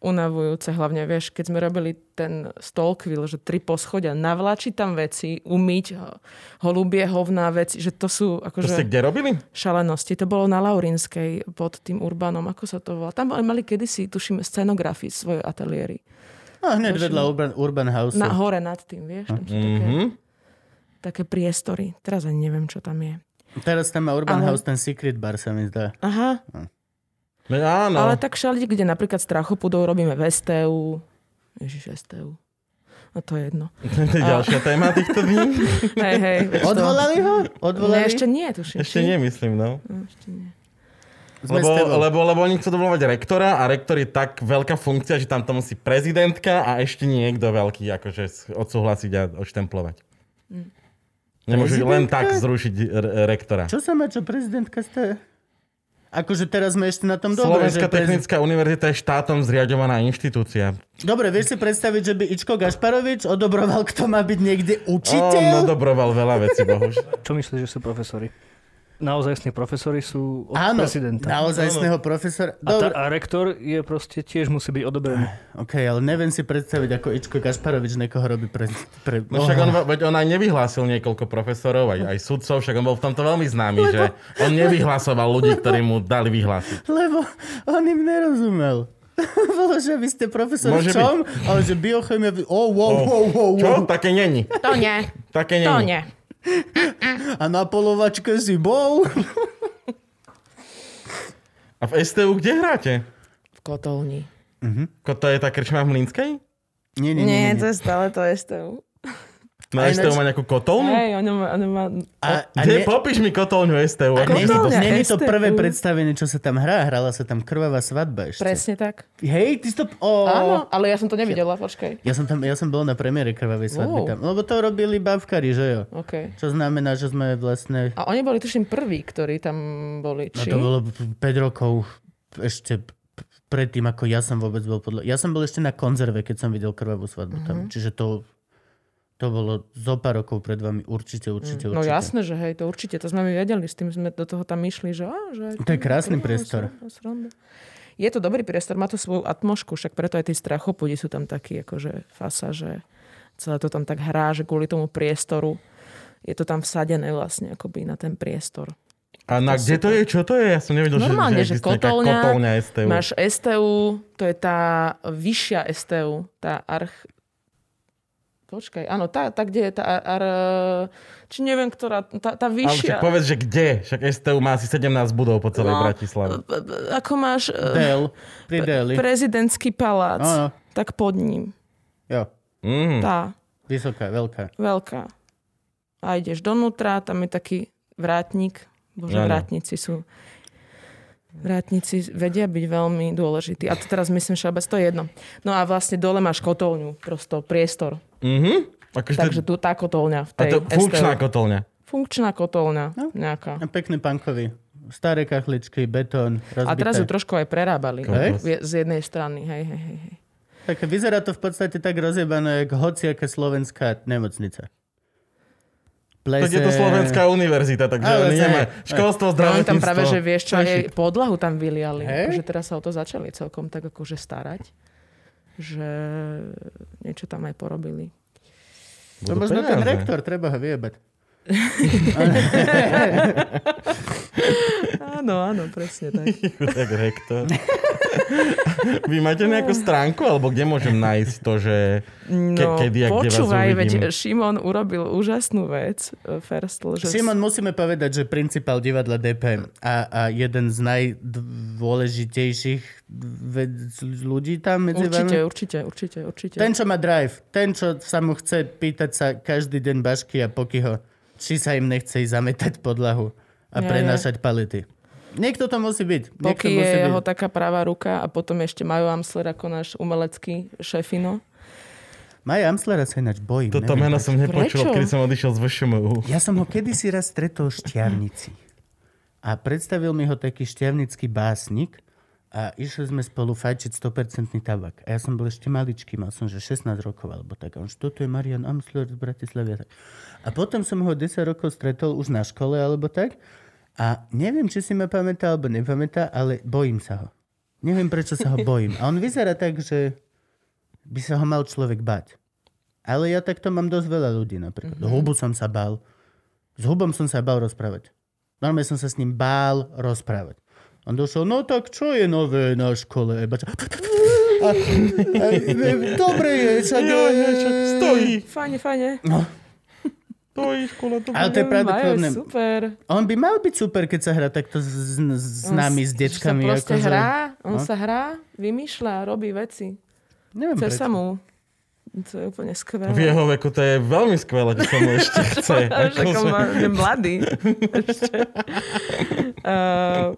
S4: unavujúce, hlavne vieš, keď sme robili ten stolkvil, že tri poschodia, navlačiť tam veci, umyť ho- holubie, hovná veci, že to sú
S1: To ste
S4: akože
S1: kde robili?
S4: šalenosti. To bolo na Laurinskej pod tým Urbanom, ako sa to volá. Tam mali kedysi, tuším, scenografii svoje ateliéry.
S2: No, hneď vedľa Urban, Urban House.
S4: Na hore nad tým, vieš, tam sú také,
S1: Mhm.
S4: také priestory. Teraz ani neviem, čo tam je.
S2: Teraz tam má Urban
S4: Ale-
S2: House ten Secret Bar, sa mi zdá.
S4: Aha,
S1: No, áno.
S4: Ale tak všade, kde napríklad strachopudov robíme v STU. Ježiš, STU. No to je jedno.
S1: To je ďalšia téma týchto
S4: *laughs*
S1: dní.
S4: Hej, hej. vieš to.
S2: Odvolali ho?
S4: Ne,
S2: Odvolali?
S4: ešte nie, tuším.
S1: Ešte
S4: či?
S1: nemyslím, no.
S4: No, ešte nie.
S2: Sme
S1: Lebo,
S2: s tebou.
S1: lebo, lebo oni chcú dovolovať rektora a rektor je tak veľká funkcia, že tam to musí prezidentka a ešte niekto veľký akože s- odsúhlasiť a odštemplovať. Nemôžu len
S2: Prezidentka?
S1: tak zrušiť re- rektora.
S2: Čo sa má, čo prezidentka ste? Akože teraz sme ešte na tom dobre.
S1: Slovenská
S2: že prez-
S1: technická univerzita je štátom zriadovaná inštitúcia.
S2: Dobre, vieš si predstaviť, že by Ičko Gašparovič odobroval, kto má byť niekde
S1: On
S2: učiteľ?
S1: odobroval veľa vecí, bohužiaľ.
S3: Čo myslíš, že sú profesori? Naozajstní profesori sú od
S2: Áno,
S3: prezidenta.
S2: naozajstného
S3: A,
S2: profesora.
S3: tá,
S2: Dobre,
S3: a rektor je proste tiež musí byť odobrený.
S2: ok, ale neviem si predstaviť, ako Ičko Gašparovič niekoho robí pre... pre...
S1: *laughs* No však on, veď on aj nevyhlásil niekoľko profesorov, aj, aj sudcov, však on bol v tomto veľmi známy, že on nevyhlasoval ľudí, ktorí mu dali vyhlásiť.
S2: Lebo on im nerozumel. Bolo, že vy ste profesor
S1: Môže
S2: v čom? Ale že biochemia... Oh, wow, wow, wow,
S1: Čo?
S2: wow.
S1: Také není.
S4: To nie,
S1: Také není.
S4: to nie.
S2: A na polovačke si bol?
S1: A v STU kde hráte?
S4: V kotolni.
S1: Ko- To je tá krčma v Mlínskej?
S2: Nie, nie, nie.
S4: Nie,
S2: nie, nie.
S4: to je stále to STU.
S1: No
S2: A
S1: STU
S2: ináč-
S1: má nejakú kotolnu?
S4: Hej, ono má, ono má...
S2: A, a
S1: Kde?
S2: nie,
S1: Popíš mi kotolňu STU.
S4: A
S1: ako
S4: nie-
S1: sa to-
S4: Kotolňa
S2: Není to
S4: STU.
S2: prvé predstavenie, čo sa tam hrá. Hrala sa tam krvavá svadba ešte.
S4: Presne tak.
S2: Hej, ty si to... Oh.
S4: Áno, ale ja som to nevidela, počkaj.
S2: Ja som tam, ja som bol na premiére krvavej
S4: Wow.
S2: svadby tam. Lebo to robili bavkari, že jo?
S4: OK.
S2: Čo znamená, že sme vlastne...
S4: A oni boli tuším prví, ktorí tam boli.
S2: No
S4: Či? Mm.
S2: to bolo 5 rokov ešte p- predtým, ako ja som vôbec bol podľa... Ja som bol ešte na konzerve, keď som videl krvavú svadbu tam.
S4: Mhm.
S2: Čiže to, to bolo zo pár rokov pred vami. Určite, určite, určite.
S4: No jasné, že hej, to určite, to sme my vedeli, s tým sme do toho tam išli, že... Á, že
S2: To je krásny priestor.
S4: sranda, sranda. Je to dobrý priestor, má to svoju atmošku, však preto aj tí strachopudi sú tam takí, akože fasa, že celé to tam tak hrá, že kvôli tomu priestoru je to tam vsadené vlastne akoby na ten priestor.
S1: A na kde to je? Čo to je? Ja som nevedel, že,
S4: Normálne, že,
S1: existuje nejaká
S4: kotolňa,
S1: kotolňa STU.
S4: máš STU, to je tá vyššia STU, tá arch... Počkaj, áno, tá, tá kde je tá ar... ar- Či neviem, ktorá, tá, tá
S1: Ale však
S4: vyššia...
S1: povedz, že kde? Však STU má asi 17 budov po celej
S4: No.
S1: Bratislave.
S4: B- b- Ako máš e,
S2: Del, pri Deli.
S4: prezidentský palác,
S2: Áno.
S4: tak pod ním.
S2: Jo,
S1: Mm.
S4: Tá
S2: vysoká, veľká.
S4: veľká. A ideš donútra, tam je taký vrátnik. Bože,
S1: Áno.
S4: vrátnici sú... Vrátnici vedia byť veľmi dôležití. A to teraz myslím, šabec, to je jedno. No a vlastne dole máš kotolňu, prosto priestor.
S1: Mhm. Akože to-
S4: Takže tu tá kotolňa v
S1: a
S4: tej
S1: to funkčná
S4: STU.
S1: kotolňa.
S4: funkčná kotolňa
S2: No.
S4: nejaká.
S2: A pekný punkový. Staré kachličky, betón,
S4: A
S2: rozbité.
S4: teraz ju trošku aj prerábali.
S1: Kokos.
S4: Je- Z jednej strany, hej, hej, hej. hej.
S2: Tak vyzerá to v podstate tak rozjebané, jak hociaká slovenská nemocnica. Plese...
S1: Tak je to Slovenská univerzita, takže
S2: Ale
S1: oni
S2: nie,
S1: nemajú.
S2: nie.
S1: Školstvo,
S4: No oni tam práve, že
S1: zdravotníctvo.
S4: vieš čo, aj podlahu tam vyliali.
S2: Hej.
S4: Akože teraz sa o to začali celkom tak akože starať. Že niečo tam aj porobili.
S2: To
S1: Budú
S2: možno ten
S1: peniaze. *laughs*
S2: rektor, treba ho vyjebať.
S4: Áno, áno, presne tak.
S1: Tak rektor. *laughs* Vy máte nejakú stránku, alebo kde môžem nájsť to, že ke,
S4: *laughs* No,
S1: kedy a kde vás
S4: počúvaj, veď
S1: uvidím?
S4: Šimon urobil úžasnú vec, e, Ferstl, že
S2: Šimon, musíme povedať, že principál divadla DP a, a jeden z najdôležitejších ved- ľudí tam medzi
S4: určite,
S2: vami.
S4: určite, určite, určite.
S2: Ten, čo má drive, ten, čo sa mu chce pýtať sa každý deň bašky a pokyho, či sa im nechce ísť zametať podlahu a
S4: Ja, ja.
S2: prenášať palety. Niekto to musí byť. Niekto
S4: Poky
S2: musí
S4: je jeho
S2: byť.
S4: taká pravá ruka a potom ešte Majo Amsler ako náš umelecký šefino.
S2: Maja Amslera sa ináč bojím.
S1: Toto
S2: neviem.
S1: meno som nepočul,
S4: Prečo?
S1: keď som odišiel z VŠMU.
S2: Ja som ho kedysi raz stretol v Šťavnici. A predstavil mi ho taký šťavnický básnik a išli sme spolu fajčiť 100% tabak. A ja som bol ešte maličký, mal som že 16 rokov alebo tak. A on, že toto je Marian Amsler z Bratislavy. a tak. A potom som ho 10 rokov stretol už na škole alebo tak. A neviem, či si ma pamätá alebo nepamätá, ale bojím sa ho. Neviem, prečo sa ho bojím. A on vyzerá tak, že by sa ho mal človek bať. Ale ja takto mám dosť veľa ľudí napríklad.
S4: Mhm.
S2: Mm-hmm. Hubu som sa bál. S Hubom som sa bál rozprávať. Normálne som sa s ním bál rozprávať. On došiel, no tak čo je nové na škole? Eba, čo? A, a, e, dobre je, však...
S1: Jo, jo, však stojí,
S4: Fajne, fajne.
S2: No,
S1: stojí škola. To...
S2: ale to je pravdepodobné.
S4: Ehm, Majo, super.
S2: On by mal byť super, keď sa hrá takto s, s
S4: On
S2: nami,
S4: s-
S2: s
S4: Že
S2: deckami.
S4: sa proste
S2: akože-
S4: hrá, on
S2: No.
S4: sa hrá, vymýšľa, robí veci.
S2: Neviem,
S4: Chce
S2: prečo.
S4: sa mu. To je úplne skvelé. *laughs*
S1: V jeho veku to je veľmi skvelé, že sa mu ešte chce.
S4: Že ako
S1: Akože-
S4: ma- je mladý. Ešte.
S2: *laughs*
S4: Eh,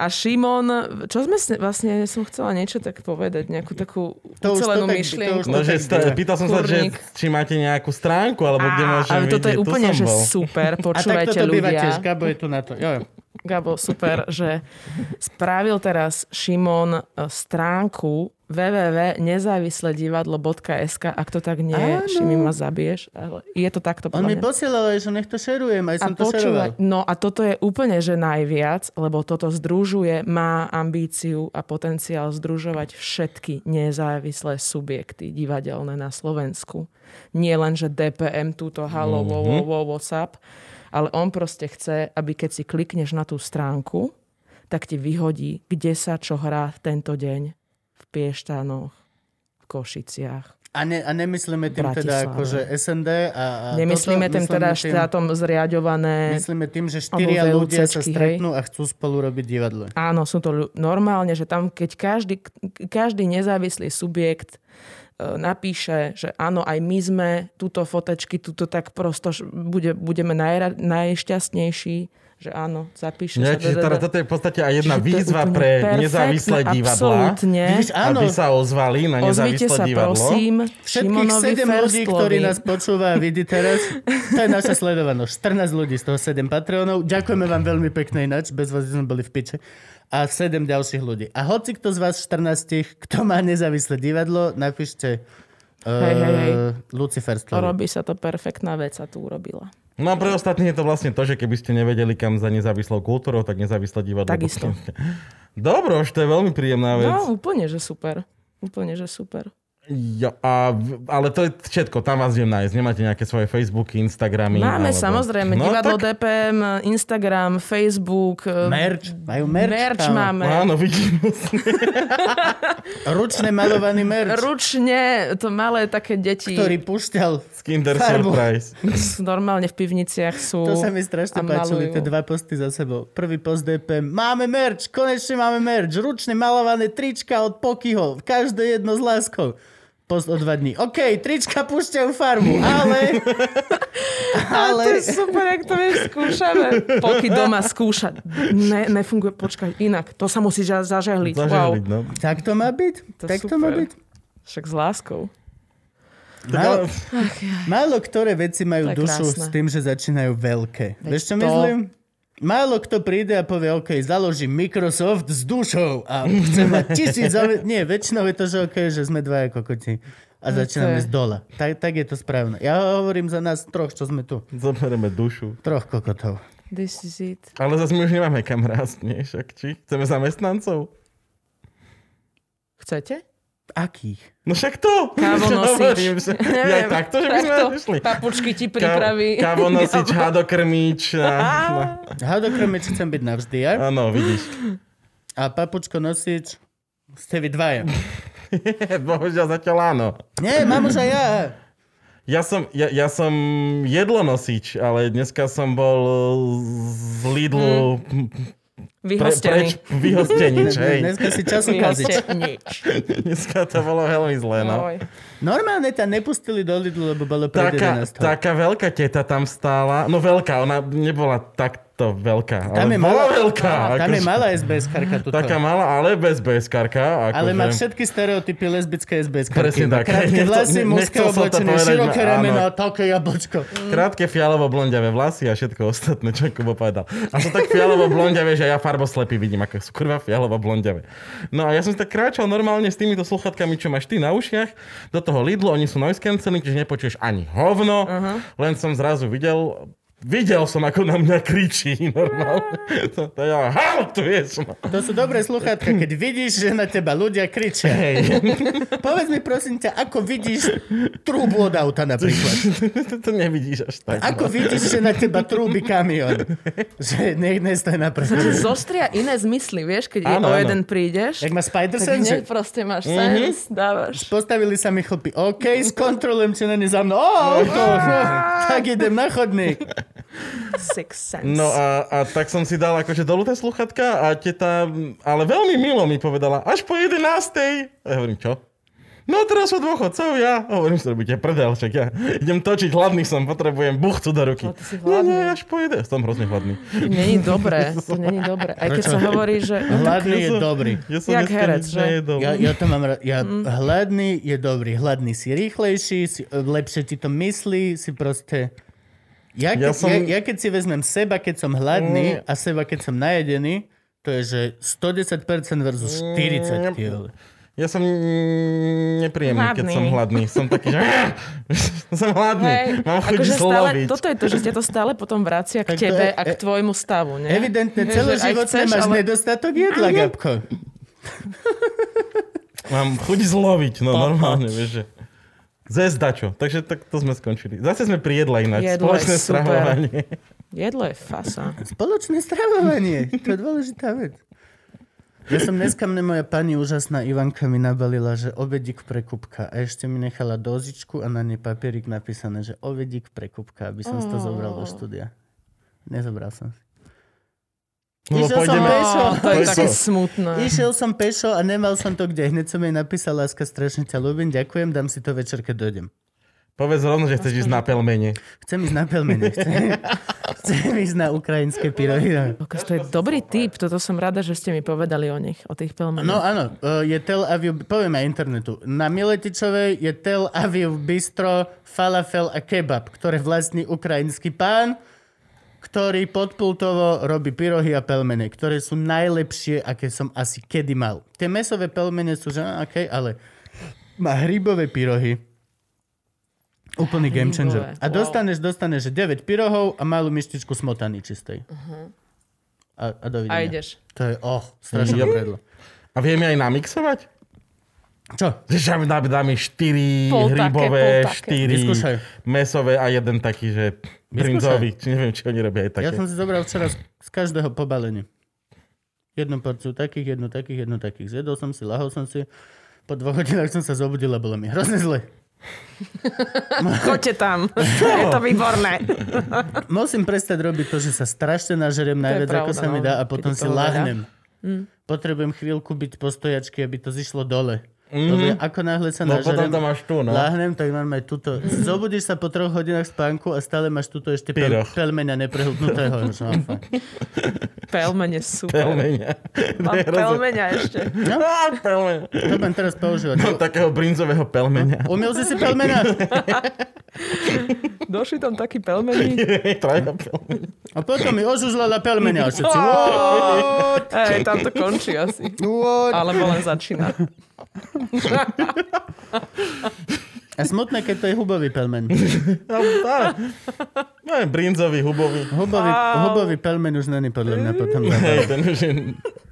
S4: a Šimon, čo sme s- vlastne, som chcela niečo tak povedať, nejakú takú
S2: To už to
S4: ucelenú
S2: tak- to
S4: myšlienku.
S2: už
S1: No, že sta- pýtal som sa, že
S4: Kurník.
S1: či máte nejakú stránku, alebo kde
S4: Á,
S1: môžem
S4: ale toto
S1: vidieť.
S4: je
S1: Tu
S4: úplne
S1: som
S4: že
S1: bol.
S4: super,
S2: A takto
S4: počúvajte
S2: to býva
S4: ľudia.
S2: tiež, Gabo je tu na to. Jo, jo.
S4: Gabo, super, že spravil teraz Šimon e, stránku www.nezávisledivadlo.sk Ak to tak nie je,
S2: Áno.
S4: Šimi ma zabiješ. Ale je to takto
S2: On mi
S4: podľa mňa.
S2: posielal aj, že nech to šerujem, aj som to šeroval.
S4: no a toto je úplne, že najviac, lebo toto združuje, má ambíciu a potenciál združovať všetky nezávislé subjekty divadelné na Slovensku. Nie len, že DPM túto halo, mm-hmm.
S2: Mhm.
S4: wo, wo, WhatsApp, ale on proste chce, aby keď si klikneš na tú stránku, tak ti vyhodí, kde sa čo hrá v tento deň v Piešťanoch, v Košiciach,
S2: A, ne, a nemyslíme tým
S4: Bratislava.
S2: teda akože SND a, a
S4: Nemyslíme
S2: toto,
S4: tým
S2: myslíme
S4: teda
S2: tým-
S4: štátom zriadované...
S2: Myslíme tým, že štyria
S4: Alebo
S2: ľudia
S4: VUCčky,
S2: sa
S4: hej?
S2: stretnú a chcú spolu robiť divadlo.
S4: Áno, sú to ľu- normálne, že tam, keď každý, k- každý nezávislý subjekt e, napíše, že áno, aj my sme túto fotečky, túto tak prosto š- bude, budeme najra, najšťastnejší, že áno, zapíše
S1: Nie,
S4: sa.
S1: čiže
S4: da, da,
S1: teda
S4: da.
S1: toto je v podstate aj jedna
S4: Čiže to je
S1: výzva
S4: úplne
S1: pre
S4: perfektné,
S1: nezávislé divadla.
S4: Absolútne.
S2: Vidíš, áno,
S1: Aby sa ozvali na
S4: Ozvite
S1: nezávislé
S4: sa
S1: divadlo.
S4: prosím
S2: všetkých
S4: Šimonovi
S2: 7 ľudí,
S4: Ferstlovi.
S2: ktorí nás počúva a vidí teraz, to je naša sledovanosť. 14 ľudí, z toho 7 patronov. Ďakujeme vám veľmi pekne ináč, bez vás sme boli v piče. A 7 ďalších ľudí. A hoci kto z vás 14, kto má nezávislé divadlo, napíšte
S4: Hej, hej, hej.
S2: uh, Lucifer
S4: Robí sa to perfektná vec sa tu urobila.
S1: No a pre ostatných je to vlastne to, že keby ste nevedeli kam za nezávislou kultúrou, tak nezávislé divadlo.
S4: Takisto.
S1: Dobro, už to je veľmi príjemná vec.
S4: No úplne, že super. Úplne, že super.
S1: Jo, a, v- ale to je všetko, tam vás idem nájsť. Nemáte nejaké svoje Facebooky, Instagramy?
S4: Máme
S1: alebo...
S4: samozrejme
S1: No,
S4: divadlo
S1: tak-
S4: DPM, Instagram, Facebook. e,
S2: Merch, majú merch.
S4: Merch
S2: tam.
S4: máme.
S1: No, Áno, vidím. *laughs*
S2: Ručne malovaný merch,
S4: Ručne to malé také deti
S2: ktorý pušťal.
S1: Kinder
S2: Farbu.
S1: Surprise.
S4: sú normálne v pivniciach sú.
S2: To sa mi strašne
S4: a
S2: páčili,
S4: malujú.
S2: tie dva posty za sebou. Prvý post DPM. Máme merch, konečne máme merch. Ručne malované trička od Pokyho. Každé jedno s láskou. Post o dva dní. OK, trička púšťajú farbu,
S4: *laughs*
S2: ale... ale...
S4: To je super, ak to vieš, skúšame. Poky doma skúša. Ne, nefunguje, počkaj, inak. To sa musí ža- zažehliť. Wow.
S1: Zažehliť, no.
S2: Tak to má byť?
S4: To
S2: tak to má
S4: super.
S2: byť?
S4: Však s láskou.
S1: Tak,
S2: Málo,
S1: ale-
S2: málo ktoré veci majú
S4: To je
S2: dušu
S4: krásne.
S2: s tým, že začínajú veľké.
S4: Veď
S2: Vieš, čo
S4: to-
S2: myslím? Málo kto príde a povie, OK, založím Microsoft s dušou a chcem mať tisíc...
S4: *laughs*
S2: zauj- Nie, väčšinou je to, že OK, že sme dvaja kokoti a
S4: No, to
S2: začíname
S4: je-
S2: z dola. Tak, tak je to správne. Ja hovorím za nás troch, čo sme tu.
S1: Zoberieme dušu.
S2: Troch kokotov.
S4: This is it.
S1: Ale zase my už nemáme kam rásť, nie? Však či? Chceme zamestnancov?
S4: Chcete?
S2: Akých?
S1: No však to! *laughs*
S4: Kávo
S1: Čo
S4: nosič.
S1: hovorím,
S4: *laughs*
S1: že- Ja
S4: Neviem,
S1: takto, že by sme
S4: takto
S1: išli.
S4: Papučky ti pripraví. *laughs*
S1: Kávo nosič, hadokrmič. a- no.
S2: Hadokrmič chcem byť navždy, ja?
S1: Áno, vidíš. *laughs*
S2: A papučko nosič ste vy dvaja.
S1: Bohužiaľ zatiaľ áno.
S2: Nie, mám už aj ja.
S1: Ja som, ja, ja som jedlo nosič, ale dneska som bol e, z Lidlu pre, preč
S4: Vyhostený.
S2: *laughs*
S1: vyhostenič, hej.
S2: Dneska si časom kazíš.
S4: Vyhostenič.
S1: Dneska to bolo veľmi zlé, no.
S4: Ahoj.
S2: Normálne ťa nepustili do Lidlu, lebo bolo pred
S1: Taká,
S2: 11.
S1: taká veľká teta tam stála. No veľká, ona nebola takto veľká.
S2: Tam
S1: ale
S2: je
S1: bola
S2: malá,
S1: veľká.
S2: tam
S1: akože.
S2: je malá SBS-karka tuto.
S1: Taká malá, ale bez akože. BSK.
S2: ale má všetky stereotypy lesbické SBS-karky.
S1: Presne
S2: Má
S1: tak.
S2: Krátke
S1: *laughs* Nechcel-
S2: vlasy,
S1: ne-
S2: mužské
S1: nechcel som to
S2: oblečenie,
S1: povedať, no,
S2: široké
S1: áno.
S2: ramena, také jablčko.
S1: Krátke fialovo-blondiavé vlasy a všetko ostatné, čo Kubo povedal. A sú tak fialovo-blondiavé, že ja farboslepý vidím, ako sú kurva fialovo-blondiavé. No a ja som si tak kráčal normálne s týmito sluchatkami, čo máš ty na ušiach, do toho Lidlu, oni sú noise cancelling, čiže nepočuješ ani hovno, uh-huh. len som zrazu videl Videl som, ako na mňa kričí normálne. To, to ja, hal, tu je. No.
S2: To sú dobré sluchátka, keď vidíš, že na teba
S1: *laughs*
S2: ľudia kričia.
S1: Hej,
S2: Povedz mi prosím ťa, ako vidíš trúbu od auta napríklad?
S1: to nevidíš až tak.
S2: Ako vidíš, že na teba trúbi kamión? Že nech nestane na prste.
S4: Zostria iné zmysly, vieš, keď
S1: Áno,
S4: áno, o
S1: áno.
S4: jeden prídeš.
S2: Jak má spider
S4: Tak
S2: sense?
S4: hneď proste máš sens, dávaš.
S2: Postavili sa mi chlpi. OK, skontrolujem, či není za mnou. Ó, auto! Tak idem na chodník.
S4: Six sense.
S1: No a, a tak som si dal akože dolu tie sluchatka a teta, mm, ale veľmi milo mi povedala, až po 11. A ja hovorím, čo? No teraz sú dôchodcov, ja. A Hovorím, si robíte prdel, však ja idem točiť, hladný som, potrebujem buchcu do ruky.
S4: No, ty si
S1: nie, nie,
S4: hladný.
S1: až po 11. Som hrozne hladný.
S4: To není dobré, to není dobré. Aj keď sa hovorí, že... No
S1: No
S2: Hladný
S1: Ja
S2: je
S1: som-
S2: dobrý.
S1: Ja som
S4: Jak
S1: dneska
S4: herec,
S1: nič
S4: že?
S1: nejedol.
S2: Ja, ja to mám rád. Ja,
S4: Mm.
S2: Hladný e, je dobrý. Hladný si rýchlejší, si, lepšie ti to myslí, si proste... Ja,
S1: Ja
S2: keď, ja,
S1: som-
S2: ja, ja keď si vezmem seba, keď som hladný a seba, keď som najedený, to je, že 110% versus 40. ty vole.
S1: Ja som mm, nepríjemný, keď
S4: Hladný.
S1: som hladný. Som taký, že *laughs* som hladný.
S4: Hej,
S1: Mám chuť
S4: akože stále,
S1: sloviť.
S4: toto je to, že ťa to stále potom vracia k
S2: Tak to
S4: tebe
S2: je-
S4: a k tvojmu stavu, ne?
S2: Evidentne
S4: Mm. Že aj
S2: celoživotne
S4: chceš,
S2: máš
S4: ale-
S2: nedostatok jedla, Gabko.
S1: Mám chuť zloviť, no normálne, vieš, že... Zes dačo. Takže tak to sme skončili. Zase sme pri jedle ináč.
S4: Jedlo je
S1: Spoločné
S4: super.
S1: stravovanie.
S4: Jedlo je fasa.
S2: Spoločné stravovanie, to je dôležitá vec. Ja som dneska, mne moja pani úžasná Ivanka mi nabalila, že ovedík pre kubka. A ešte mi nechala dozičku a na nej papierik napísané, že ovedík pre kubka, aby som si to zobral do štúdia. Nezobral som si.
S1: No,
S2: Išiel som
S1: pôjdeme-
S2: pešo.
S4: Ó, to je
S1: Pešo.
S4: také smutné.
S2: Išiel som pešo a nemal som to kde. Hneď som jej napísal, láska, strašne ťa ľúbim, ďakujem, dám si to večer, keď dojdem.
S1: Povedz rovno, že chceš ísť na pelmene.
S2: Chcem ísť na pelmene, chcem, chcem ísť na ukrajinské pyrohy.
S4: Lukáš, to je dobrý tip, toto som rada, že ste mi povedali o nich, o tých
S2: No
S4: pelmenoch.
S2: áno, e, je Tel Aviv, poviem aj internetu, na Miletičovej je Tel Aviv bistro, falafel a kebab, ktoré vlastní ukrajinský pán, ktorý podpultovo robí pyrohy a pelmene, ktoré sú najlepšie, aké som asi kedy mal. Tie mesové pelmene sú, že no, okay, ale má hrybové pyrohy. Úplný game changer.
S4: Hrybové,
S2: A dostaneš, dostaneš 9 pyrohov a malú myštičku smotany čistej. A, a
S4: Mhm.
S2: dovidenia.
S4: A ideš.
S2: To je, oh, strašne
S1: Yep.
S2: yep.
S1: A vieme aj namixovať?
S2: Čo?
S1: Že tam dá- dáme 4
S4: Pol také,
S1: hrybové,
S4: pol také.
S1: 4
S2: Vyskúšaj.
S1: mesové a jeden taký, že brinzový. Či neviem, či oni robia aj také. No,
S2: Ja som si zobral včera z, z každého pobalenie. Jednu porciu takých, jednu takých, jednu takých. Zjedol som si, lahol som si. Po dvoch hodinách som sa zobudil a bolo mi hrozne zle.
S4: Choďte tam, *laughs* je to výborné.
S2: Musím prestať robiť to, že sa strašne nažeriem najviac, ako
S4: pravda,
S2: sa mi
S4: no.
S2: dá a potom
S4: Keď Mm. je
S2: si
S4: toho veľa.
S2: lahnem. Potrebujem chvíľku byť po stojačky, aby to zišlo dole. Lebo ja ako náhle sa
S1: Mhm. No potom
S2: nažerem,
S1: to máš tu, no.
S2: lahnem, tak normálne tuto.
S4: Mhm.
S2: Zobudíš sa po troch hodinách spánku a stále máš tuto ešte pel-
S1: Pyroch.
S2: pelmenia neprehltnutého. No, fakt.
S4: Pelmene sú.
S1: Pelmenia. To
S4: Mám
S1: je rozdiel.
S4: pelmenia ešte.
S2: No.
S1: *laughs* Á, pelmenia.
S2: to budem teraz používať.
S1: Od Ah, No, takého brinzového pelmenia. *laughs*
S2: Umiel si si pelmena?
S4: Došli tam takí
S1: *laughs*
S4: pelmeni.
S1: Traja pelmenia.
S2: A potom mi ožužlala pelmenia a všetci.
S1: No.
S4: Hej, tam to končí asi. Alebo len začína.
S2: A smutné, keď to je hubový pelmen.
S1: No, tá. No, je brinzový, hubový.
S2: Hubový, hubový pelmen už není podľa mňa potom. zábava.
S1: Hej, ten už je...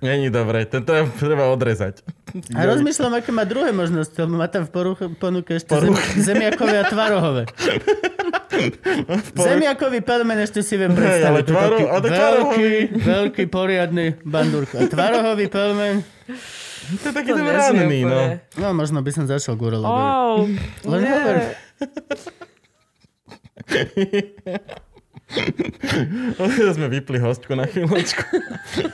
S1: Není dobré, ten treba, treba odrezať.
S2: A rozmýšľam, aké má druhé možnosti. lebo Má tam v poruch, ponuke ešte zem, zemiakové a
S1: *laughs*
S2: tvarohové. Zemiakový pelmen ešte si viem predstaviť.
S1: ale
S2: To je
S1: tvaro-
S2: taký
S1: ale
S2: veľký,
S1: tvarohový.
S2: veľký, poriadny bandurk. A tvarohový pelmen,
S1: To je taký ten ranný, no.
S2: no možno by som začal k urologovi.
S4: Oh,
S2: Len hovor.
S1: *laughs* Sme vypli hostku na chvíľočku.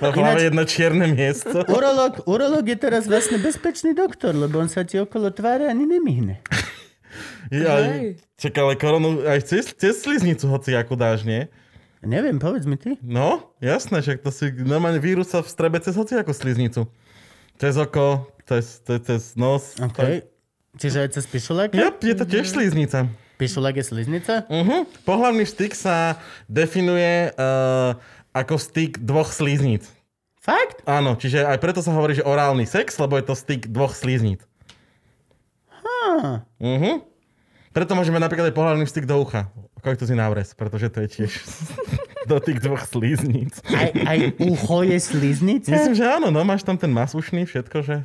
S1: Má v hlave
S2: Ináč-
S1: jedno čierne miesto.
S2: Urológ, urológ je teraz vlastne bezpečný doktor, lebo on sa ti okolo tváre ani nemihne.
S1: Je, ale, čak, ale koronu aj cez, cez sliznicu hoci ako dáš, nie?
S2: Neviem, povedz mi ty.
S1: No, jasné, však to si normálne vírus sa vstrebe cez hoci ako sliznicu. Cez oko, cez, cez, cez nos.
S2: OK. Čiže aj cez pišulák?
S1: Yep, je to tiež sliznica.
S2: Pišulák je sliznica?
S1: Uh-huh. Pohlavný styk sa definuje uh, ako styk dvoch slíznic.
S2: Fakt?
S1: Áno, čiže aj preto sa hovorí, že orálny sex, lebo je to styk dvoch slíznic.
S2: Á,
S1: Uh-huh. Preto môžeme napríklad aj pohľadný styk do ucha. Koľko to si návres, pretože to je tiež *laughs* dotyk dvoch slíznic.
S2: Aj, aj ucho je sliznica?
S1: Myslím, že áno, no máš tam ten masušný, všetko, že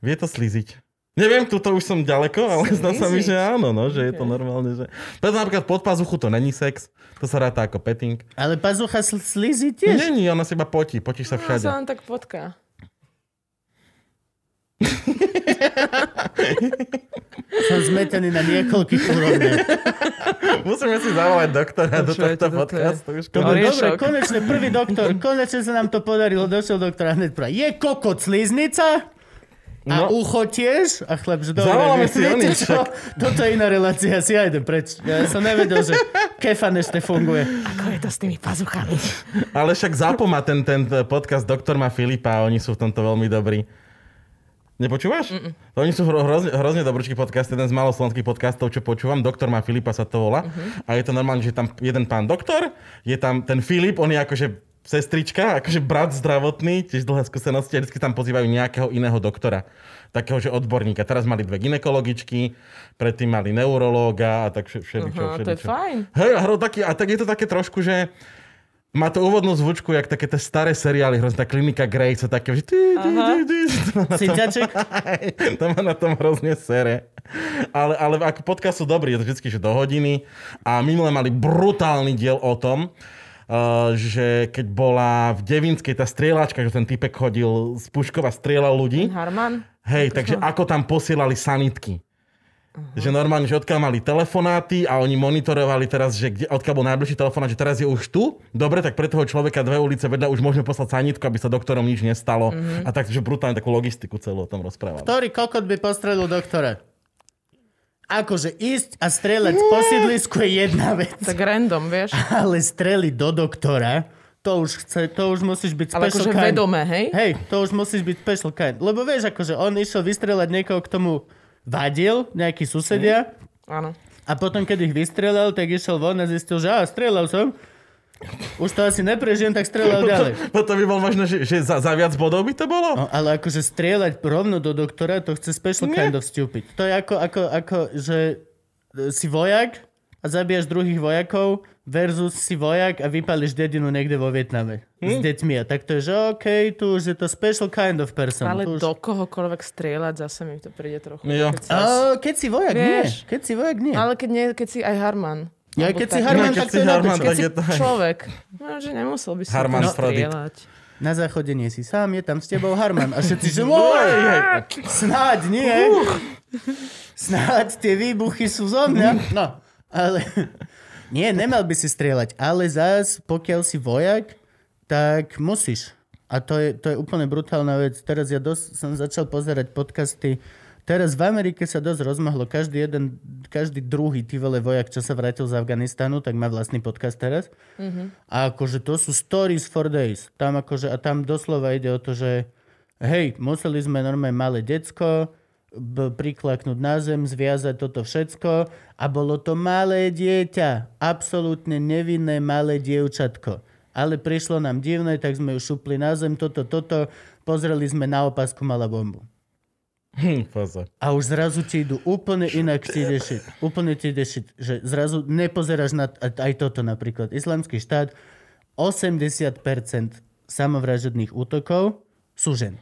S1: vie to slíziť. Neviem, tuto už som ďaleko, ale zdá sa mi, že áno, no, že je to normálne. Že... Preto napríklad pod pazuchu to není sex, to sa ráta ako petting.
S2: Ale pazucha sl- slizí tiež?
S1: Není, ona si iba potí, potíš sa
S4: No, sa
S1: všade.
S4: len tak potká.
S2: Som zmetený na niekoľkých úrovniach.
S1: Musíme si zavolať doktora do
S4: Čo je
S1: tohto
S4: to, toto je?
S1: podcastu. už
S2: No,
S1: konečne.
S2: dobre,
S4: Oriešok.
S2: konečne prvý doktor, konečne sa nám to podarilo, došiel doktor a hneď prvá. Je kokot sliznica? A
S1: No.
S2: ucho tiež? A chlap, že dobre,
S1: Zavoláme
S2: viete
S1: si oni,
S2: čo? Toto je iná relácia, si ja idem preč. Ja som nevedel, že kefan ešte funguje.
S1: *laughs*
S4: Ako je to s tými pazuchami?
S1: Ale však Zapo má ten, ten podcast Doktor má Filipa a oni sú v tomto veľmi dobrí. Nepočúvaš? Mm-mm. Oni sú hro, hrozne, hrozne dobrúčky podcast, jeden z maloslovenských podcastov, čo počúvam. Doktor má Filipa, sa to volá.
S4: Mhm.
S1: Mm-hmm. A je to normálne, že tam jeden pán doktor, je tam ten Filip, on je akože sestrička, akože brat zdravotný, tiež dlhé skúsenosti a vždy tam pozývajú nejakého iného doktora. Takého, že odborníka. Teraz mali dve ginekologičky, predtým mali neurológa a tak vše- všeličo.
S4: Aha, to je
S1: všeličo.
S4: fajn.
S1: Hej, a hro, taký, a tak je to také trošku, že má to úvodnú zvučku, jak také tie staré seriály, hrozná klinika Grey, sa také, že ty, ty, ty, ty, to má na tom-
S2: Cinťaček?
S1: to má na tom hrozne sere. Ale, ale ako podcast sú dobrý, je to vždy, že do hodiny. A minule mali brutálny diel o tom, eh, že keď bola v Devinskej tá strieľačka, že ten typek chodil z puškova strieľal ľudí,
S4: Harman.
S1: Hej, takže ako tam posielali sanitky. Uh-huh. Že normálne, že odkiaľ mali telefonáty a oni monitorovali teraz, že kde, odkiaľ bol najbližší telefonát, že teraz je už tu. Dobre, tak pre toho človeka dve ulice vedľa už môžeme poslať sanitku, aby sa doktorom nič nestalo. Uh-huh. A takže brutálne takú logistiku celú o tom rozprávali.
S2: Ktorý kokot by postrelil doktora? Akože ísť a strieľať po sídlisku je jedna vec,
S4: Tak random, vieš.
S2: ale streliť do doktora, to už, chce, to už musíš byť
S4: Ale
S2: special
S4: akože
S2: kind.
S4: vedome, hej?
S2: Hej, to už musíš byť special kind. Lebo vieš, akože on išiel vystrelať niekoho, k tomu vadil, nejakí susedia,
S4: Áno.
S2: a potom, keď ich vystrelal, tak išiel von a zistil, že á, strelal som. Už to asi neprežijem, tak strelal ďalej.
S1: Potom by bol možno, že, že za, za viac bodov by to bolo?
S2: No, ale akože strieľať rovno do doktora, to chce special
S1: Nie.
S2: kind of stupid. To je ako, ako, ako že e, si vojak a zabíjaš druhých vojakov versus si vojak a vypališ dedinu niekde vo Vietname
S4: Hm.
S2: s deťmi. A tak to je, že OK, tu už je to special kind of person.
S4: Ale
S2: tu už...
S4: do kohokoľvek strieľať, zase mi to príde trochu.
S1: Jo.
S4: Keď sa-
S2: A, keď si vojak,
S4: Vieš.
S2: nie. Keď si vojak, nie.
S4: Ale keď, nie, keď si aj Harman.
S2: Ja,
S4: Alebo
S2: keď si
S4: tak-
S2: Harman,
S1: keď
S2: tak
S1: si
S2: to je
S1: Harman,
S2: Harman,
S1: tak
S4: Keď si
S1: je to aj.
S4: človek. No, že nemusel by si
S1: Harman
S4: tam
S1: Frodit.
S4: strieľať.
S2: Na záchode nie si sám, je tam s tebou Harman. A všetci,
S4: *laughs*
S2: že môj, snáď nie. Snáď tie výbuchy sú zo mňa. No, ale... Nie, nemal by si strieľať, ale zás, pokiaľ si vojak, tak musíš. A to je, to je úplne brutálna vec. Teraz ja dosť, som začal pozerať podcasty. Teraz v Amerike sa dosť rozmahlo. Každý jeden, každý druhý ty vole vojak, čo sa vrátil z Afganistanu, tak má vlastný podcast teraz. A akože to sú stories for days. Tam akože, a tam doslova ide o to, že hej, museli sme normálne malé decko b- priklaknúť na zem, zviazať toto všetko a bolo to malé dieťa, absolútne nevinné malé dievčatko. Ale prišlo nám divné, tak sme ju šupli na zem, toto, toto, pozreli sme na opasku, mala bombu.
S1: Hm, pozor.
S2: A už zrazu ti idú úplne inak ti ide shit. Úplne ti ide shit, že zrazu nepozeráš na a- aj toto napríklad. Islamský štát, 80% samovražedných útokov sú ženy.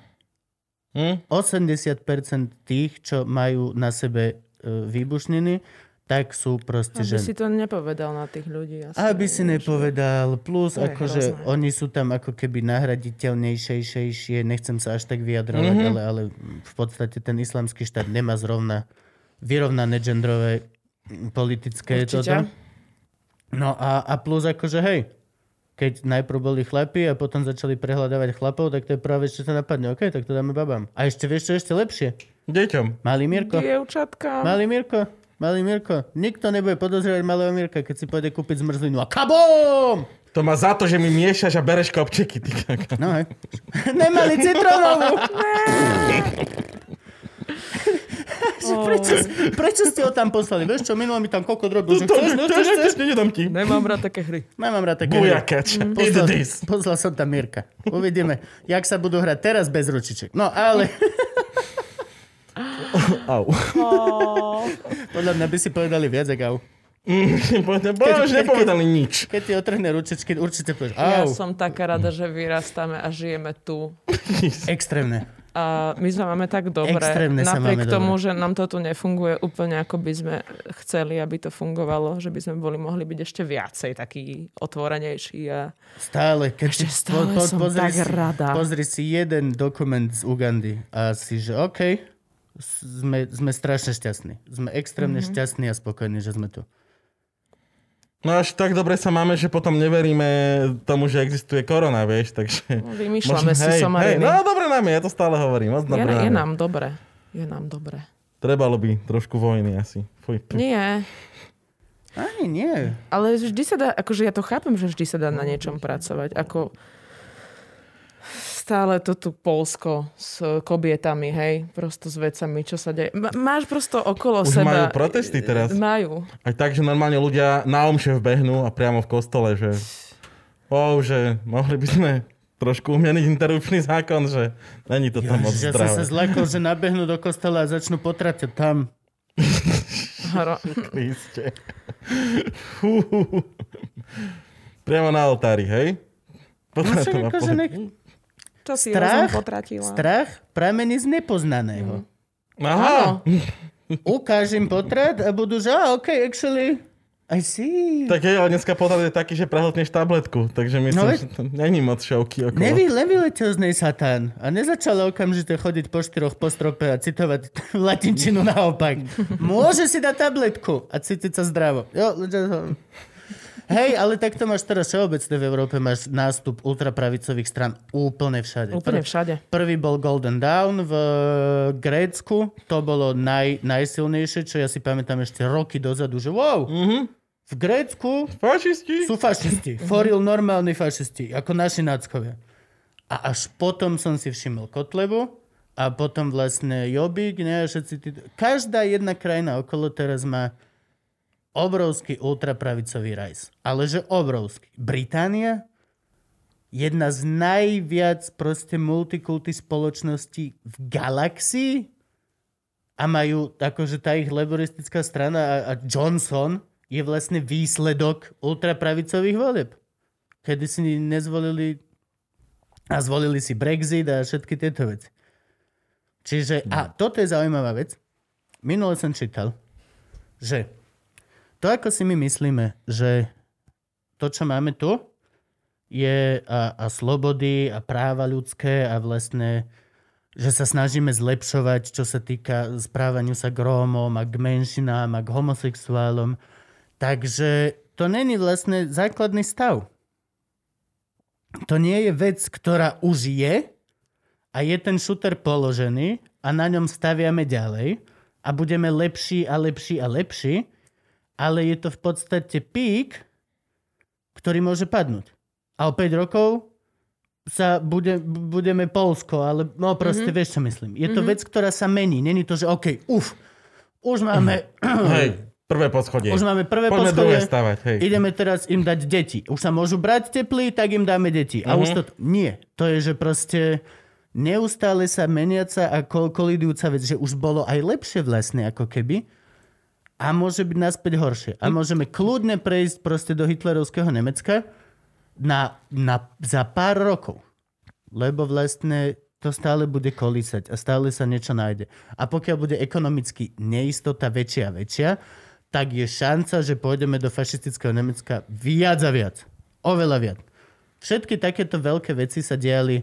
S1: Hm?
S2: 80% tých, čo majú na sebe e, výbušniny, tak sú proste
S4: Aby
S2: ženy.
S4: si to nepovedal na tých ľudí. Asi,
S2: Aby si
S4: vieš.
S2: nepovedal, plus
S4: To je
S2: akože
S4: hrozné.
S2: oni sú tam ako keby nahraditeľnejšejšie, nechcem sa až tak vyjadrovať,
S4: Mhm.
S2: mm-hmm. ale, ale v podstate ten islamský štát nemá zrovna vyrovnané genderové mm, politické
S4: Určite.
S2: toto. No a, a plus akože hej, keď najprv boli chlapi a potom začali prehľadávať chlapov, tak to je práve, čo sa napadne. OK, tak to dáme babám. A ešte vieš, čo je ešte lepšie?
S1: Deťom.
S2: Malý Mirko.
S4: Dievčatka.
S2: Malý Mirko, malý Mirko. Nikto nebude podozrievať malého Mirka, keď si pôjde kúpiť zmrzlinu. A kabom!
S1: To má za to, že mi miešaš a bereš kopčeky. Ty kaka.
S2: No *laughs* hej. Nemali citrónovú. Že prečo, prečo ste ho tam poslali? Vieš čo, minulo mi tam koľko drobil, že
S1: to, to,
S2: chceš,
S1: to, to,
S2: nechceš, chceš?
S1: to, nedám ti.
S4: Nemám rád také hry.
S2: Nemám rád také. hry.
S1: Bujakač. Eat
S2: Poslal,
S1: this.
S2: poslal som tam Mirka. Uvidíme, jak sa budú hrať teraz bez ručiček. No *laughs* ale
S1: Au.
S2: podľa mňa by si povedali viac, ak au.
S1: *laughs* Povedal, bože,
S2: keď-
S1: nepovedali nič.
S2: Keď ti otrhne ručičky, určite povieš
S4: Ja
S2: au.
S4: som taká rada, že vyrastáme a žijeme tu.
S2: Extrémne.
S4: A my sa máme tak dobre.
S2: Extrémne sa
S4: napriek
S2: máme
S4: tomu, že nám to tu nefunguje úplne ako by sme chceli, aby to fungovalo, že by sme boli mohli byť ešte viacej takí otvorenejší a
S2: Stále, keď
S4: Ešte
S2: si-
S4: stále som tak
S2: si,
S4: rada.
S2: Pozri si jeden dokument z Ugandy a si, že OK, sme, sme strašne šťastní. Sme extrémne
S1: Mhm.
S2: mm-hmm. šťastní a spokojní, že sme tu.
S1: No až tak dobre sa máme, že potom neveríme tomu, že existuje korona, vieš, takže...
S4: vymýšľame si somariny.
S1: no dobre nám je, ja to stále hovorím, moc
S4: je,
S1: dobre
S4: je
S1: nám je.
S4: nám dobre. Je nám dobre.
S1: Trebalo by trošku vojny asi. Fuj.
S4: Nie,
S2: Ani nie.
S4: Ale vždy sa dá, akože ja to chápem, že vždy sa dá na niečom pracovať. Ako stále to tu Polsko s kobietami, hej, prosto s vecami, čo sa deje. Ma- máš prosto okolo
S1: Už
S4: seba...
S1: majú protesty teraz.
S4: Majú.
S1: Aj tak, že normálne ľudia na omše vbehnú a priamo v kostole, že... Wow, že mohli by sme trošku umieniť interrupčný zákon, že není to tam moc
S2: Že som sa
S1: zdravé.
S2: zlakol, že nabehnú do kostola a začnú potratať tam.
S4: Hro...
S1: Kriste. Fú. Priamo na oltári, hej?
S2: No
S1: Potom
S2: však akože nek...
S4: Čo si rozum
S2: Strach?
S4: potratila?
S2: Strach pramení z nepoznaného.
S1: Mhm. Aha,
S4: Áno.
S2: Ukážem potrat a budú, že ah, OK, actually, I see.
S1: tak hej, ale dneska potom je taký, že prehltneš tabletku, takže myslím,
S2: No
S1: no,
S2: veď-
S1: že tam není moc šovky okolo.
S2: Nevy, nevyletel z nej satán a nezačala okamžite chodiť po štyroch po strope a citovať *laughs* latinčinu naopak. Môže si dať tabletku a cítiť sa zdravo. Jo, ľudia to- Hej, ale takto máš teraz všeobecne v Európe, máš nástup ultrapravicových stran úplne všade.
S4: Úplne
S2: Pr-
S4: všade.
S2: Prvý bol Golden Dawn v e, Grécku. To bolo naj, najsilnejšie, čo ja si pamätám ešte roky dozadu, že wow,
S1: Mhm.
S2: v Grécku
S1: Fašisti?
S2: sú fašisti. Foril normálni fašisti, ako naši náckovia. A až potom som si všimol Kotlebu a potom vlastne Jobik, ne, a všetci tí... Každá jedna krajina okolo teraz má obrovský ultrapravicový rajs. Ale že obrovský. Británia, jedna z najviac proste multikulty spoločností v galaxii a majú akože tá ich laboristická strana a, a Johnson je vlastne výsledok ultrapravicových volieb. Kedy si nezvolili a zvolili si Brexit a všetky tieto veci. Čiže, a toto je zaujímavá vec. Minule som čítal, že to, ako si my myslíme, že to, čo máme tu, je a, a slobody a práva ľudské a vlastne že sa snažíme zlepšovať, čo sa týka správaniu sa k Rómom a k menšinám a k homosexuálom. Takže to není vlastne základný stav. To nie je vec, ktorá už je a je ten šuter položený a na ňom staviame ďalej a budeme lepší a lepší a lepší, ale je to v podstate pík, ktorý môže padnúť. A o 5 rokov sa bude, budeme Polsko, ale no proste mm-hmm. vieš, čo myslím. Je to mm-hmm. vec, ktorá sa mení. Není to, že OK, uf, už máme,
S1: Hej, prvé poschodie.
S2: už máme prvé
S1: Mhm. Poďme
S2: poschodie,
S1: druhé stavať, hej.
S2: ideme teraz im dať deti. Už sa môžu brať teplí, tak im dáme deti. A
S1: Mhm.
S2: už to... Nie. To je, že proste neustále sa meniaca a kol- kolidujúca vec, že už bolo aj lepšie vlastne ako keby a môže byť naspäť horšie. A môžeme kľudne prejsť proste do hitlerovského Nemecka na, na, za pár rokov. Lebo vlastne to stále bude kolísať a stále sa niečo nájde. A pokiaľ bude ekonomicky neistota väčšia a väčšia, tak je šanca, že pôjdeme do fašistického Nemecka viac a viac. Oveľa viac. Všetky takéto veľké veci sa diali,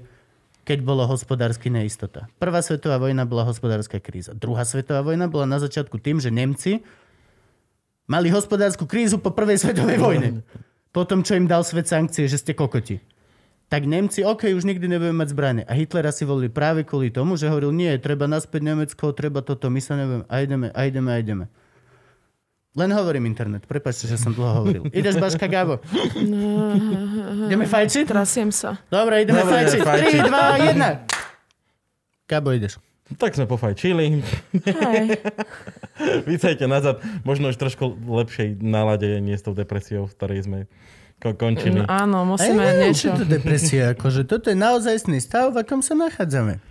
S2: keď bolo hospodársky neistota. Prvá svetová vojna bola hospodárska kríza. Druhá svetová vojna bola na začiatku tým, že Nemci mali hospodárskú krízu po prvej svetovej vojne. Po tom, čo im dal svet sankcie, že ste kokoti. Tak Nemci, OK, už nikdy nebudeme mať zbrane. A Hitlera si volili práve kvôli tomu, že hovoril, nie, treba naspäť Nemecko, treba toto, my sa nebudeme, a ideme, a ideme, a ideme. Len hovorím internet, prepačte, že som dlho
S1: *laughs*
S2: hovoril. Ideš, Baška, Gabo? ideme fajčiť?
S4: Trasiem sa.
S2: Dobre, ideme
S1: Dobre,
S2: fajčiť.
S1: fajčiť.
S2: 3, 2, 1. Gabo, ideš.
S1: Tak sme pofajčili. *laughs*
S4: Hej.
S1: Vítajte nazad. Možno už trošku lepšej nálade, nie s tou depresiou, v ktorej sme ko- končili.
S4: No, áno, musíme niečo.
S2: to depresia, akože toto je naozajstný stav, v akom sa nachádzame.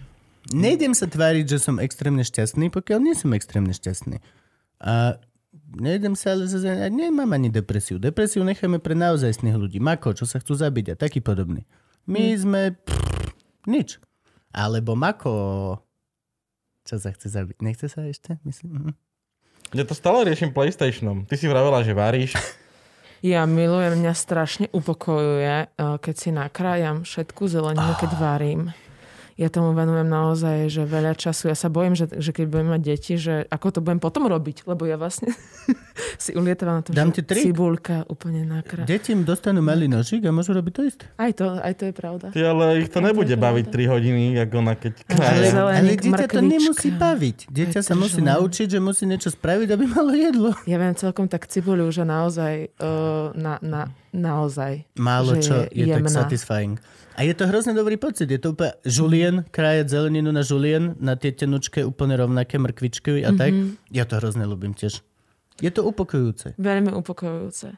S2: Nejdem sa tváriť, že som extrémne šťastný, pokiaľ nie som extrémne šťastný. A nejdem sa ale zase, a nemám ani depresiu. Depresiu necháme pre naozajstných ľudí. Mako, čo sa chcú zabiť a taký podobný. My sme pff, nič. Alebo Mako, čo sa chce zabiť. Nechce sa ešte? Myslím. mhm.
S1: Ja to stále riešim PlayStationom. Ty si vravela, že varíš.
S4: Ja milujem, mňa strašne upokojuje, eh, keď si nakrájam všetku zeleninu, keď
S2: Ah.
S4: varím. Ja tomu venujem naozaj, že veľa času. Ja sa bojím, že, že keď budem mať deti, že ako to budem potom robiť, lebo ja vlastne *laughs* si ulietala na tom,
S2: Dám
S4: že
S2: ti trik.
S4: cibulka úplne nakra.
S2: Deti im dostanú malý nožík a môžu robiť to isté.
S4: Aj to, aj to je pravda.
S1: Ty, ale ich to nebude baviť 3 hodiny, ako ona keď
S2: Ale,
S1: krája.
S2: ale
S4: Zeleník,
S2: dieťa to
S4: mrkvička.
S2: nemusí baviť. Dieťa sa
S4: Pretože-
S2: musí naučiť, že musí niečo spraviť, aby malo jedlo.
S4: Ja viem celkom tak cibuľu, že naozaj, uh, na, na, naozaj.
S2: Málo
S4: že
S2: čo je, tak
S4: jemná.
S2: satisfying. A je to hrozne dobrý pocit. Je to úplne žulien, krajať zeleninu na žulien, na tie tenučké úplne rovnaké mrkvičky a tak.
S4: Mhm.
S2: Ja to hrozne ľúbim tiež. Je to upokojujúce.
S4: Veľmi upokojujúce.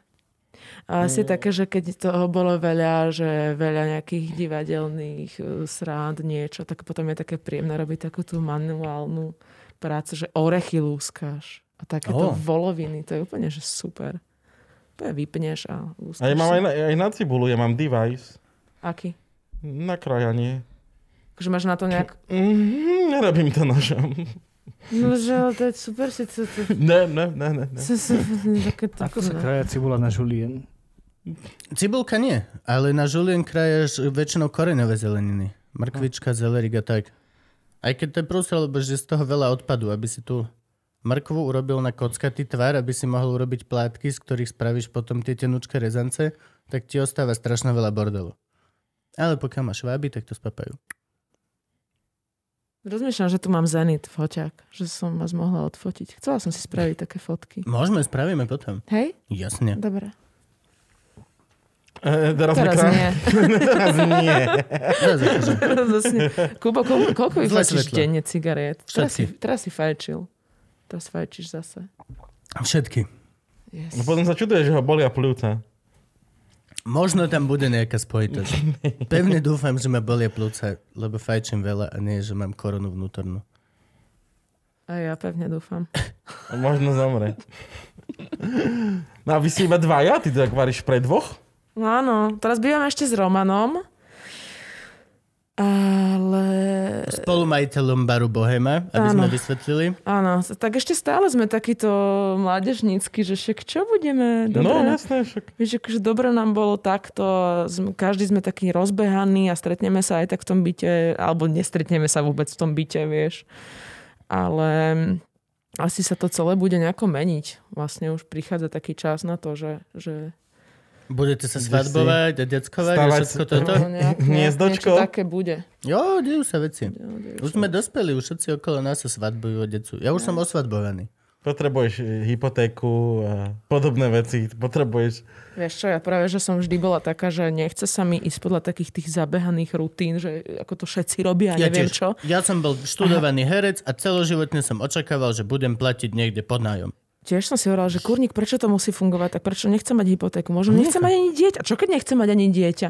S4: A
S1: Mm.
S4: asi také, že keď toho bolo veľa, že veľa nejakých divadelných eh, srád, niečo, tak potom je také príjemné robiť takú tú manuálnu prácu, že orechy lúskáš a takéto
S2: Ó.
S4: voloviny. To je úplne, že super. Úplne vypneš a
S1: A
S4: lúskáš.
S1: ja mám aj
S4: si.
S1: na, aj na cibulu, ja mám device.
S4: Aký?
S1: Na krajanie.
S4: Že máš na to
S1: *laughs*
S4: nejak...
S1: Mm, nerobím to nožom.
S4: No, že ale to je super, si to... to...
S1: Ne, ne, ne, ne. ne.
S4: Si, si, také to,
S3: Ako sa kraja cibula na žulien?
S2: Cibulka nie, ale na žulien krajaš väčšinou koreňové zeleniny. Mrkvička, zelerik a tak. Aj keď to je prúser, lebo že z toho veľa odpadu, aby si tú mrkvu urobil na kockatý tvar, aby si mohol urobiť plátky, z ktorých spravíš potom tie tenučké rezance, tak ti ostáva strašne veľa bordelu. Ale pokiaľ máš váby, tak to spapajú.
S4: Rozmýšľam, že tu mám Zenit foťák, že som vás mohla odfotiť. Chcela som si spraviť také fotky.
S2: Môžeme, spravíme potom.
S4: Hej?
S2: Jasne.
S4: Dobre.
S1: E, teraz mi
S4: Teraz
S1: krá...
S4: nie.
S1: teraz nie.
S2: Teraz akože.
S4: Teraz vlastne. Kubo, ko- koľko
S2: Zlé
S4: vyfajčíš
S2: svetlo.
S4: denne cigariet? Teraz si,
S2: Všetky.
S4: teraz si fajčil. Teraz fajčíš zase.
S2: Všetky.
S4: Yes.
S1: No potom sa čuduje, že ho bolia pľúca.
S2: Možno tam bude nejaká spojitosť. Pevne dúfam, že ma bolie plúca, lebo fajčím veľa a nie, že mám koronu vnútornú.
S4: A ja pevne dúfam.
S1: A Možno zomre. No a vy si iba dvaja? Ty tak varíš pre dvoch?
S4: No áno, teraz bývam ešte s Romanom. Ale...
S2: spolumajiteľom baru Bohema, aby
S4: Áno.
S2: sme vysvetlili.
S4: Áno, tak ešte stále sme takýto mládežnícky, že však čo budeme?
S1: no,
S4: Dobre,
S1: jasné, však.
S4: Vieš, akože dobre nám bolo takto, sme- každý sme taký rozbehaný a stretneme sa aj tak v tom byte, alebo nestretneme sa vôbec v tom byte, vieš. Ale asi sa to celé bude nejako meniť. Vlastne už prichádza taký čas na to, že... že
S2: Budete sa
S1: Ideš
S2: svadbovať a deckovať a
S1: Stávať
S2: všetko
S1: si-
S2: toto.
S4: No, nejak-
S1: Hniezdočko?
S4: niečo také bude.
S2: Jo, dejú sa veci.
S4: No, vieš.
S2: Už sme dospeli, už všetci okolo nás sa svadbujú a decu. Ja už som
S4: No.
S2: osvadbovaný.
S1: Potrebuješ e, hypotéku a podobné veci. Potrebuješ...
S4: Vieš čo, ja práve, že som vždy bola taká, že nechce sa mi ísť podľa takých tých zabehaných rutín, že ako to všetci robia,
S2: Ja,
S4: neviem
S2: tiež.
S4: čo.
S2: ja som bol študovaný herec a celoživotne som očakával, že budem platiť niekde pod nájom.
S4: Tiež som si hovorila, že kurník, prečo to musí fungovať, tak prečo nechcem mať hypotéku, môžem, nechcem mať ani dieťa. Čo keď nechcem mať ani dieťa?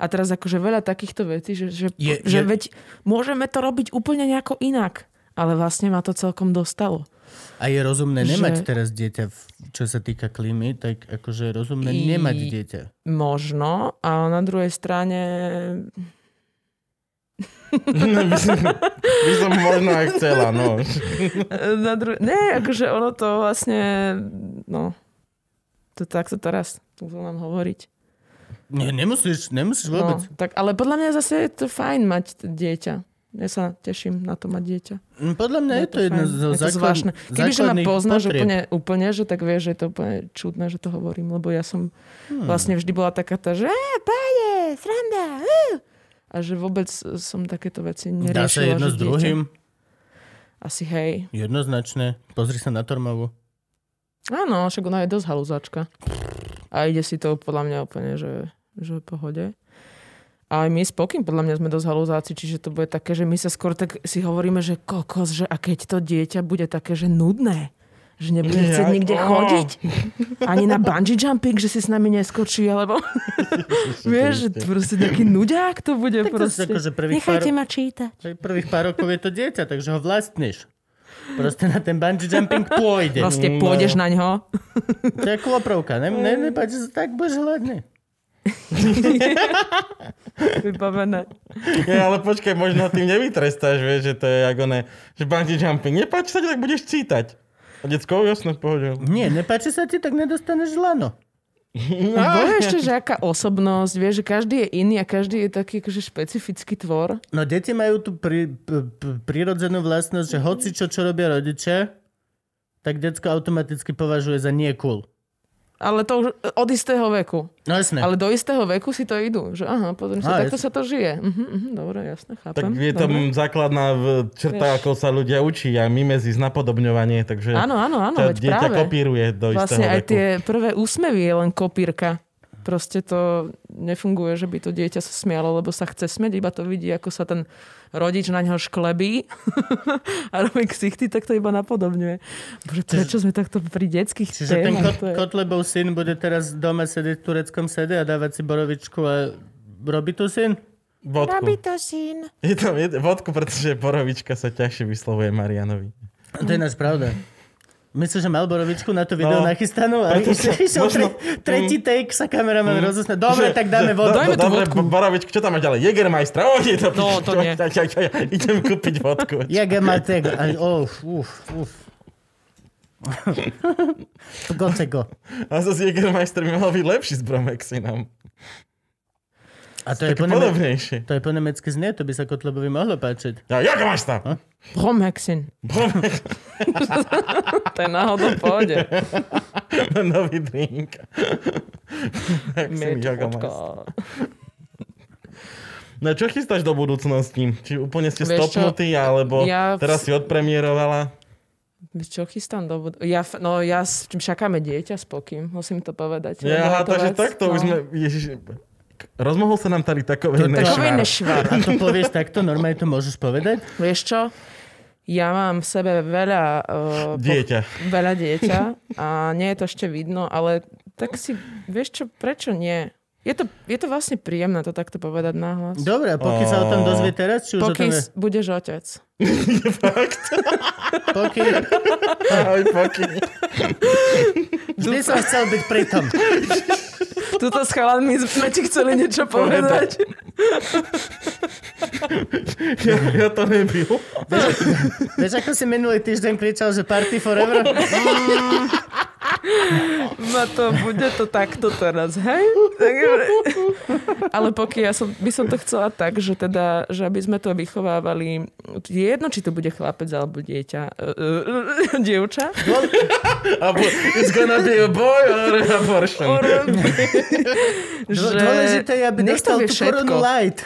S4: A teraz akože veľa takýchto vecí, že, že,
S2: Je-
S4: že
S2: je-
S4: veď môžeme to robiť úplne nejako inak. Ale vlastne ma to celkom dostalo.
S2: A je rozumné
S4: Že-
S2: nemať teraz dieťa, v- čo sa týka klímy, tak akože je rozumné
S4: I-
S2: nemať dieťa.
S4: Možno, ale na druhej *laughs* strane...
S1: by, som, by som možno aj chcela, no.
S4: Na dru... Ne, akože ono to vlastne... No, to takto teraz, tu to nám hovoriť.
S2: Nie, nemusíš, nemusíš vôbec.
S4: No, tak, ale podľa mňa zase je to fajn mať dieťa. Ja sa teším na to mať dieťa.
S2: No. Podľa mňa je to
S4: fajn.
S2: jedno zo
S4: Je to zvláštne.
S2: základ,
S4: Kebyže ma
S2: základných
S4: poznáš
S2: potrieb.
S4: úplne, úplne, že tak vieš, že je to úplne čudné, že to hovorím, lebo ja som
S2: Hm.
S4: hmm. vlastne vždy bola taká tá, že "Á, páne, sranda, uh! A že vôbec som takéto veci neriešila.
S2: Dá sa jedno
S4: že
S2: s
S4: dieťa-
S2: druhým.
S4: Asi hej.
S2: Jednoznačne. Pozri sa na Tormovu.
S4: Áno, však ona je dosť halúzačka. A ide si to podľa mňa úplne, že, že v pohode. A aj my s Pokým podľa mňa sme dosť halúzáci, čiže to bude také, že my sa skôr tak si hovoríme, že kokos, že a keď to dieťa bude také, že nudné, že nebude
S1: Nie,
S4: chcieť
S1: aj-
S4: nikde
S1: Ó.
S4: chodiť, ani na bungee jumping, že si s nami neskočí, alebo vieš, že to proste taký nuďák to bude
S2: Tak to
S4: proste.
S2: si akože prvých
S4: Nechajte
S2: pár-
S4: ma čítať.
S2: Hej, Prvých pár rokov je to dieťa, takže ho vlastníš. Proste na ten bungee jumping pôjde.
S4: Proste pôjdeš na ňo.
S2: To je kloprovka. Ne, ne, nepáči sa tak, budeš hladný.
S4: Vybavené.
S1: Ja, ale počkaj, možno ho tým nevytrestáš, vieš, že to je ako ne, že bungee jumping. Nepáči sa ti, tak budeš čítať. A detsko, jasné, v pohode.
S2: Nie, nepáči sa ti, tak nedostaneš lano.
S4: Bože
S1: *laughs*
S4: ešte, že aká osobnosť, vieš, že každý je iný a každý je taký akože špecifický tvor.
S2: No deti majú tú pri, p, p, prirodzenú vlastnosť, že hoci čo, čo robia rodičia, tak decko automaticky považuje za nie cool.
S4: Ale to už od istého veku.
S2: No jasné.
S4: Ale do istého veku si to idú. Že aha, pozriem sa,
S2: Á,
S4: takto
S2: jasne.
S4: sa to žije. Uh-huh, uh-huh, dobre, jasne, chápem.
S1: Tak je tam
S4: dobre.
S1: základná v- črta,
S4: Vieš.
S1: ako sa ľudia učí a mimezis, napodobňovanie, takže
S4: Áno, áno, áno,
S1: ťa
S4: veď
S1: dieťa
S4: práve.
S1: kopíruje do
S4: Vlastne
S1: istého
S4: aj
S1: veku.
S4: tie prvé úsmevy je len kopírka. Proste to nefunguje, že by to dieťa sa smialo, lebo sa chce smieť, iba to vidí, ako sa ten rodič na ňo šklebí *laughs* a robí ksichty, tak to iba napodobňuje. Bože, prečo sme takto pri detských
S2: Čiže ten
S4: témach?
S2: kot,
S4: To je-
S2: Kotlebov syn bude teraz doma sedieť v tureckom sede a dávať si borovičku a robí to syn?
S1: Vodku. Je tam jed- vodku, pretože borovička sa ťažšie vyslovuje Marianovi.
S2: To je náš pravda. Myslíš, že mal borovičku na to video
S1: No,
S2: nachystanú a
S1: preto sa-
S2: išiel, *laughs* išiel
S1: možno-
S2: tre, tretí take sa kameraman mm. rozosne.
S1: Že-
S2: Dobre,
S1: No,
S2: tak
S1: že-
S2: dáme vodu.
S1: do-
S4: No, Dajme tú
S1: dobre,
S4: vodku.
S1: bo- Borovičku, čo tam máš ďalej? Jägermeister, o, je to,
S4: No,
S1: *laughs*
S4: to nie.
S1: Ja, ja, ja, ja, idem kúpiť vodku.
S2: Jager Matek. a- Uf, uf, uf. Gocego.
S1: A zase Jägermeister by mal byť lepší s bromexinom.
S2: A to je,
S1: Také
S2: po neme-
S1: podobnejšie.
S2: to je po nemecky znie, to by sa Kotlebovi mohlo páčiť.
S1: Ja, Jägermeister!
S4: Bromhexin. to je náhodou v pohode.
S1: *laughs* Nový
S4: *laughs*
S1: drink. Bromhexin, Jägermeister.
S4: Vodka.
S1: No čo chystáš do budúcnosti? Či úplne ste
S4: Vieš čo?
S1: stopnutí, alebo
S4: Ja v-
S1: teraz si odpremierovala?
S4: Čo chystám do budu- ja, f- No ja s čím čakáme dieťa s pokým, musím to povedať.
S1: Ja, aha,
S4: Lebo je to
S1: takže
S4: vec,
S1: takto už
S4: no.
S1: sme... Ježiš, rozmohol sa nám tady takovej
S4: Takový
S1: nešvar.
S4: nešvar.
S2: A to povieš takto, normálne to môžeš povedať?
S4: Vieš čo? Ja mám v sebe veľa... Uh,
S1: Dieťa.
S4: Po, veľa dieťa a nie je to ešte vidno, ale tak si... Vieš čo? Prečo nie? Je to, je to vlastne príjemné to takto povedať nahlas.
S2: Dobre, a pokiaľ sa o tom
S1: Ó.
S2: dozvie teraz, či už o tom...
S4: Pokiaľ
S2: vie?
S4: s- budeš otec.
S2: Pokiaľ...
S1: *laughs* Ahoj, poky.
S2: Vždy som chcel byť pritom.
S4: Tuto s chalanmi sme ti chceli niečo povedať.
S1: Ja, ja to nebyl.
S2: Vieš, ako si minulý týždeň kričal, že party forever?
S4: Ma No to, bude to takto teraz, hej? Takže... *laughs* Ale pokiaľ ja som, by som to chcela tak, že teda, že aby sme to vychovávali, je jedno, či to bude chlapec alebo dieťa, e, e, *laughs* dievča,
S1: A bu- It's gonna be a boy or an abortion.
S2: Dô- Dôležité je, aby
S4: nech to
S2: dostal
S4: vie
S2: tú korunu light.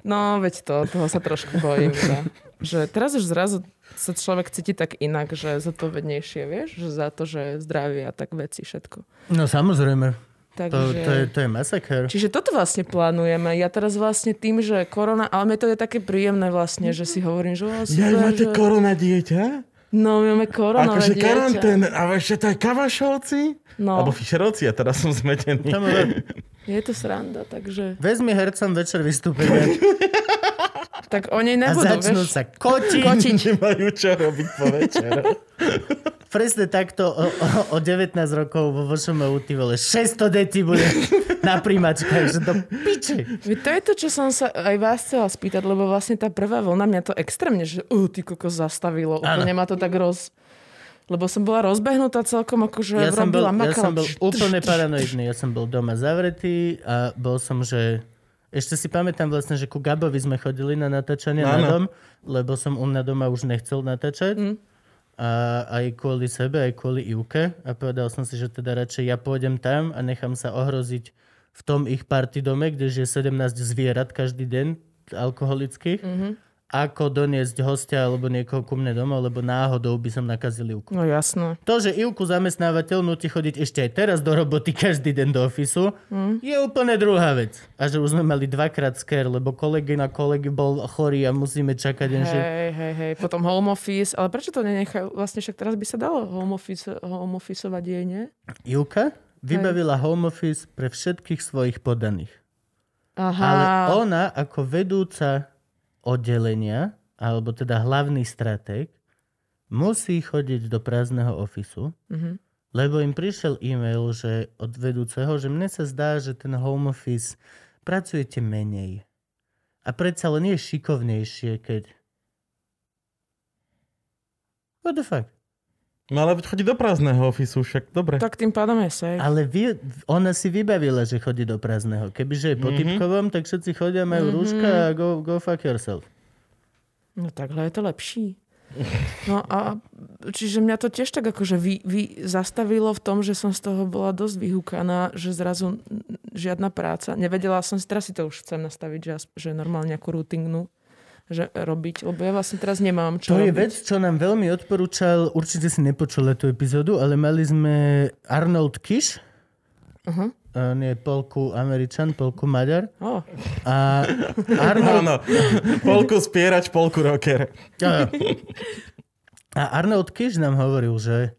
S4: No, veď to, toho sa trošku
S2: *laughs*
S4: bojím. Že, že teraz už zrazu sa človek cíti tak inak, že zodpovednejšie, vieš, že za to, že zdravie a tak veci, všetko.
S2: No samozrejme.
S4: Takže...
S2: To, to, je, to je masaker.
S4: Čiže toto vlastne plánujeme. Ja teraz vlastne tým, že korona, ale mne to je také príjemné vlastne, že si hovorím, že... o,
S1: Ja,
S4: super,
S1: máte
S4: že...
S1: korona dieťa?
S4: No, my máme korona,
S1: Akože
S4: akože
S1: karantén, a ešte to aj kavašovci?
S4: No.
S1: Alebo fišerovci, ja teraz som zmetený.
S2: Tam ale
S4: Je to sranda, takže...
S2: vezmi hercom večer vystúpenie
S4: *laughs* Tak oni
S2: a
S4: nebudú,
S2: začnú
S4: vieš...
S2: sa kotiť.
S4: Kotiť.
S1: *laughs* Nemajú čo robiť po večeru.
S2: Presne takto o, o, o 19 rokov vo VŠMU, ty vole, 600 detí bude na príjmačkách, že do piči.
S4: Veď to je to, čo som sa aj vás chcela spýtať, lebo vlastne tá prvá vlna mňa to extrémne, že uh, ty koko zastavilo, úplne ma to tak roz... Lebo som bola rozbehnutá celkom, akože
S2: Ja som, bol,
S4: robila,
S2: ja
S4: makala.
S2: som bol
S4: Tš, tš,
S2: úplne
S4: tš.
S2: paranoidný, ja som bol doma zavretý a bol som, že... Ešte si pamätám vlastne, že ku Gabovi sme chodili na natáčanie na
S1: Áno.
S2: dom, lebo som u mňa doma už nechcel natáčať.
S4: Mm.
S2: A aj kvôli sebe, aj kvôli Ivke. A povedal som si, že teda radšej ja pôjdem tam a nechám sa ohroziť v tom ich party dome, kde žije 17 zvierat každý deň alkoholických,
S4: Mhm.
S2: ako doniesť hostia alebo niekoho ku mne domov, lebo náhodou by som nakazil Ivku.
S4: No jasné.
S2: To, že Ivku zamestnávateľ nutí chodiť ešte aj teraz do roboty každý deň do ofisu, mm. je úplne druhá vec. A že už sme mali dvakrát sker, lebo kolegy na kolegy bol chorý a musíme čakať. Hey. Že...
S4: Hej, hej, hej, potom home office, ale prečo to nenechajú? Vlastne však teraz by sa dalo home, office, home officeovať jej, nie?
S2: Ivka vybavila home office pre všetkých svojich podaných.
S4: Aha,
S2: Ale ona ako vedúca oddelenia, alebo teda hlavný stratég, musí chodiť do prázdneho ofisu,
S4: Mhm.
S2: lebo im prišiel e-mail že od vedúceho, že mne sa zdá, že ten home office pracujete menej. A predsa len je šikovnejšie, keď... What the fuck?
S1: No ale chodí do prázdneho ofisu, však dobre.
S4: tak tým pádom je safe. Ale...
S2: Ale vy, ona si vybavila, že chodí do prázdneho. Kebyže je po
S1: Mhm.
S2: typkovom, tak všetci chodia, majú
S4: Mhm.
S2: rúška a go, go fuck yourself.
S4: No takhle je to lepší. No a čiže mňa to tiež tak akože vy, vy zastavilo v tom, že som z toho bola dosť vyhúkaná, že zrazu žiadna práca. Nevedela som si, teraz si to už chcem nastaviť, že, asp- že normálne nejakú rutinnú že robiť, lebo ja vlastne teraz nemám čo
S2: To je
S4: robiť.
S2: vec, čo nám veľmi odporúčal, určite si nepočula tú epizódu, ale mali sme Arnold Kish,
S4: Aha.
S2: on je polku Američan, polku Maďar.
S4: Ó,
S2: A Arnold,
S1: Áno, polku spierač, polku rocker.
S2: a, a Arnold Kish nám hovoril, že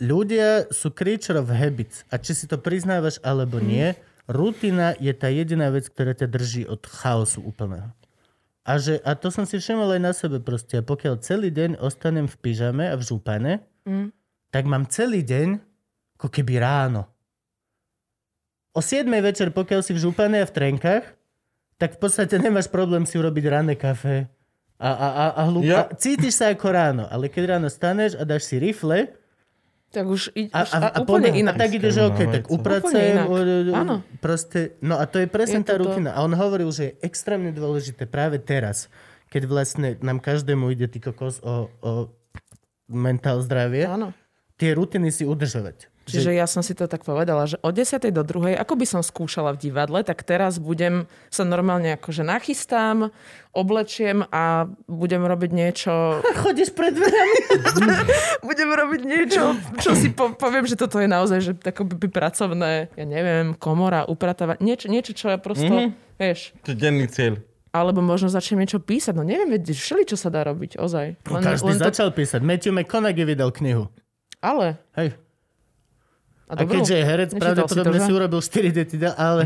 S2: ľudia sú creature of habits a či si to priznávaš alebo nie, rutina je tá jediná vec, ktorá ťa drží od chaosu úplného. A, že, a to som si všimol aj na sebe proste. A pokiaľ celý deň ostanem v pyžame a v župane,
S4: Mm.
S2: tak mám celý deň ako keby ráno. O 7 večer, pokiaľ si v župane a v trenkách, tak v podstate nemáš problém si urobiť ranné kafe. A, a, a, a, hlup...
S1: Ja.
S2: a cítiš sa ako ráno, ale keď ráno staneš a dáš si rifle
S4: tak už, i,
S2: a,
S4: už
S2: a, a,
S4: úplne
S2: poďme.
S4: inak.
S2: A tak ide, že
S1: Skromná
S2: OK, tak
S1: vec.
S4: Úplne
S2: upracujem.
S4: inak.
S2: o- o-
S4: Áno.
S2: Proste, no a to je presne
S4: Je to
S2: tá
S4: to.
S2: rutina. A on hovoril, že je extrémne dôležité práve teraz, keď vlastne nám každému ide ty kokos o, o mentál zdravie,
S4: Áno. No,
S2: tie rutiny si udržovať.
S4: Čiže ja som si to tak povedala, že od 10. do 2. ako by som skúšala v divadle, tak teraz budem sa normálne akože nachystám, oblečiem a budem robiť niečo,
S2: *laughs* Chodíš pred dverami.
S4: *laughs* budem robiť niečo, čo si po, poviem, že toto je naozaj, že tako by, by pracovné, ja neviem, komora, upratávať, niečo, niečo, čo ja prosto,
S2: Mhm.
S4: mm-hmm. vieš,
S1: To je denný cieľ.
S4: alebo možno začnem niečo písať, no neviem, veď všeli, čo sa dá robiť, ozaj. Len,
S2: No, Každý
S4: len
S2: začal písať. Matthew McConaughey vydal knihu.
S4: ale,
S2: Hej.
S4: a,
S2: A
S4: dobrú?
S2: keďže je herec,
S4: Nečítal si to,
S2: pravdepodobne
S4: že?
S2: si urobil 4 deti, ale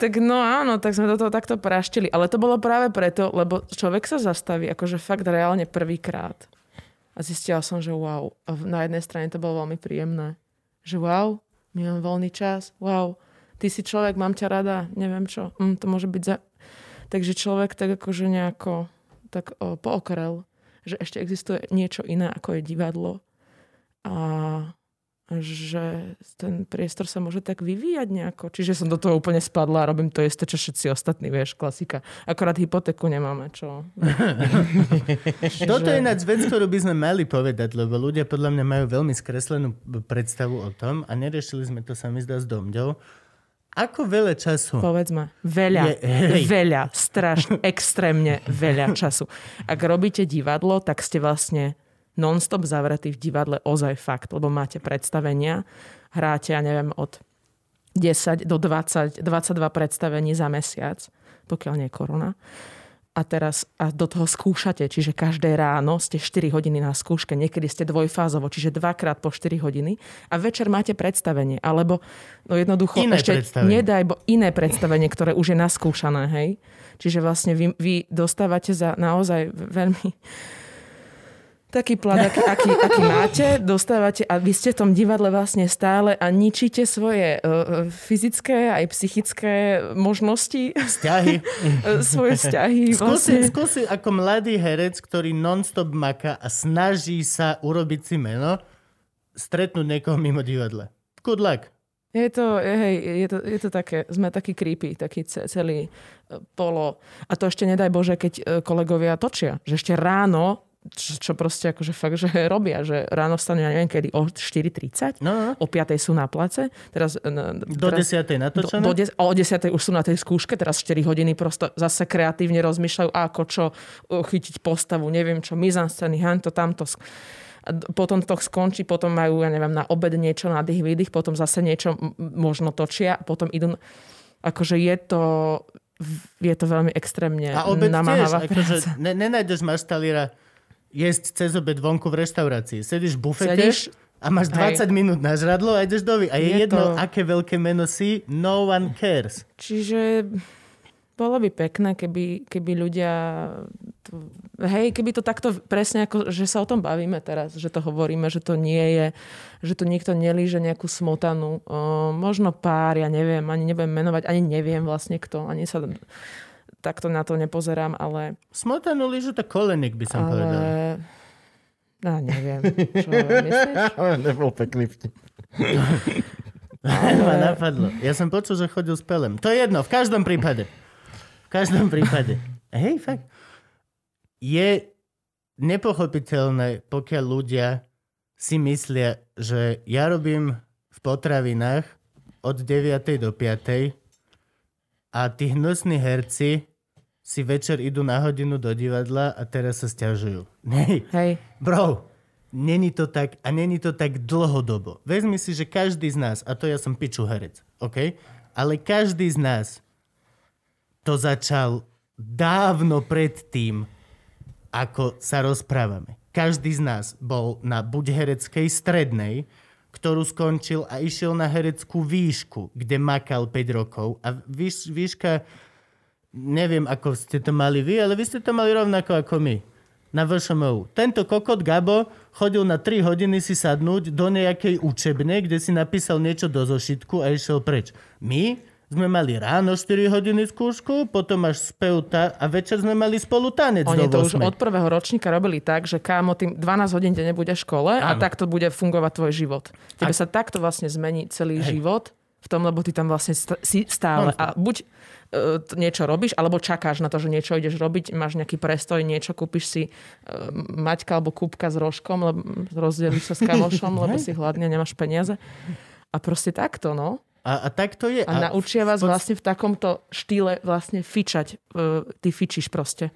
S4: Tak no áno, tak sme do toho takto praštili. Ale to bolo práve preto, lebo človek sa zastaví akože fakt reálne prvýkrát. A zistila som, že wow. A v- na jednej strane to bolo veľmi príjemné. Že wow, my mám voľný čas, wow, ty si človek, mám ťa rada, neviem čo, mm, to môže byť za... Takže človek tak akože nejako tak o, pookrel, že ešte existuje niečo iné, ako je divadlo. A že ten priestor sa môže tak vyvíjať nejako. Čiže som do toho úplne spadla a robím to isté, čo všetci ostatní, vieš, klasika. Akorát hypotéku nemáme, čo?
S2: No. Toto je ináč vec, ktorú by sme mali povedať, lebo ľudia podľa mňa majú veľmi skreslenú predstavu o tom a neriešili sme to sa mi zdá s Domďou. Ako veľa času...
S4: Povedzme, veľa,
S2: Je- hej.
S4: veľa, strašne,
S2: *laughs*
S4: extrémne veľa času. Ak robíte divadlo, tak ste vlastne non-stop zavretí v divadle, ozaj fakt, lebo máte predstavenia, hráte, ja neviem, od 10 do 20, 22 predstavení za mesiac, pokiaľ nie je korona. A teraz a do toho skúšate, čiže každé ráno ste 4 hodiny na skúške, niekedy ste dvojfázovo, čiže dvakrát po 4 hodiny a večer máte predstavenie, alebo no jednoducho
S2: Iné
S4: ešte
S2: predstavenie.
S4: nedaj bo iné predstavenie, ktoré už je naskúšané, hej. Čiže vlastne vy, vy dostávate za naozaj veľmi taký plat, aký, aký, aký máte, dostávate a vy ste v tom divadle vlastne stále a ničíte svoje uh, fyzické aj psychické možnosti, *laughs*
S2: Ťahy.
S4: eh, svoje vzťahy.
S2: Skúsi,
S4: Vlastne.
S2: skúsi ako mladý herec, ktorý non-stop maká a snaží sa urobiť si meno, stretnúť niekoho mimo divadla. Good luck.
S4: Je to, je- hej, je to, je to také, sme takí creepy, taký ce- celý eh, polo. A to ešte nedaj Bože, keď eh, kolegovia točia, že ešte ráno čo, čo proste akože fakt, že robia, že ráno vstanú, ja neviem kedy, o 4.30,
S2: No, no, no.
S4: o 5.00 sú na place, teraz, eh, na-
S2: Do
S4: teraz
S2: 10. natočené.
S4: Do, do des- a o 10. už sú na tej skúške, teraz 4 hodiny prosto zase kreatívne rozmýšľajú, ako čo e, chytiť postavu, neviem čo, mizanscény, hanto, tamto. sk- A d- Potom to skončí, potom majú, ja neviem, na obed niečo, na dých výdych, potom zase niečo m- m- možno točia, potom idú... na- Akože je to, v- je to veľmi extrémne
S2: A obed tiež,
S4: namáhavá
S2: akože ne, nenájdeš maštalíra jesť cez obed vonku v reštaurácii. Sedíš v bufete
S4: Sedíš-
S2: a máš
S4: Hej.
S2: 20 minút na žradlo a ideš do vy. A je,
S4: Je
S2: jedno,
S4: to-
S2: aké veľké meno si, no one cares.
S4: Čiže bolo by pekné, keby, keby ľudia... To, hej, keby to takto presne ako, že sa o tom bavíme teraz, že to hovoríme, že to nie je, že to niekto nelíže nejakú smotanu. O, možno pár, ja neviem, ani nebudem menovať, ani neviem vlastne kto, ani sa takto na to nepozerám, ale...
S2: Smotanú lyžu to kolenik by som
S4: ale...
S2: povedal.
S4: Ja neviem, čo myslíš?
S1: Ale nebol pekný vtip.
S2: Ma napadlo. Ja som počul, že chodil s pelem. To je jedno, v každom prípade. V každom prípade. Hej, fakt. je nepochopiteľné, pokiaľ ľudia si myslia, že ja robím v potravinách od 9. do 5. a tí hnusní herci si večer idú na hodinu do divadla a teraz sa stiažujú. *laughs* Nej,
S4: Hej.
S2: Bro, není to tak a není to tak dlhodobo. Vezmi si, že každý z nás, a to ja som piču herec, OK? Ale každý z nás to začal dávno pred tým, ako sa rozprávame. Každý z nás bol na buď hereckej strednej, ktorú skončil a išiel na hereckú výšku, kde makal 5 rokov. A výš, výška neviem, ako ste to mali vy, ale vy ste to mali rovnako ako my. Na VŠMU. Tento kokot Gabo chodil na 3 hodiny si sadnúť do nejakej učebne, kde si napísal niečo do zošitku a išiel preč. My sme mali ráno 4 hodiny skúšku, potom až spev ta- a večer sme mali spolu tanec
S4: Oni
S2: do
S4: to už
S2: 8.
S4: od prvého ročníka robili tak, že kámo, tým 12 hodín te nebude v škole a takto bude fungovať tvoj život. Tebe sa takto vlastne zmení celý Hej. život v tom, lebo ty tam vlastne st- si stále. A buď e, t- niečo robíš, alebo čakáš na to, že niečo ideš robiť, máš nejaký prestoj, niečo kúpiš si e, maťka alebo kúbka s rožkom, lebo rozdelíš sa s kamošom, lebo si hladný a nemáš peniaze. A proste takto, no.
S2: A, a tak to je.
S4: A, naučia vás
S2: v podst-
S4: vlastne v takomto štýle vlastne fičať. E, Ty fičíš proste.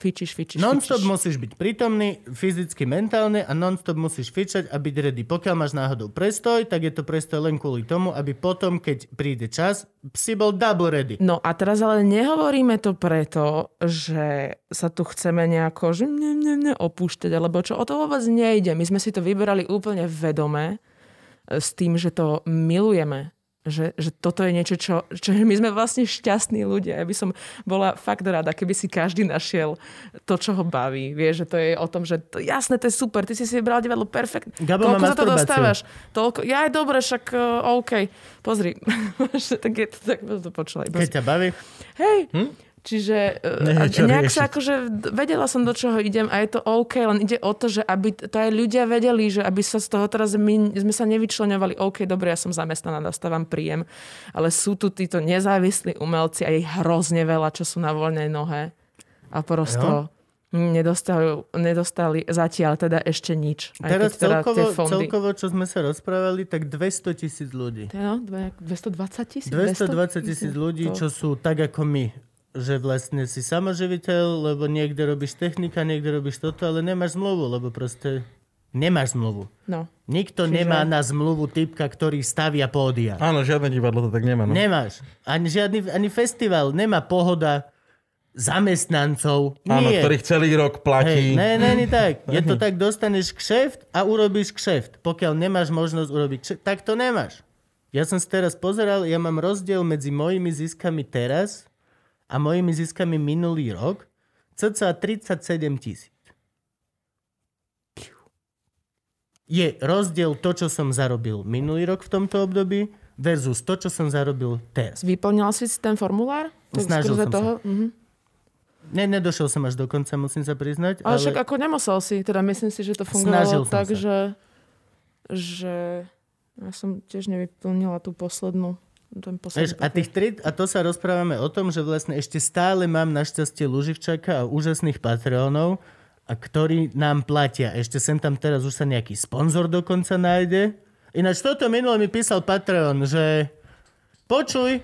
S4: Fičíš, fičíš,
S2: Non-stop
S4: fičíš.
S2: musíš byť prítomný, fyzicky, mentálne a non-stop musíš fičať a byť ready. Pokiaľ máš náhodou prestoj, tak je to prestoj len kvôli tomu, aby potom, keď príde čas, si bol double ready.
S4: No a teraz ale nehovoríme to preto, že sa tu chceme nejako že ne, ne, ne, opúšťať, alebo čo, o to vôbec nejde. My sme si to vyberali úplne vedomé e, s tým, že to milujeme. Že, že toto je niečo, čo, čo my sme vlastne šťastní ľudia. Ja by som bola fakt rada, keby si každý našiel to, čo ho baví. Vieš, že to je o tom, že to, jasné, to je super, ty si si vybral divadlo, perfekt.
S2: Gabo
S4: Koľko za
S2: má
S4: to
S2: masturbáciu.
S4: dostávaš? Toľko, ja aj dobre, však uh, OK. Pozri, *laughs* tak je to, tak to počula. iba
S2: Keď ťa baví.
S4: Hej. Hm? Čiže e,
S1: Nie
S4: a
S1: je čo
S4: nejak
S1: riešiť.
S4: sa akože vedela som, do čoho idem a je to OK, len ide o to, že aby to aj ľudia vedeli, že aby sa z toho teraz my sme sa nevyčlenovali, OK, dobre, ja som zamestnaná, dostávam príjem, ale sú tu títo nezávislí umelci a je ich hrozne veľa, čo sú na voľnej nohe a prosto nedostali, nedostali zatiaľ teda ešte nič. Aj
S2: Teraz
S4: keď teda
S2: celkovo,
S4: tie fondy.
S2: celkovo, čo sme sa rozprávali, tak 200 tisíc ľudí.
S4: No, dve- 220 tisíc?
S2: 220 tisíc ľudí,
S4: To-
S2: čo sú tak ako my. Že vlastne si samoživiteľ, lebo niekde robíš technika, niekde robíš toto, ale nemáš zmluvu, lebo proste nemáš zmluvu.
S4: No.
S2: Nikto
S4: Čiže-
S2: nemá na zmluvu typka, ktorý stavia pódia.
S1: Áno, žiadne divadlo to tak nemá. No.
S2: Nemáš. Ani žiadny ani festival. Nemá pohoda zamestnancov.
S1: Áno,
S2: Nie.
S1: ktorých celý rok platí.
S2: Hej, ne, ne, ne, tak. Je to tak, dostaneš kšeft a urobíš kšeft. Pokiaľ nemáš možnosť urobiť kšeft, tak to nemáš. Ja som si teraz pozeral, ja mám rozdiel medzi mojimi ziskami teraz a mojimi ziskami minulý rok. Cca 37 tisíc. Je rozdiel to, čo som zarobil minulý rok v tomto období versus to, čo som zarobil teraz.
S4: Vyplňal si ten formulár?
S2: Snažil
S4: Skrze
S2: som sa.
S4: Mhm.
S2: Ne, nedošel som až do konca, musím sa priznať.
S4: Ale však ako nemusel si, teda myslím si, že to
S2: Snažil
S4: fungovalo
S2: som
S4: tak,
S2: sa.
S4: že, že ja som tiež nevyplnila tú poslednú ten
S2: Vieš,
S4: posledný.
S2: a, tých tri, a to sa rozprávame o tom, že vlastne ešte stále mám našťastie Luživčaka a úžasných Patreonov, a ktorí nám platia. Ešte sem tam teraz už sa nejaký sponzor dokonca nájde. Ináč toto minule mi písal Patreon, že počuj,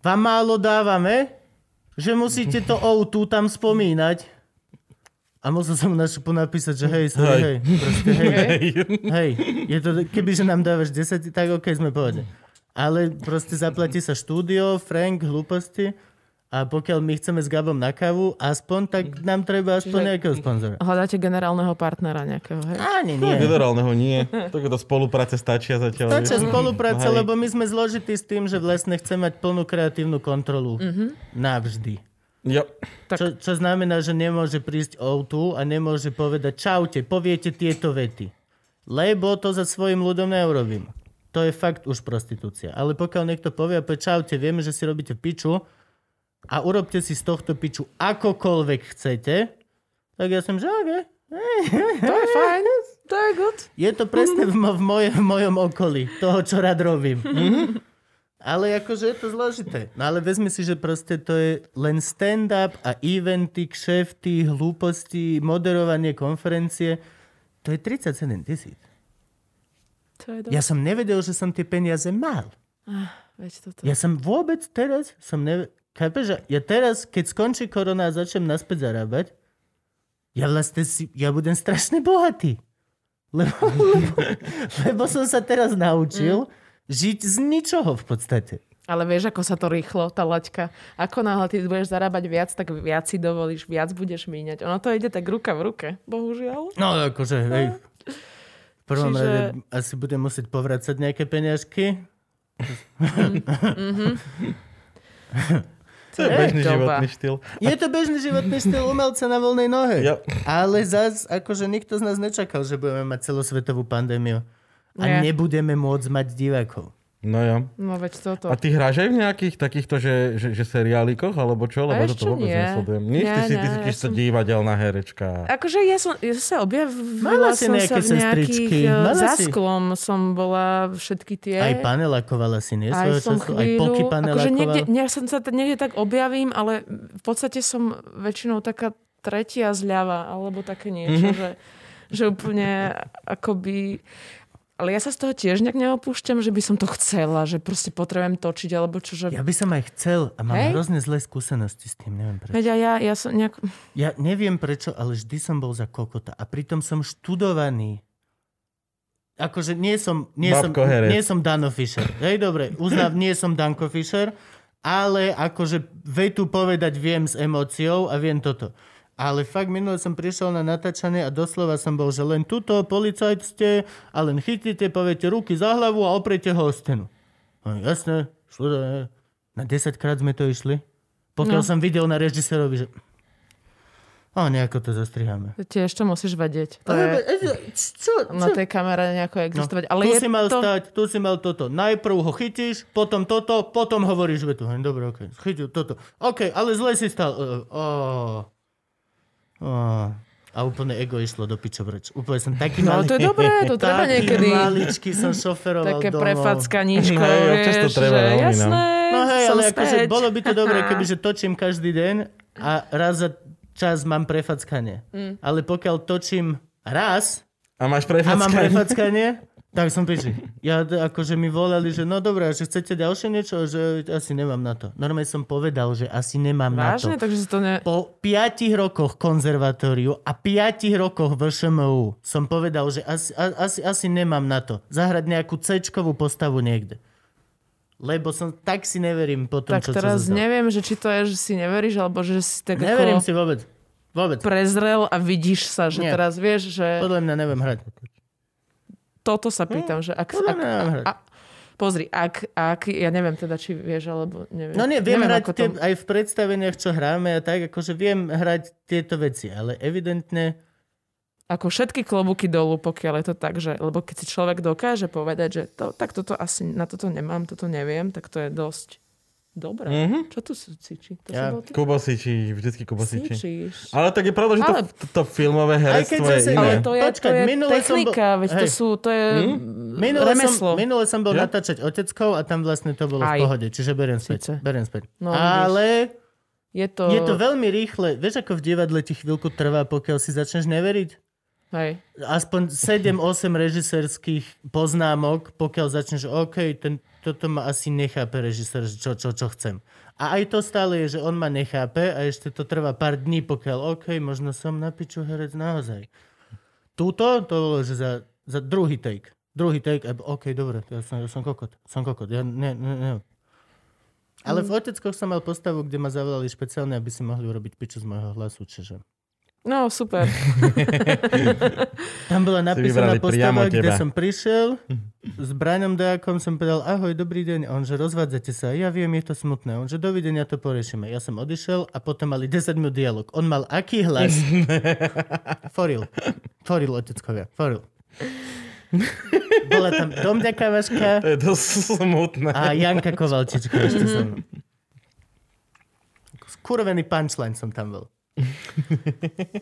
S2: vám málo dávame, že musíte to O2 tam spomínať. A musel som na šupu napísať, že hej, sorry,
S1: Hej.
S2: hej. Proste, hej,
S1: Hej.
S2: Hej, je to, kebyže nám dávaš 10, tak OK, sme povedali. Ale proste zaplatí sa štúdio, Frank, hlúposti a pokiaľ my chceme s Gabom na kávu, aspoň, tak nám treba aspoň
S4: Čiže-
S2: nejakého sponzora.
S4: Hľadáte generálneho partnera nejakého, hej?
S2: Ani nie.
S1: Generálneho nie. Takéto spolupráce stačia zatiaľ.
S2: Stačia
S1: vieš.
S2: spolupráca,
S1: Hej.
S2: lebo my sme zložití s tým, že vlastne chcem mať plnú kreatívnu kontrolu. Navždy.
S1: Jo.
S4: Tak-
S2: Čo, čo znamená, že nemôže prísť O2 a nemôže povedať čaute, poviete tieto vety. Lebo to za svojim ľudom neurobím. To je fakt už prostitúcia. Ale pokiaľ niekto povie, a povie čaute, vieme, že si robíte piču a urobte si z tohto piču akokoľvek chcete, tak ja som, že okay.
S4: To je fajn, to je good.
S2: Je to presne v, mo- v, moje, v mojom okolí, toho, čo rád robím. Mhm. Ale akože je to zložité. No ale vezmi si, že proste to je len stand-up a eventy, kšefty, hlúposti, moderovanie konferencie. To je 37 tisíc.
S4: To je dobré.
S2: Ja som nevedel, že som tie peniaze mal.
S4: Veď toto.
S2: Ja som vôbec teraz, som ne... Chápeš, ja teraz, keď skončí korona a začnem naspäť zarábať, ja vlastne si, ja budem strašne bohatý. Lebo, *laughs* lebo, lebo som sa teraz naučil mm. žiť z ničoho v podstate.
S4: Ale vieš, ako sa to rýchlo, tá laťka. Ako náhle ty budeš zarábať viac, tak viac si dovolíš, viac budeš míňať. Ono to ide tak ruka v ruke, bohužiaľ.
S2: No akože, hej. V prvom Čiže...
S4: Čiže-
S2: rade asi budem musieť povrácať nejaké peniažky.
S1: To je
S4: je
S1: bežný
S4: doba.
S1: životný štýl.
S2: Je to bežný životný štýl umelca na voľnej nohe.
S1: Ja-
S2: Ale zas, akože nikto z nás nečakal, že budeme mať celosvetovú pandémiu. A
S4: Nie.
S2: nebudeme môcť mať divákov.
S1: No ja.
S4: No veď toto.
S1: A ty hráš aj v nejakých takýchto, že, že, že seriálikoch, alebo čo? Lebo
S4: A ešte
S1: toto vôbec
S4: nie.
S1: nesledujem. Nič, ty si,
S4: Nie,
S1: ty
S4: nie,
S1: si
S4: ja
S1: tiež sa
S4: som-
S1: divadelná herečka.
S4: Akože ja som ja sa objavila
S2: Mala si
S4: som
S2: nejaké
S4: sa v nejakých...
S2: sestričky,
S4: eh,
S2: mala si-
S4: za sklom som bola všetky tie.
S2: Aj panelakovala si, nie?
S4: E,
S2: Svojho
S4: som
S2: času. Aj poky panelakovala.
S4: akože niekde, nie, som sa t- niekde tak objavím, ale v podstate som väčšinou taká tretia zľava, alebo také
S2: Mhm.
S4: niečo, že, že úplne akoby... Ale ja sa z toho tiež nejak neopúšťam, že by som to chcela, že proste potrebujem točiť, alebo čo, že...
S2: Ja by som aj chcel a mám
S4: Hej.
S2: hrozne zlé skúsenosti s tým, neviem prečo.
S4: Veď aj ja, ja som nejak...
S2: Ja neviem prečo, ale vždy som bol za kokota a pritom som študovaný. Akože nie som, nie som,
S1: Babko herec.
S2: nie som Dano Fischer. Hej, dobre, uznám, nie som Danko Fischer, ale akože vetu povedať viem s emóciou a viem toto. Ale fakt minule som prišiel na natáčanie a doslova som bol, že len tuto, policajt ste a len chytíte, poviete ruky za hlavu a opriete ho o stenu. No, jasné, šlo- na 10 krát sme to išli. Pokiaľ no. som videl na režisérovi, že a nejako to zastriháme.
S4: Tiež to musíš vedieť. To je,
S2: Ale, e, č- čo,
S4: na
S2: čo?
S4: tej kamere nejako existovať.
S2: No,
S4: Ale
S2: tu
S4: je
S2: si mal
S4: to...
S2: stať, tu si mal toto. Najprv ho chytíš, potom toto, potom hovoríš vetu. Hej, Dobre, ok, chytil toto. Ok, ale zle si stal. E, Ó. Ó. A úplne ego išlo do pičo vreč. Úplne som taký
S4: No ale
S2: malý.
S4: to je dobré,
S2: *laughs*
S4: to treba
S2: taký
S4: niekedy.
S2: maličký som šoferoval
S4: Také
S2: domov.
S4: prefackaničko,
S1: Hej, občas to
S4: vieš,
S1: treba
S4: že
S1: veľmi, no.
S4: jasné,
S2: No hej,
S4: som
S2: ale akože
S4: späť.
S2: bolo by to
S4: *laughs*
S2: dobré, keby že točím každý deň a raz za čas mám prefackanie.
S4: Mm.
S2: Ale pokiaľ točím raz,
S1: A máš
S2: a mám
S1: prefackanie.
S2: prefackanie, tak som piči. Ja d- akože mi volali, že no dobré, že chcete ďalšie niečo, že asi nemám na to. Normálne som povedal, že asi nemám
S4: Vážne,
S2: na to.
S4: takže si to ne...
S2: Po piatich rokoch konzervatóriu a piatich rokoch VŠMU som povedal, že asi, a, asi, asi nemám na to. Zahrať nejakú c postavu niekde. Lebo som tak si neverím po tom,
S4: Tak
S2: čo
S4: teraz
S2: som
S4: neviem, že či to je, že si neveríš, alebo že si tak
S2: Neverím
S4: ako
S2: si vôbec. Vôbec.
S4: prezrel a vidíš sa, že
S2: Nie. Hm?
S4: teraz vieš, že
S2: Podľa mňa neviem hrať.
S4: toto sa pýtam, že ak...
S2: Podľa
S4: ak
S2: mňa neviem hrať.
S4: a, pozri, ak, ak, ja neviem teda, či vieš, alebo neviem.
S2: No nie, viem
S4: neviem,
S2: hrať
S4: ako
S2: tie,
S4: to...
S2: aj v predstaveniach, čo hráme a tak, akože viem hrať tieto veci, ale evidentne
S4: Ako všetky klobúky dolu, pokiaľ je to tak, že... Lebo keď si človek dokáže povedať, že to, tak toto asi, na toto nemám, toto neviem, tak to je dosť dobré.
S1: Mhm.
S4: Čo tu sú ciči? To ja.
S2: Ja-
S4: bol ty?
S1: Kubosiči, vždycky kubosiči.
S4: Sičíš.
S1: Ale tak je pravda, že to,
S4: Ale-
S1: to, to filmové herectvo je
S2: zase-
S1: iné.
S4: Ale to je, to
S2: Počkaj,
S4: je
S2: minule som bol-
S4: technika, veď to,
S2: Hej. Hm?
S4: sú, to je
S2: minule
S4: remeslo.
S2: som, minule som bol
S1: Ja?
S2: natáčať oteckou a tam vlastne to bolo
S4: Aj.
S2: v pohode, čiže beriem
S4: Síce.
S2: späť. Beriem späť.
S4: No, vidíš.
S2: ale
S4: Je to...
S2: je to veľmi rýchle. Vieš, ako v divadle ti chvíľku trvá, pokiaľ si začneš neveriť?
S4: Hej.
S2: Aspoň 7-8 režisérských poznámok, pokiaľ začneš, OK, ten, toto ma asi nechápe režisér, že čo, čo, čo chcem. A aj to stále je, že on ma nechápe a ešte to trvá pár dní, pokiaľ, OK, možno som na piču herec naozaj. Tuto, to bolo, že za, za druhý take. Druhý take, a, OK, dobre, ja som, ja som kokot, som kokot, ja ne, ne, ne. Ale v Oteckoch som mal postavu, kde ma zavolali špeciálne, aby si mohli urobiť piču z môjho hlasu, čiže...
S4: No, super.
S2: Tam bola napísaná
S1: vybrali priamo
S2: postava, kde
S1: teba.
S2: som
S1: *laughs*
S2: prišiel, s Braňom Dejakom som povedal, ahoj, dobrý deň, on, že rozvádzate sa, ja viem, je to smutné, on, že dovidenia, to porešime. Ja som odišiel a potom mali 10 minút dialog. On mal aký
S1: *laughs*
S2: hlas? foril. Foril, oteckovia, foril. Bola tam Domďa Kavaška
S1: To je dosť *laughs* smutné.
S2: a Janka Kovalčička ešte som. Skurvený punchline som tam bol.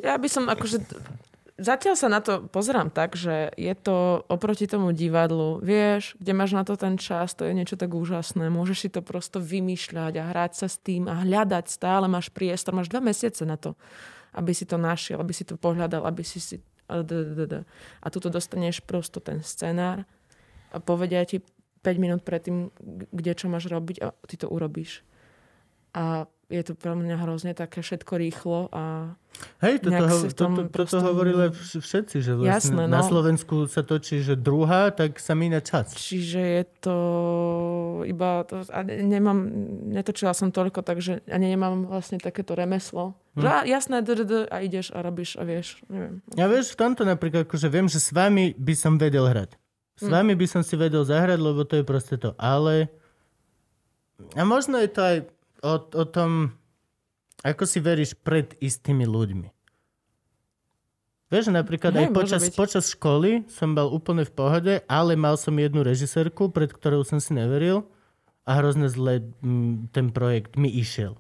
S4: Ja by som akože... Zatiaľ sa na to pozerám tak, že je to oproti tomu divadlu, vieš, kde máš na to ten čas, to je niečo tak úžasné, môžeš si to prosto vymýšľať a hrať sa s tým a hľadať, stále máš priestor, máš dva mesiace na to, aby si to našiel, aby si to pohľadal, aby si si... a d- d- d- A tuto dostaneš prosto ten scenár a povedia ti 5 minút predtým, kde čo máš robiť a ty to urobíš. A je to pre mňa hrozne také všetko rýchlo a
S2: Hej, toto,
S4: Nejak
S2: ho,
S4: si v
S2: to,
S4: tom
S2: to, toto
S4: proste-
S2: hovorili vš- všetci, že vlastne
S4: Jasné, no.
S2: na Slovensku sa točí, že druhá, tak sa míňa čas.
S4: Čiže je to iba... To, a ne- nemám, netočila som toľko, takže ani nemám vlastne takéto remeslo. Hm. Že a, jasné, d, d, d, a ideš a robíš a vieš. Neviem.
S2: Ja vieš, v tomto napríklad, akože viem, že s vami by som vedel hrať.
S4: Mhm.
S2: S vami by som si vedel zahrať, lebo to je proste to. Ale... A možno je to aj o, o tom, ako si veríš pred istými ľuďmi. Vieš, napríklad
S4: Hej,
S2: aj
S4: môže
S2: počas,
S4: byť.
S2: počas školy som bol úplne v pohode, ale mal som jednu režisérku, pred ktorou som si neveril a hrozne zle mm, ten projekt mi išiel.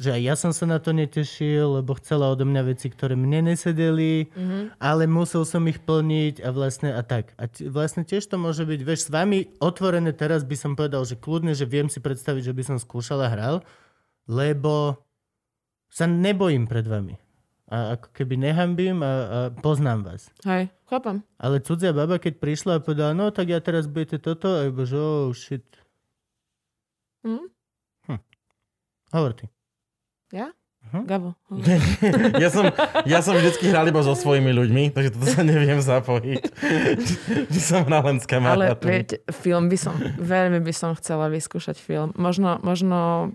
S2: Že aj ja som sa na to netešil, lebo chcela odo mňa veci, ktoré mne nesedeli, mm-hmm. ale musel som ich plniť a vlastne a tak. A t- vlastne tiež to môže byť, vieš, s vami otvorené teraz by som povedal, že kľudne, že viem si predstaviť, že by som skúšal a hral, lebo sa nebojím pred vami. A ako keby nehambím a, a poznám vás.
S4: Hej, chápam.
S2: Ale cudzia baba, keď prišla a povedala, no tak ja teraz budete toto, a iba, že oh shit,
S4: Hm?
S2: hovor ty.
S4: Ja?
S2: Mhm.
S4: Gabo.
S1: ja, som, ja som vždycky hral iba so svojimi ľuďmi, takže toto sa neviem zapojiť. Že som hral len s
S4: Ale
S1: kamarátmi.
S4: viete, film by som, veľmi by som chcela vyskúšať film. Možno, možno,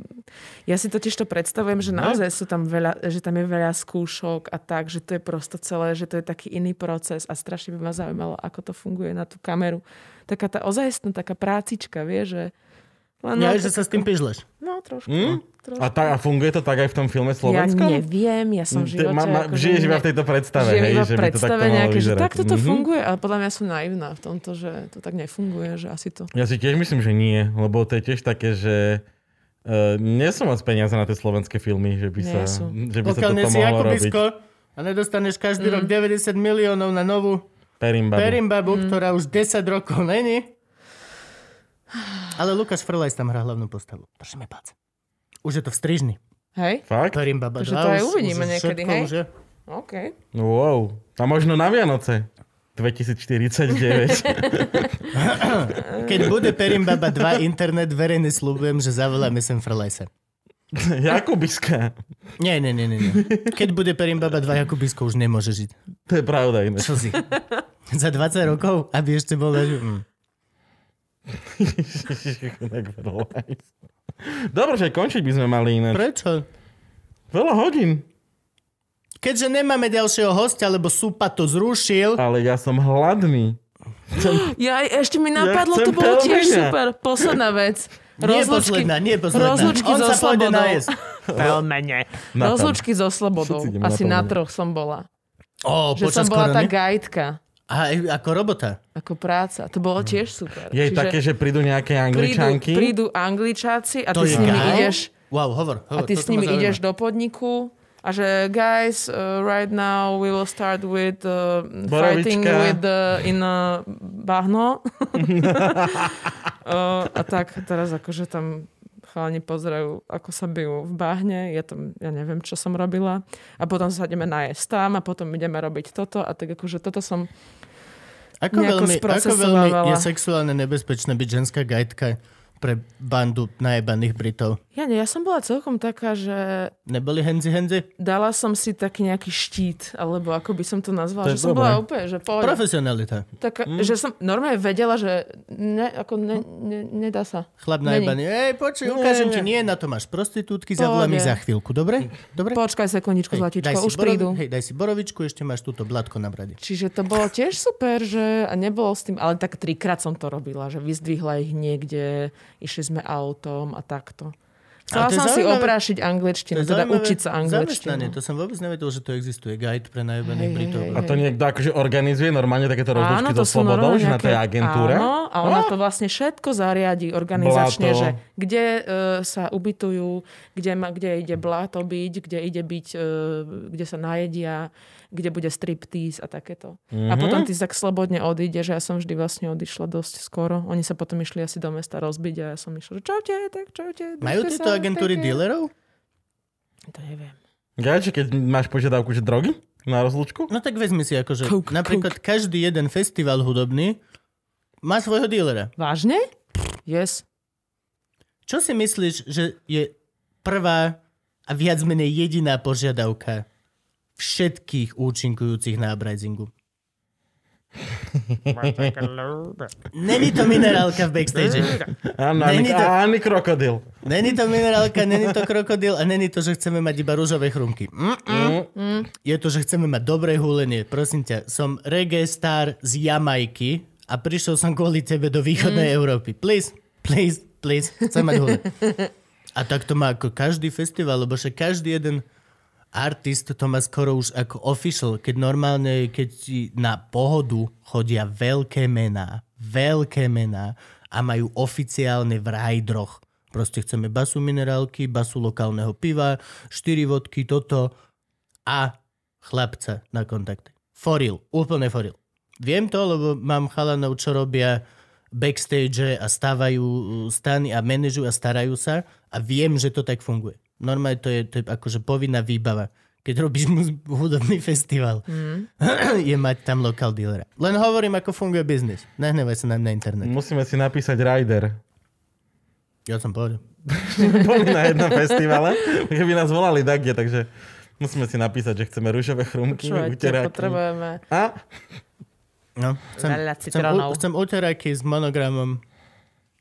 S4: ja si totiž to predstavujem, že naozaj sú tam veľa, že tam je veľa skúšok a tak, že to je prosto celé, že to je taký iný proces a strašne by ma zaujímalo, ako to funguje na tú kameru. Taká tá ozajstná, taká prácička, vie, že... Len No,
S2: Ja,
S4: ako-
S2: že sa s tým pižleš.
S4: No, trošku.
S1: Hm?
S4: trošku.
S1: A, tá, a funguje to tak aj v tom filme
S4: ja
S1: Slovensko?
S4: neviem, ja som v
S1: Ty-
S4: živote...
S1: ma- ma-
S4: akože
S1: Žiješ iba
S4: ne-
S1: v tejto predstave,
S4: Žijem
S1: hej,
S4: iba
S1: že by to
S4: v
S1: takto
S4: predstave
S1: malo
S4: nejaké, že
S1: vyzerať.
S4: takto to
S1: Mhm.
S4: funguje, ale podľa mňa som naivná v tomto, že to tak nefunguje, že asi to...
S1: Ja si tiež myslím, že nie, lebo to je tiež také, že uh, nie sú moc peniaze na tie slovenské filmy, že by
S4: Nie
S1: sa,
S4: sú.
S1: že by sa
S2: Pokiaľ
S1: toto
S2: nie si
S1: mohlo robiť.
S2: Jakubisko a nedostaneš každý
S4: Mm.
S2: rok 90 miliónov na novú
S1: Perimbabu.
S2: Perimbabu, ktorá už 10 rokov není. Ale Lukáš Frlajs tam hrá hlavnú postavu. Držíme palce. Už je to v strižni.
S4: Hej?
S1: Fakt?
S2: Perimbaba
S4: Takže
S2: 2,
S4: to aj
S2: už-
S4: uvidíme
S2: už je
S4: niekedy,
S2: všetko,
S4: hej?
S2: už je.
S4: OK.
S1: Wow. A možno na Vianoce. 2049.
S4: *laughs*
S2: Keď bude Perimbaba
S1: *laughs*
S2: 2 internet, verejne slúbujem, že zavoláme sem Frlajsa.
S1: Jakubiska.
S2: Nie, nie, nie, nie. nie. Keď bude Perimbaba 2, Jakubisko už nemôže žiť.
S1: To je pravda iné.
S2: Čo si? Za 20 rokov? Aby ešte bol... Mm.
S1: Dobre, že končiť by sme mali iné.
S2: Prečo?
S1: Veľa hodín.
S2: Keďže nemáme ďalšieho hostia, lebo Supa to zrušil,
S1: Ale ja som hladný.
S4: Ja, ešte mi napadlo,
S1: chcem
S4: to bolo tiež
S1: pelmene.
S4: super. Posledná vec.
S2: nie je posledná, nie je posledná.
S4: rozlučky
S2: On
S4: so
S2: sa pôjde
S4: slobodou.
S2: najesť.
S4: Pelmene.
S1: Na tam.
S4: Rozlučky so slobodou.
S1: Všetci ideme na
S4: Asi na
S1: pelmene.
S4: troch som bola.
S2: Ó,
S4: Že som
S2: počas
S4: bola tá
S2: korony?
S4: gajtka.
S2: A ako robota.
S4: Ako práca. To bolo tiež super.
S1: Je
S4: Čiže
S1: Hm. také, že prídu nejaké angličanky.
S4: Prídu, prídu angličáci a
S2: To
S4: ty s
S2: je
S4: nimi
S2: guy?
S4: ideš
S2: Wow, hovor,
S4: a
S2: hovor.
S4: ty s
S2: toto ma
S4: nimi
S2: zaujíma.
S4: ideš do podniku a že guys, uh, right now we will start with uh, fighting
S1: Borovička.
S4: with uh, in uh, bahno. *laughs* uh, a tak teraz akože tam chalani pozerajú, ako sa bijú v bahne. Ja tam, ja neviem, čo som robila. A potom sa ideme najesť tam a potom ideme robiť toto. A tak akože toto som... nejako
S2: Ako veľmi, ako veľmi
S4: sprocesovávala.
S2: je sexuálne nebezpečné byť ženská gajtka pre bandu najebaných Britov?
S4: Ja, ne, ja som bola celkom taká, že
S2: Neboli henzi henzi?
S4: dala som si taký nejaký štít, alebo ako by som to
S1: To
S4: nazvala.
S1: je
S4: že som
S1: dobré.
S4: bola úplne, že pohoda.
S2: Profesionalita.
S4: Tak, že som normálne vedela, že ne, ako ne,
S2: Hm.
S4: ne, nedá sa.
S2: Chlap
S4: Není.
S2: najebaný. Ej, počuj, ukážem ti. Nie, na to máš prostitútky, zavolám
S4: Pohode.
S2: ich za chvíľku, dobre? Dobre?
S4: Počkaj sekundičku,
S2: daj
S4: Zlatičko,
S2: si
S4: už prídu.
S2: Hej, daj si borovičku, ešte máš túto blatko na brade.
S4: Čiže to bolo tiež super, že a nebolo s tým, ale tak trikrát som to robila, že vyzdvihla ich niekde, išli sme autom a takto. Chcela
S2: Ale to je
S4: som si
S2: zaujímavé.
S4: oprášiť angličtinu, teda učiť sa
S2: zamestnanie.
S4: angličtinu.
S2: To som vôbec nevedel, že to existuje. Guide pre
S4: Hej,
S2: najebených
S4: hej,
S2: Britov.
S4: hej.
S1: A to niekto akože organizuje normálne takéto rozlúčky
S4: Áno, to
S1: so
S4: sú
S1: slobodou,
S4: normálne
S1: že na tej
S4: nejaké-
S1: agentúre.
S4: Áno, a ona to vlastne všetko zariadi organizačne,
S1: Blato.
S4: že kde e, sa ubytujú, kde, ma, kde ide blato byť, kde ide byť, e, kde sa najedia, kde bude striptease a takéto. Mm-hmm. A
S1: Mhm.
S4: potom ty tak slobodne odíde, že ja som vždy vlastne odišla dosť skoro. Oni sa potom išli asi do mesta rozbiť a ja som išla, že čaute, tak čaute.
S2: Majú
S4: držte
S2: tieto
S4: sa,
S2: agentúry
S4: pekne.
S2: dealerov?
S4: To neviem.
S1: Ja, že keď máš požiadavku, že drogy na rozlúčku?
S2: No tak vezmi si, akože
S4: Coke,
S2: napríklad každý jeden festival hudobný má svojho dealera.
S4: Vážne? Yes.
S2: Čo si myslíš, že je prvá a viac menej jediná požiadavka všetkých účinkujúcich na uprisingu? Není to minerálka v backstage.
S1: Áno, ani,
S2: Není to-
S1: ani krokodil.
S2: Není to minerálka, není to krokodil a není to, že chceme mať iba rúžové chrumky.
S4: Mm.
S2: Mm-mm.
S1: Mm.
S2: Je to, že chceme mať dobré húlenie. Prosím ťa, som reggae star z Jamajky a prišiel som kvôli tebe do východnej Európy. Please, please, please, chcem mať húle. A tak to má ako každý festival, lebo však každý jeden artist to má skoro už ako official, keď normálne, keď ti na pohodu chodia veľké mená, veľké mená a majú oficiálne v rajdroch. Proste chceme basu minerálky, basu lokálneho piva, štyri vodky, toto a chlapca na kontakte. Foril, úplne foril. Viem to, lebo mám chalanov, čo robia backstage a stávajú uh, stany a manažujú a starajú sa a viem, že to tak funguje. Normálne to je, to je akože povinná výbava. Keď robíš mu- hudobný festival, mm. *clears throat* je mať tam lokal dealera. Len hovorím, ako funguje biznis. Nehnevaj sa nám na internet.
S1: Musíme si napísať rider.
S2: Ja som povedal.
S1: Boli na jednom festivale, keby nás volali takde, takže musíme si napísať, že chceme rúžové chrumky,
S2: teda
S4: Počúvajte,
S1: uteráky.
S4: potrebujeme.
S1: A
S2: No, chcem,
S4: Veľa
S2: chcem,
S4: citrónov.
S2: u- chcem uteráky s monogramom.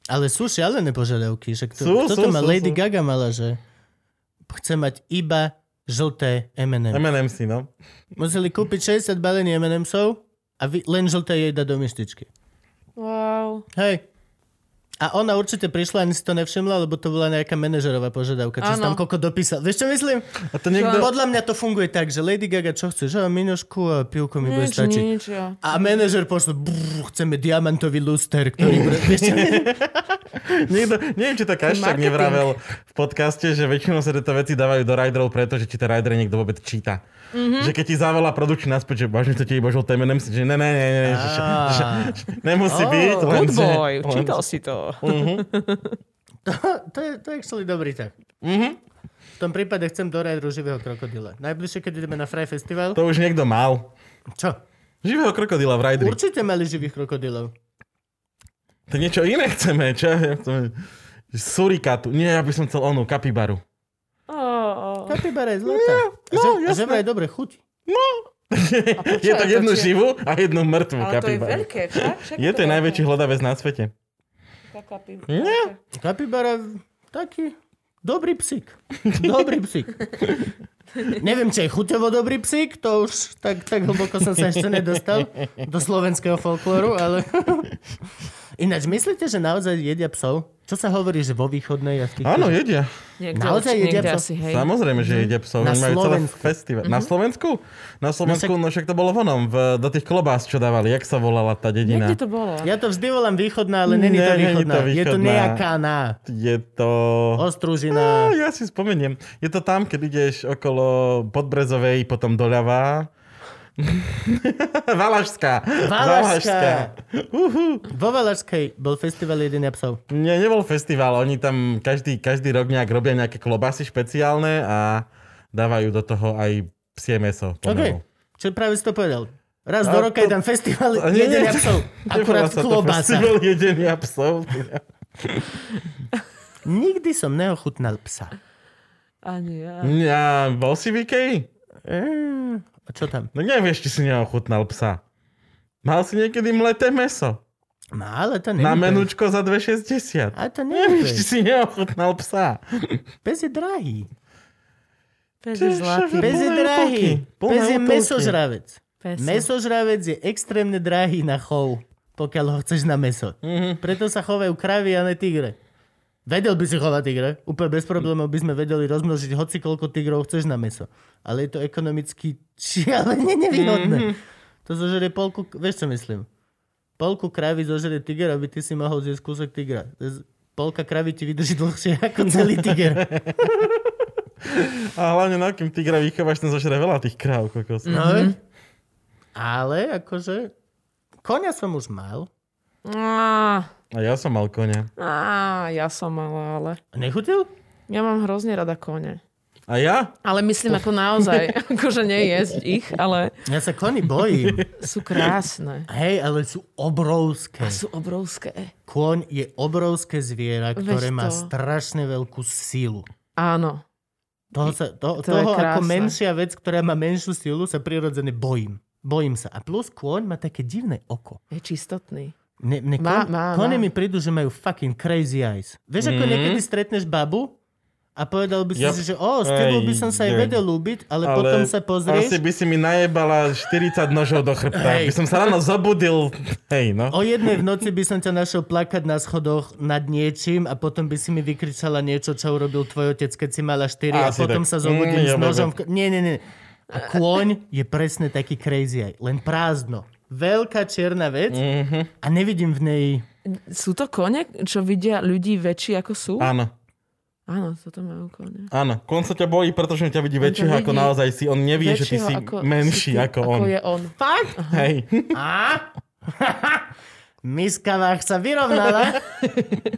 S2: Ale sú šialené požiadavky. Však to,
S1: Sú,
S2: kto
S1: sú,
S2: to má?
S1: sú,
S2: Lady
S1: sú.
S2: Gaga mala, že chce mať iba žlté M&M.
S1: M&M si, no.
S2: Museli kúpiť 60 balení M&M'sov a vy, len žlté jej dať do myštičky.
S4: Wow.
S2: Hej. A ona určite prišla, ani si to nevšimla, lebo to bola nejaká manažerová požiadavka, čo si
S4: Áno.
S2: tam koľko dopísal. Vieš, čo myslím?
S1: A to niekto...
S2: Podľa mňa to funguje tak, že Lady Gaga, čo chceš? Že minošku a pivko mi bude
S4: Nič,
S2: stačiť.
S4: nič. ja.
S2: A manažer pošle, brr, chceme diamantový luster, ktorý...
S1: Mhm.
S2: Br- vieš čo?
S1: Niekto, neviem, či to Kaščák
S4: Marketing.
S1: nevravel v podcaste, že väčšinou sa tieto veci dávajú do riderov, pretože či tie ridery niekto vôbec číta. Mm-hmm.
S4: Mhm.
S1: Že keď ti zavolá produkčný naspäť, že vážne to ti iba žol temenem, že ne, ne, ne, ne, že, že, že, že nemusí
S4: Oh,
S1: byť.
S4: good
S1: že-
S4: boy,
S1: len- Mhm.
S4: čítal si to.
S2: to, to, je, to je actually dobrý tak.
S1: Mhm.
S2: V tom prípade chcem dorať ruživého krokodila. Najbližšie, keď ideme na Fry Festival.
S1: To už niekto mal.
S2: Čo?
S1: Živého krokodila v rajdri.
S2: Určite mali živých krokodilov.
S1: No. To niečo iné chceme, čo ja viem, chceme surikatu. Nie, ja by som chcel onú, kapibaru.
S4: Oh,
S2: Kapibara je zlatá.
S1: no,
S2: No, no, a
S1: jasné.
S2: že vraj dobre chuť.
S1: *laughs* je to
S4: to
S1: jednu
S4: tie-
S1: živú a jednu mŕtvu
S4: ale to je
S1: kapibaru.
S4: veľké, však? Však
S1: Je to
S4: je
S1: najväčší hľadavec na svete.
S4: veľká kapibara.
S2: Kapibara, taký dobrý psík. Dobrý psík. Neviem, či je chuťovo dobrý psík, to už tak, tak hlboko som sa ešte nedostal do slovenského folklóru, ale... *laughs* Ináč, myslíte, že naozaj jedia psov? Čo sa hovorí, že vo východnej a v tých...
S1: Áno, jedia.
S4: Niekde,
S2: Naozaj
S4: určite-
S2: jedia
S4: niekde
S2: psa-
S4: asi, hej. Mhm.
S1: Samozrejme, že jedia psov.
S2: Na
S1: Oni majú celé
S2: Slovensku.
S1: festival. Na Slovensku? Na Slovensku, no však to bolo vonom. V, do tých klobás, čo dávali. Jak sa volala tá dedina?
S4: Niekde to bolo.
S2: Ja to vždy volám východná, ale není to
S1: Ne, není to
S2: východná. Je to
S1: východná.
S2: nejaká na
S1: Je to...
S2: ostružina.
S1: Ja si spomeniem. Je to tam, keď ideš okolo Podbrezovej, potom doľava. *laughs* Valašská. Uhu.
S2: Vo Valašskej bol festival jedenia psov.
S1: Nie, nebol festival. Oni tam každý, každý rok nejak robia nejaké klobasy špeciálne a dávajú do toho aj psie meso.
S2: OK,
S1: pomalu.
S2: čo práve si to povedal. Raz do
S1: A
S2: roka je
S1: to-
S2: tam festival
S1: A nie, nie,
S2: jedenia psov.
S1: *laughs* nevolá
S2: Akurát
S1: sa to
S2: klobása.
S1: Festival teda. jedenia psov.
S2: Nikdy som neochutnal psa.
S4: Ani ja.
S1: Ja, bol si VK?
S2: Mm, a čo tam?
S1: No nevieš, či si neochutnal psa. Mal si niekedy mleté meso.
S2: No ale to nie
S1: Na
S2: je pes.
S1: menučko za 2,60.
S2: Ale to nie je
S1: Nevieš,
S2: pes.
S1: či si neochutnal psa.
S2: Pes je drahý.
S4: Pes
S1: Čo
S4: je
S1: je
S4: zlatý.
S1: šafr?
S2: Pes je
S1: Plné
S2: drahý.
S1: útulky. Plné
S2: Pes je
S1: útulky.
S2: mesožravec.
S4: Pes.
S2: Mesožravec je extrémne drahý na chov, pokiaľ ho chceš na meso. Preto sa chovajú kravy a ne tigre. Vedel by si chovať tigre, úplne bez problémov by sme vedeli rozmnožiť hoci koľko tigrov chceš na meso. Ale je to ekonomicky šialene nevýhodné. Mm-hmm. To zožerie polku, vieš čo myslím? Polku kravy zožerie tiger, aby ty si mohol zjesť kúsok tigra. To je- Polka kravy ti vydrží dlhšie *laughs* ako celý tiger.
S1: A hlavne no, na kým tigra vychováš, ten zožere veľa tých kráv, kokos.
S2: No, mm-hmm. ale akože konia som už mal.
S4: Á,
S1: A ja som mal konia.
S4: á, ja som mala, ale...
S2: Nechutil?
S4: Ja mám hrozne rada kone.
S1: A ja?
S4: Ale myslím ako *laughs* naozaj, akože nie jesť ich, ale
S2: Ja sa
S4: *laughs*
S2: koni bojím.
S4: sú krásne.
S2: Hej, ale sú obrovské.
S4: A sú
S1: Hm.
S4: obrovské.
S2: Kôň je obrovské zviera, ktoré
S4: Veď
S2: má
S4: to.
S2: strašne veľkú silu.
S4: Áno.
S2: Toho, sa,
S4: To
S2: to,
S4: je
S2: toho ako
S4: krásne.
S2: menšia vec, ktorá má menšiu silu, sa prirodzene bojím. Bojím sa. A plus kôň má také divné oko.
S4: Je čistotný.
S2: Ne, ne,
S4: Má-
S2: kon-
S4: má,
S2: kone
S4: má.
S2: mi prídu, že majú fucking crazy eyes. Vieš, ako
S1: Mhm.
S2: niekedy stretneš babu a povedal by si,
S1: Yep.
S2: si, že o, s tebou by som sa aj
S1: Ej,
S2: vedel ľúbiť, ale, ale potom sa
S1: Asi
S2: pozrieš,
S1: by si mi najebala 40 nožov do chrbta.
S2: Hej.
S1: By som sa ráno zobudil. Hej, no.
S2: O jednej v noci by som ťa našiel plakať na schodoch nad niečím a potom by si mi vykričala niečo, čo urobil tvoj otec, keď si mala 4 a, a
S1: Asi
S2: potom
S1: tak.
S2: sa zobudím
S1: Mm,
S2: s
S1: ja
S2: nožom. V... k- Nie, nie, nie. A kôň je presne taký crazy aj. Len prázdno. Veľká čierna vec
S1: Mhm.
S2: a nevidím v nej...
S4: Sú to kone, čo vidia ľudí väčší ako sú?
S1: Áno,
S4: Áno, toto majú kone.
S1: áno. Kon sa ťa bojí, pretože ťa vidí väčšieho ako
S4: vidí
S1: naozaj si. On nevie, že ty
S4: Väčšieho
S1: si
S4: ako-
S1: menší
S4: si ty-
S1: ako on.
S4: Ako je on.
S2: Fakt?
S1: Hej.
S2: A? Miskavách
S1: *laughs*
S2: sa vyrovnala.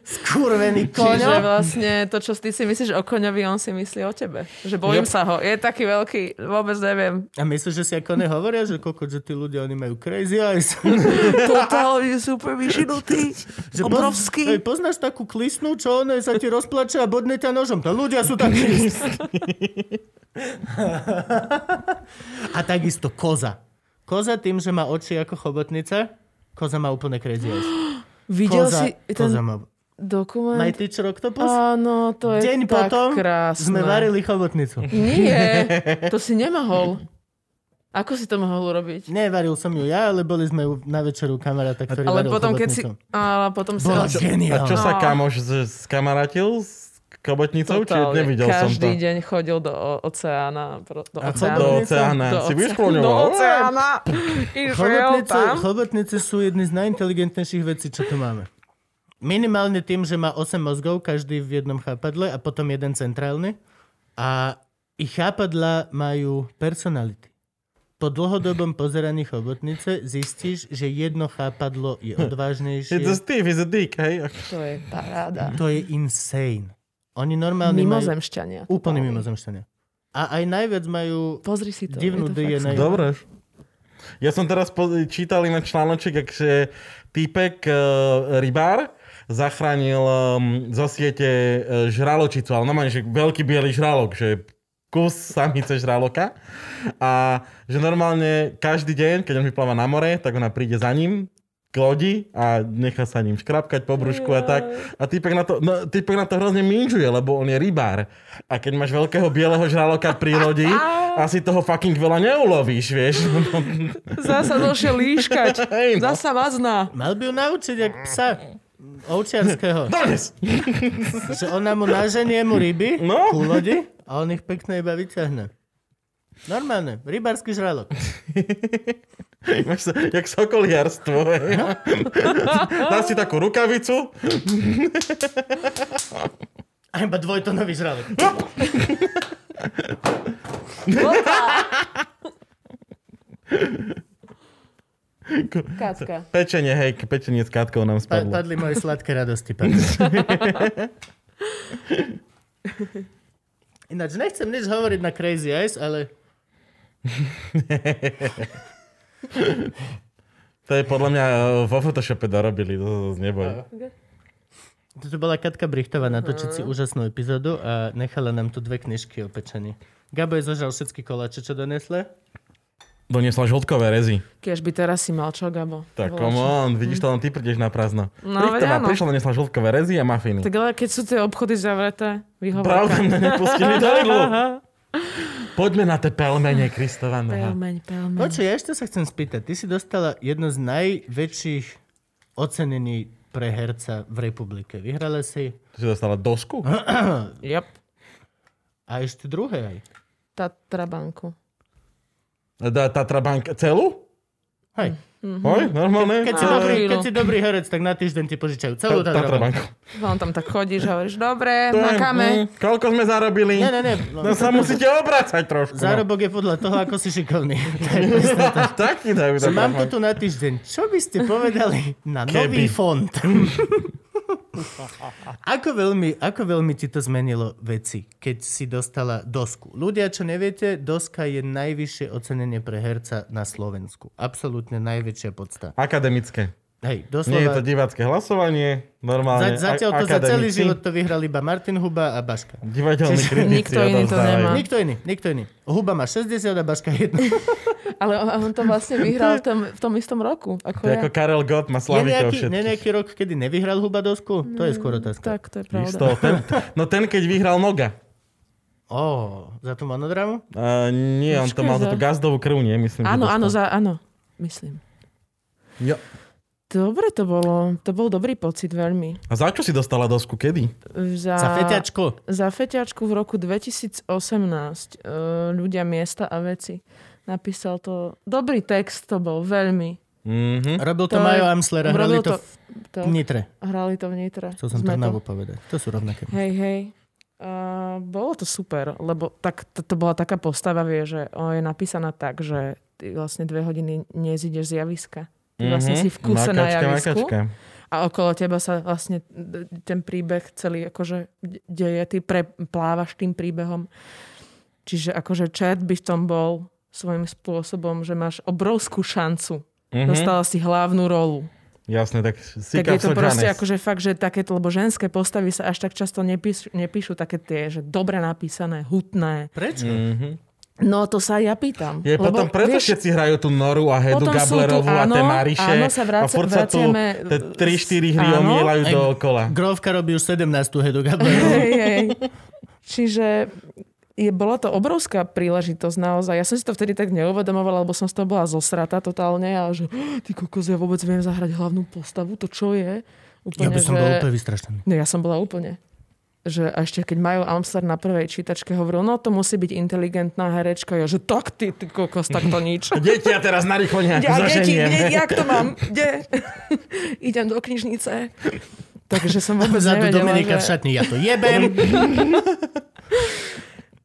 S2: Skurvený
S4: Čiže
S2: koňo.
S4: vlastne to, čo ty si myslíš o koňovi, on si myslí o tebe. Že bojím
S1: Yep.
S4: sa ho. Je taký veľký, vôbec neviem.
S2: A myslíš, že si ako nehovoria, že koľko, že tí ľudia, oni majú crazy eyes.
S4: Toto je super vyšinutý.
S2: Že poz- Hej, poznáš takú klisnú, čo ona sa ti rozplače a bodne ťa nožom. To ľudia sú takí. *laughs* a takisto koza. Koza tým, že má oči ako chobotnica, koza má úplne crazy eyes.
S4: Videl
S2: Koza,
S4: si
S2: koza
S4: ten
S2: má...
S4: dokument?
S2: My teacher octopus?
S4: Áno, to je
S2: Deň
S4: tak
S2: potom
S4: krásne.
S2: Sme varili chobotnicu.
S4: Nie, to si nemohol. Ako si to mohol urobiť?
S2: Nevaril som ju ja, ale boli sme u- na večeru u kamaráta, ktorý
S4: Ale
S2: varil
S4: potom, keď si...
S2: chobotnicu.
S4: Ale potom si...
S2: Bola
S4: ale- *laughs*
S1: A čo
S2: geniálna.
S1: sa
S4: No.
S1: kamoš z- skamarátil s kobotnicou? Či
S4: Totálne.
S1: nevidel som to.
S4: Každý deň chodil do o- oceána. pro- Do
S2: A
S4: oceána.
S1: Do oceána.
S4: Do
S1: Si
S4: oce- Do
S1: vyškloňoval.
S4: oceána. Išiel
S2: Chobotnice,
S4: tam.
S2: chobotnice sú jedny z najinteligentnejších vecí, čo tu máme. Minimálne tým, že má 8 mozgov, každý v jednom chápadle a potom jeden centrálny. A ich chápadla majú personality. Po dlhodobom pozeraní chobotnice zistíš, že jedno chápadlo
S4: *laughs*
S2: je
S1: It's a
S2: odvážnejšie.
S1: Steve, he's a dick, hej.
S4: To je paráda.
S2: To je insane. Oni normálne majú
S4: Mimozemšťania.
S2: úplne mimozemšťania. A aj najviac majú...
S4: Pozri si to.
S2: Divnú
S4: je to fakt
S2: DNA.
S4: super.
S1: Dobre. Ja som teraz po- čítal inak článoček, akže týpek e, rybár zachránil um, zo siete e, žraločicu, ale normálne, že veľký biely žralok, že kus samice žraloka a že normálne každý deň, keď on vypláva na more, tak ona príde za ním k lodi a nechá sa ním škrapkať po brúšku a tak. A týpek na to, no, týpek na to hrozne minžuje, lebo on je rybár. A keď máš veľkého bieleho žraloka pri
S4: *laughs*
S1: lodi, asi toho fucking veľa neulovíš, vieš. *laughs* No,
S4: Zasa došiel líškať.
S1: Hej, no.
S4: Zasa mazná.
S2: Mal by ju naučiť, jak psa
S4: *laughs*
S2: ovčiarského.
S1: Dones!
S2: Že ona mu naženie mu ryby
S1: No.
S2: ku lodi a on ich pekne iba vyťahne. Normálne, rybársky žralok.
S1: Máš sa, jak
S4: *laughs*
S1: sokoliarstvo, hej. Dá si takú rukavicu.
S2: A iba dvojtonový žralok.
S4: Kacka.
S1: Pečenie, hej, k- pečenie s kátkou nám
S2: Pa-
S1: spadlo.
S2: padli moje sladké radosti. Padli. *laughs* Ináč, nechcem nič hovoriť na Crazy Eyes, ale
S1: To je podľa mňa e, vo Photoshope dorobili, to, to neboj.
S2: toto bola Katka Brichtová natočiť si úžasnú epizódu a nechala nám tu dve knižky o pečení. Gabo je zožral všetky koláče, čo donesle.
S1: Doniesla žltkové rezy.
S4: Kiež by teraz si mal čo, Gabo.
S1: Tak
S4: Volačo.
S1: come on, vidíš to, len ty prídeš na prázdno.
S4: No, veď
S1: Richtová
S4: áno.
S1: prišla, doniesla žltkové rezy a mafiny.
S4: Tak ale keď sú tie obchody zavreté,
S1: Pravda,
S4: vyhovorka.
S1: mňa nepustili do
S2: *laughs*
S1: jedlu. Poďme na tie pelmene, Kristova noha.
S4: Pelmeň, pelmeň.
S2: Počuj, ja ešte sa chcem spýtať. Ty si dostala jedno z najväčších ocenení pre herca v republike. Vyhrala si
S1: Ty si dostala dosku?
S4: Yep.
S2: a ešte druhé aj.
S4: Tatra banku.
S1: Da, Tatra Bank celú?
S2: Hej.
S1: Hoj, normálne?
S2: Mhm. Keď, si
S4: Ale-
S2: dobrý, keď si dobrý herec, tak na týždeň ti požičajú celú
S1: Ta- Tatra Bank.
S4: On tam tak chodíš a hovoríš, dobre,
S1: To je,
S4: makáme.
S1: mm, Koľko sme zarobili?
S2: Nie, nie, nie.
S1: No sa musíte obracať trošku.
S2: Zárobok je podľa toho, ako si šikovný.
S1: No. *laughs* tak ti dajú Tatra
S2: Že mám
S1: Bank.
S2: to tu na týždeň. Čo by ste povedali na nový
S1: Keby.
S2: fond? *laughs* ako, veľmi, ako veľmi ti to zmenilo veci, keď si dostala dosku? Ľudia, čo neviete, doska je najvyššie ocenenie pre herca na Slovensku. Absolútne najväčšia podsta.
S1: Akademické.
S2: Hej,
S1: Nie je to
S2: doslova...
S1: divácké hlasovanie,
S2: Za,
S1: normálne
S2: zatiaľ
S1: a-
S2: to za celý
S1: akademici,
S2: život to vyhral iba Martin Huba a Baška.
S1: Divadelní
S4: Čiže
S1: kritici
S4: nikto iný to
S1: odovzdávajú.
S4: nemá.
S2: Nikto iný, nikto iný. Huba má 60 a Baška 1.
S4: Ale on, on to vlastne vyhral v tom, v tom istom roku. Ako
S1: To je
S4: ja.
S1: ako Karel Gott má
S2: Je
S1: slavikov
S2: nejaký,
S1: všetkých.
S2: nie nejaký rok, kedy nevyhral Huba dosku? To je skôr otázka.
S4: Tak, to je
S1: Isto,
S4: pravda.
S1: ten, no ten, keď vyhral Noga.
S2: Ó, za tú monodramu?
S1: Uh, nie, on to
S4: Počkaj,
S1: mal za
S4: za-
S1: tú gazdovú krv, nie? Myslím, že
S4: Áno,
S1: dostal.
S4: áno, za, áno, myslím.
S1: Jo.
S4: Dobre to bolo. To bol dobrý pocit veľmi.
S1: A za čo si dostala dosku? Kedy?
S4: Za,
S2: Za feťačko.
S4: Za feťačku v roku 2018 e, ľudia, miesta a veci. Napísal to... Dobrý text to bol, veľmi.
S1: Mhm.
S2: Robil
S4: To
S2: to,
S4: je-
S2: Majo Amsler a hrali
S4: Urobil
S2: to,
S4: to,
S2: v Nitre.
S4: Hrali to v Nitre.
S2: Chcel som
S4: Sme to-
S2: Trnavu povedať. To sú rovnaké.
S4: Hej, hej. Uh, bolo to super, lebo tak, to, to bola taká postava, vie, že o, je napísaná tak, že ty vlastne dve hodiny nezídeš z javiska. Ty vlastne
S1: Mhm.
S4: si v kuse na
S1: Makačka,
S4: javisku
S1: makačka.
S4: a okolo teba sa vlastne d- ten príbeh celý akože de- deje, ty preplávaš tým príbehom. Čiže akože čert by v tom bol svojím spôsobom, že máš obrovskú šancu.
S1: Mhm.
S4: Dostala si hlavnú rolu.
S1: Jasne, tak si
S4: Tak je to proste akože fakt, že takéto, lebo ženské postavy sa až tak často nepíšu, nepíšu také tie, že dobre napísané, hutné.
S2: Prečo?
S1: Mm-hmm.
S4: No to sa aj ja pýtam.
S1: Je
S4: lebo,
S1: potom preto
S4: vieš,
S1: všetci hrajú tú Noru a Hedu
S4: potom sú tu-
S1: Gablerovú a
S4: áno,
S1: tie Mariše.
S4: áno, sa
S1: a
S4: vracia-
S1: furt sa tu
S4: vraciame-
S1: tie 3-4 hry
S4: Áno.
S1: omielajú
S2: Aj-
S1: dookola.
S2: Grovka robí už 17. hedu
S4: *laughs*
S2: Gabriel.
S4: *laughs* Hej, hej. Čiže je, bola to obrovská príležitosť naozaj. Ja som si to vtedy tak neuvedomovala, lebo som z toho bola zosrata totálne a že ty kokos, ja vôbec viem zahrať hlavnú postavu, to čo je?
S2: Ja
S4: Úplne,
S2: by som
S4: že...
S2: bol úplne vystrašený.
S4: No ja som bola úplne. Že a ešte keď majú Amsler na prvej čítačke hovoril, no to musí byť inteligentná herečka. Ja, že tak ty, ty kokos, tak to
S2: *laughs*
S4: nič.
S1: Deti, ja teraz narýchlo nejak
S4: Ja, deti,
S1: zaženiem.
S4: kde, jak to mám? Kde? *laughs* Idem do knižnice. Takže
S2: *laughs*
S4: som vôbec
S2: Pozadu
S4: nevedela,
S2: Dominika v
S4: že...
S2: šatni, ja to
S4: *laughs*
S2: jebem.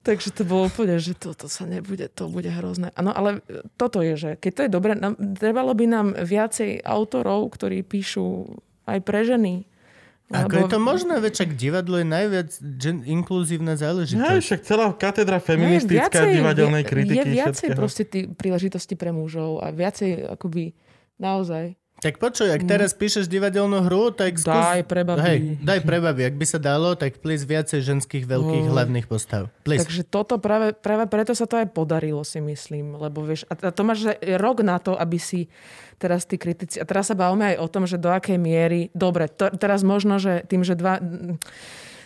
S4: Takže to bolo úplne, že toto sa nebude, to bude hrozné. Áno, ale e, toto je, že keď to je dobré, nám, trebalo by nám viacej autorov, ktorí píšu aj pre ženy.
S2: Ako je to možné? Veď však divadlo je najviac gen-
S4: No.
S2: inkluzívna
S1: Hej,
S2: záležitosť.
S1: však celá katedra feministická
S4: je
S1: divadelnej
S4: No je-
S1: kritiky.
S4: Je viacej
S1: všetkého.
S4: proste tý, príležitosti pre mužov a viacej akoby naozaj.
S2: Tak počuj, ak teraz píšeš divadelnú hru, tak skús...
S4: Daj pre babí.
S2: Hej, daj pre babi. Ak by sa dalo, tak please viacej ženských veľkých
S4: No.
S2: hlavných postav. Please.
S4: Takže toto práve, práve preto sa to aj podarilo, si myslím. Lebo vieš, a, a to máš že rok na to, aby si teraz tí kritici... A teraz sa bavíme aj o tom, že do akej miery... Dobre, to, teraz možno, že tým, že dva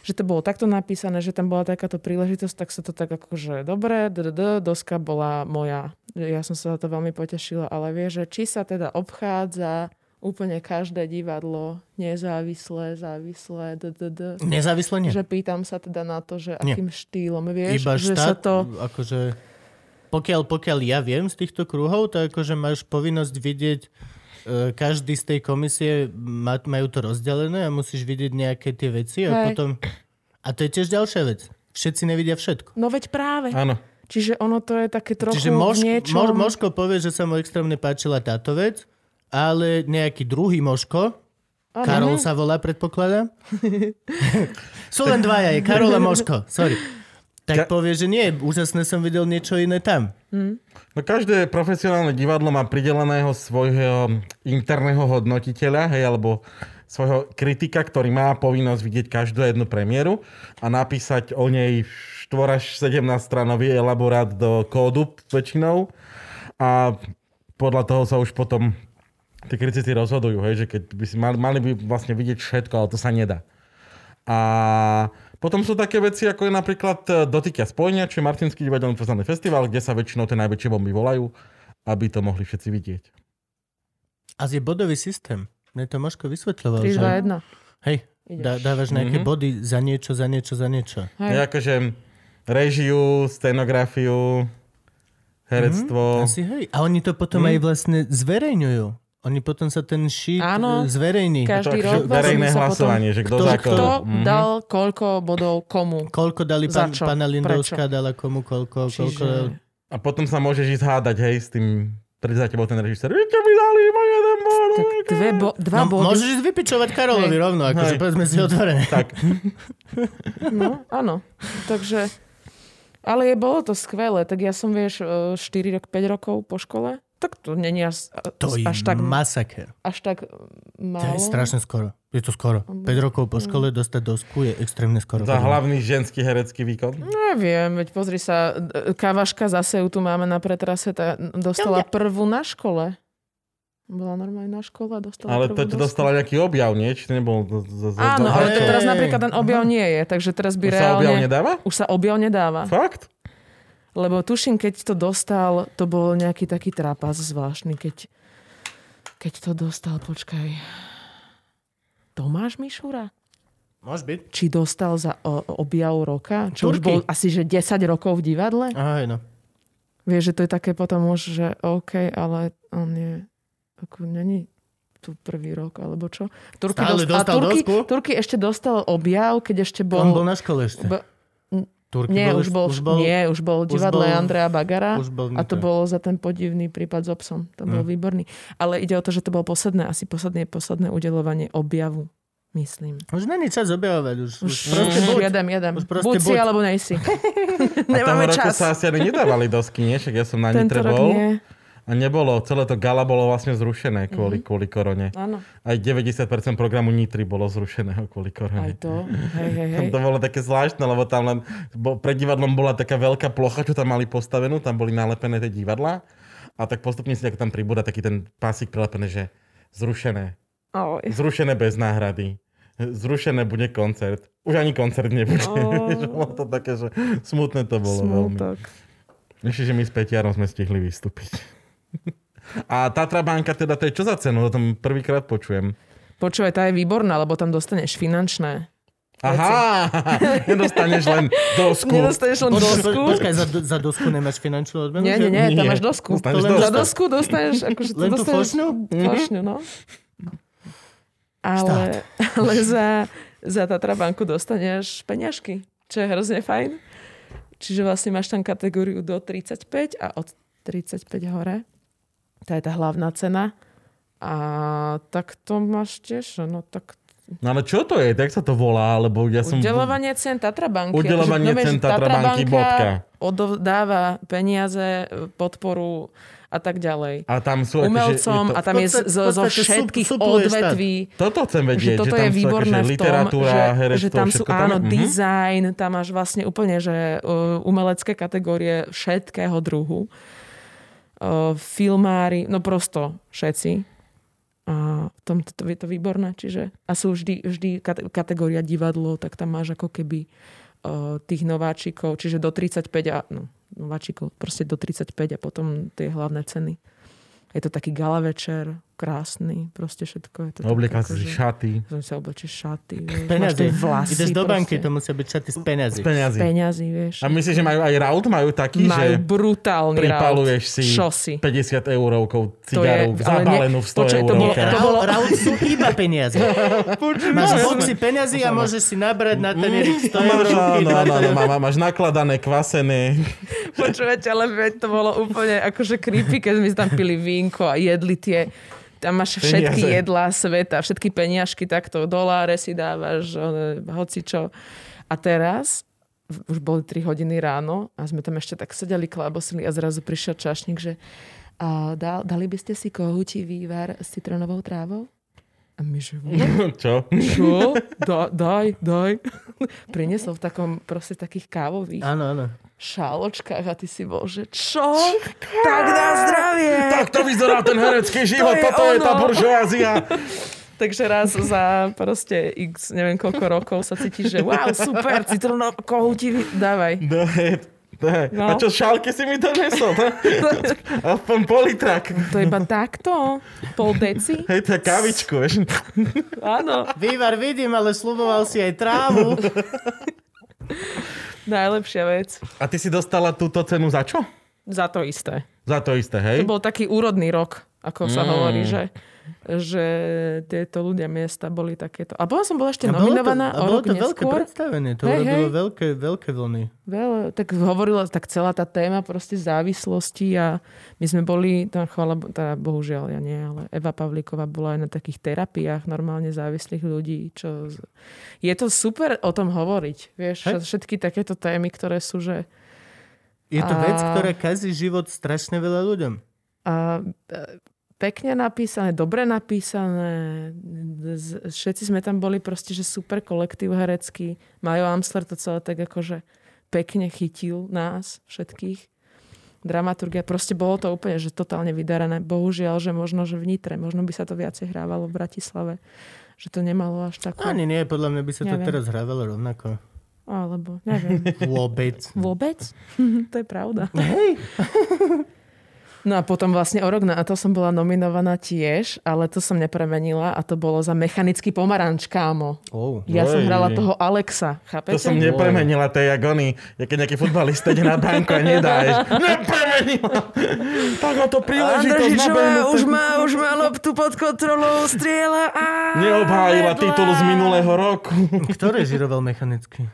S4: že to bolo takto napísané, že tam bola takáto príležitosť, tak sa to tak akože dobre, dd, doska bola moja. Ja som sa za to veľmi potešila, ale vieš, že či sa teda obchádza úplne každé divadlo, nezávislé, závislé, dd,
S2: Nezávisle nie.
S4: že pýtam sa teda na to, že
S2: Nie.
S4: akým štýlom, vieš,
S2: Iba
S4: že
S2: štát,
S4: sa to...
S2: akože, pokiaľ, pokiaľ ja viem z týchto kruhov, to akože máš povinnosť vidieť e, každý z tej komisie, ma- majú to rozdelené a musíš vidieť nejaké tie veci a
S4: Hej.
S2: potom... A to je tiež ďalšia vec. Všetci nevidia všetko.
S4: No veď práve.
S1: Áno.
S4: Čiže ono to je také trochu
S2: Čiže mož,
S4: v niečom...
S2: mož, Možko povie, že sa mu extrémne páčila táto vec, ale nejaký druhý Možko,
S4: Áno.
S2: Karol sa volá, predpokladám. Sú len dvaja, je Karol a Možko, sorry.
S1: Ka-
S2: Tak povie, že nie, úžasné som videl niečo iné tam.
S1: No každé profesionálne divadlo má prideleného svojho interného hodnotiteľa, hej, alebo svojho kritika, ktorý má povinnosť vidieť každú jednu premiéru a napísať o nej 4 až 17 stranový elaborát do kódu väčšinou a podľa toho sa už potom tí kritici rozhodujú, hej, že keď by si mali, mali by vlastne vidieť všetko, ale to sa nedá. A potom sú také veci, ako je napríklad e, Dotykia spojenia, čo je Martinský divadelný profesionálny festival, kde sa väčšinou tie najväčšie bomby volajú, aby to mohli všetci vidieť.
S2: A je bodový systém. Mne to Moško
S4: 3,
S2: vysvetľoval, že...
S4: 2, 1.
S2: Hej, dá, dávaš nejaké mm-hmm. body za niečo, za niečo, za niečo.
S4: Hej.
S1: Ja akože režiu, scenografiu,
S4: Mhm.
S1: herectvo.
S2: Asi hej. A oni to potom aj vlastne zverejňujú. Oni potom sa ten sheet
S4: Áno.
S2: Áno. zverejní.
S1: To
S4: Každý
S1: je
S4: rok
S1: akože verejné
S4: vlastne sa
S1: hlasovanie, že kto,
S2: Kto-
S1: za
S4: Potom, kto
S1: koho. Mhm.
S4: dal koľko bodov komu.
S2: Koľko dali
S4: Za
S2: pan,
S4: čo?
S2: pana Lindovská, dala komu koľko, koľko...
S4: Čiže...
S1: A potom sa môžeš ísť hádať, hej, s tým pred za tebou ten režisér. Viete, mi dali iba jeden bod.
S4: Tak dve bo, dva
S2: No,
S4: body.
S2: môžeš ísť vypičovať Karolovi
S4: Hej.
S2: rovno, akože
S1: Hej.
S2: povedzme si otvorené.
S1: Tak,
S4: No, áno. Takže... Ale je, bolo to skvelé. Tak ja som, vieš, e, 4 rok, 5 rokov po škole. Tak to není až,
S2: To je
S4: až, tak, No.
S2: masaker.
S4: až tak málo.
S2: To je strašne skoro. Je to skoro.
S4: Mhm.
S2: 5 rokov po škole dostať dosku je extrémne skoro.
S1: za hlavný ženský herecký výkon.
S4: No, Neviem, veď pozri sa, d- Kavaška zase ju tu máme na pretrase, tá dostala prvú na škole. Bola normálne na škole a dostala
S1: Ale to
S4: prvú
S1: ti
S4: dosku.
S1: dostala nejaký objav, nie? Či to nebol... z- z- z-
S4: Áno,
S1: za-
S4: ale to
S2: Hej.
S4: teraz napríklad ten objav nie je, takže teraz by
S1: Už sa
S4: reálne... No.
S1: objav nedáva?
S4: Už sa objav nedáva.
S1: Fakt?
S4: Lebo tuším, keď to dostal, to bol nejaký taký trapas zvláštny, keď, keď to dostal, počkaj. Tomáš Mišura?
S2: Môže byť.
S4: Či dostal za o, objav roka? Čo už
S2: Turky.
S4: bol asi že 10 rokov v divadle?
S2: Aha, no.
S4: Vieš, že to je také potom už, že OK, ale on je, ako není tu prvý rok, alebo čo. Turky
S2: Stále dostal
S4: a Turky,
S2: dosku?
S4: Turky ešte dostal objav, keď ešte bol...
S2: On bol na škole ešte.
S4: b-
S2: Turky
S4: nie,
S2: bol
S4: už bol,
S2: už bol,
S4: nie, už bol v divadle
S2: bol-
S4: Andrea Bagara.
S2: už bol Mm.
S4: A to
S2: vnútro.
S4: bolo za ten podivný prípad s obsom. To bol výborný. Ale ide o to, že to bolo posledné, asi posledné, posledné udelovanie objavu, myslím.
S2: Už není čas objavovať. Už,
S4: Už proste
S2: buď.
S4: buď, jedem, jedem.
S2: Už proste
S4: buď, si,
S2: buď.
S4: alebo nejsi.
S1: A tam
S4: Nemáme
S1: roku
S4: čas.
S1: sa asi ani nedávali dosky, nie? Však ja som na
S4: Tento
S1: Nitre
S4: rok
S1: bol.
S4: nie.
S1: A nebolo, celé to gala bolo vlastne zrušené
S4: Mhm.
S1: kvôli, kvôli korone.
S4: Áno,
S1: Aj 90% programu Nitry bolo zrušeného kvôli
S4: aj
S1: korone.
S4: to. Hej, hej, hej.
S1: Tam to bolo také zvláštne, lebo tam len bo, pred divadlom bola taká veľká plocha, čo tam mali postavenú, tam boli nalepené tie divadlá a tak postupne si ako tam pribúda taký ten pásik prilepený, že zrušené,
S4: Oj.
S1: zrušené bez náhrady, zrušené bude koncert. Už ani koncert *laughs* nebude.
S4: Oh.
S1: Že bolo to také, že smutné to bolo veľmi.
S4: Smutok.
S1: Ešte, že my s Petiarom sme stihli vystúpiť. *laughs* A Tatra banka teda, to je čo za cenu? O tom prvýkrát počujem.
S4: Počúvaj, tá je výborná, lebo tam dostaneš finančné.
S1: Aha, *laughs* nedostaneš len dosku.
S4: Nedostaneš len
S2: Počkaj,
S4: dosku.
S2: Počkaj, za, do- za dosku nemáš finančnú odmenu?
S4: Nie,
S2: že?
S4: nie, nie,
S1: Nie.
S4: tam máš dosku.
S1: Dostaneš
S2: To len
S4: Za
S1: dosku.
S4: dosku dostaneš, akože to
S2: Len tú
S4: dostaneš...
S2: fošňu?
S4: Plošňu, no. Ale, *laughs* ale za, za Tatrabanku dostaneš peňažky, čo je hrozne fajn. Čiže vlastne máš tam kategóriu do 35 a od 35 hore. Tá je tá hlavná cena. A tak to máš tiež, no tak
S1: No ale čo to je? Jak sa to volá? Lebo ja som...
S4: Udelovanie cien Tatrabanky.
S1: Udeľovanie cien
S4: Akože, no vieš,
S1: Tatrabanky,
S4: Tatrabanka
S1: bodka.
S4: Odovdáva peniaze, podporu a tak ďalej.
S1: A tam sú... akože-
S4: Umelcom
S1: je to...
S4: a tam je z,
S2: V podstate-
S4: zo, zo
S2: v podstate sú-
S4: všetkých
S2: supluje
S4: odvetví.
S1: Toto chcem vedieť,
S4: Že toto
S1: že tam
S4: je
S1: sú
S4: výborné
S1: akože
S4: v tom,
S1: literatúra,
S4: že,
S1: herectvo,
S4: že tam sú
S1: všetko tam
S4: áno,
S1: je? Mhm.
S4: design, tam máš vlastne úplne, že uh, umelecké kategórie všetkého druhu. Uh, filmári, no prosto všetci. A v tom to, to je to výborné, čiže a sú vždy, vždy kate- kategória divadlo, tak tam máš ako keby uh, tých nováčikov, čiže do 35 a no, nováčikov, proste do 35 a potom tie hlavné ceny. Je to taký gala večer, krásny, proste všetko. Je to tak
S1: Obliekal si
S4: akože-
S1: si šaty.
S4: som si oblečieš šaty, vieš, máš
S2: Peniazy.
S4: tie vlasy.
S2: Ideš do banky, to
S4: proste.
S2: musia byť šaty z peniazy.
S1: Z peňazí.
S4: Peňazí, vieš.
S1: A myslíš, že majú aj raut? Majú taký,
S4: Majú
S1: že
S4: brutálny
S1: pripaluješ
S4: raut.
S1: si
S4: Šosy.
S1: 50 eurovkou
S4: To je-
S1: cigaru
S4: ale
S1: zabalenú
S4: ne-
S1: v 100
S4: počkaj, to bolo-
S1: eurovkách.
S4: to
S2: Bolo... Raut sú iba peniaze. Máš
S4: no.
S2: boxy peniazy a môžeš si nabrať na ten
S1: Máš,
S2: 100 eur.
S1: Mm, áno, áno, áno, No, má, má, máš nakladané, kvasené.
S4: Počúvate, ale veď to bolo úplne akože creepy, keď sme si tam pili vínko a jedli tie tam máš všetky
S1: Peniaze.
S4: jedlá sveta, všetky peniažky takto, doláre si dávaš, eh, hocičo. A teraz v- už boli 3 hodiny ráno a sme tam ešte tak sedeli, klabosili a zrazu prišiel čašník, že a dal, dali by ste si kohúti vývar s citronovou trávou? A my že
S1: *laughs* Čo?
S4: čo? Da, daj, daj. *laughs* Priniesol v takom, proste takých kávových
S2: Áno, áno.
S4: šáločkách a ty si bol, že čo? Tak na zdravie!
S1: Tak to vyzerá ten herecký život,
S4: je
S1: toto je tá *laughs*
S4: ono.
S1: buržoázia.
S4: Takže raz za proste x neviem koľko rokov sa cítiš, že wow, super, citrónov, kohúti, vy- dávaj.
S1: No, je- Ne.
S4: No.
S1: A čo, šálke si mi donesol? Ne?
S4: *laughs*
S1: Aspoň politrak.
S4: To je iba takto? Pol deci?
S1: Hej, tá kavičku, vieš.
S4: Áno,
S2: Vývar vidím, ale sluboval si aj
S1: *laughs*
S2: trávu.
S4: najlepšia vec.
S1: A ty si dostala túto cenu za čo?
S4: Za to isté.
S1: Za to isté, hej?
S4: To bol taký úrodný rok, ako sa
S1: Mm.
S4: hovorí, že, že tieto ľudia miesta boli takéto. A potom som bola ešte
S2: A bolo to,
S4: nominovaná
S2: a
S4: o
S2: bolo
S4: rok
S2: to veľké
S4: neskôr.
S2: predstavenie, to
S4: Hej,
S2: urobilo
S4: hej.
S2: veľké, veľké vlny.
S4: Veľa, tak hovorila tak celá tá téma proste závislosti a my sme boli, tam chvala, Bo- teda bohužiaľ ja nie, ale Eva Pavlíková bola aj na takých terapiách normálne závislých ľudí, čo z- je to super o tom hovoriť, vieš,
S2: Hej.
S4: všetky takéto témy, ktoré sú, že
S2: Je to
S4: A-
S2: vec, ktorá kazí život strašne veľa ľuďom.
S4: a, e, pekne napísané, dobre napísané, z- všetci sme tam boli proste, že super kolektív herecký, Majo Amsler to celé tak akože pekne chytil nás všetkých. Dramaturgia, proste bolo to úplne, že totálne vydarené. Bohužiaľ, že možno, že v Nitre, možno by sa to viacej hrávalo v Bratislave, že to nemalo až takú,
S2: Ani No nie, podľa mňa by sa to
S4: Neviem.
S2: teraz hrávalo rovnako.
S4: alebo neviem.
S2: Vôbec.
S4: Vôbec? *laughs* to je pravda. *laughs* No a potom vlastne o rok na to som bola nominovaná tiež, ale to som nepremenila a to bolo za mechanický pomaranč, kámo.
S2: Oh.
S4: Ja som
S1: Oj.
S4: hrala toho Alexa,
S1: To
S4: chápete?
S1: som nepremenila tej agony. Je keď nejaký futbalista ide na banko a
S4: *laughs*
S1: nedáš. Nepremenila. Tak ho to príležitosť nabehnutá.
S4: má, no, už má loptu pod kontrolou, strieľa a...
S1: Neobhájila titul z minulého roku.
S2: Kto režiroval mechanicky?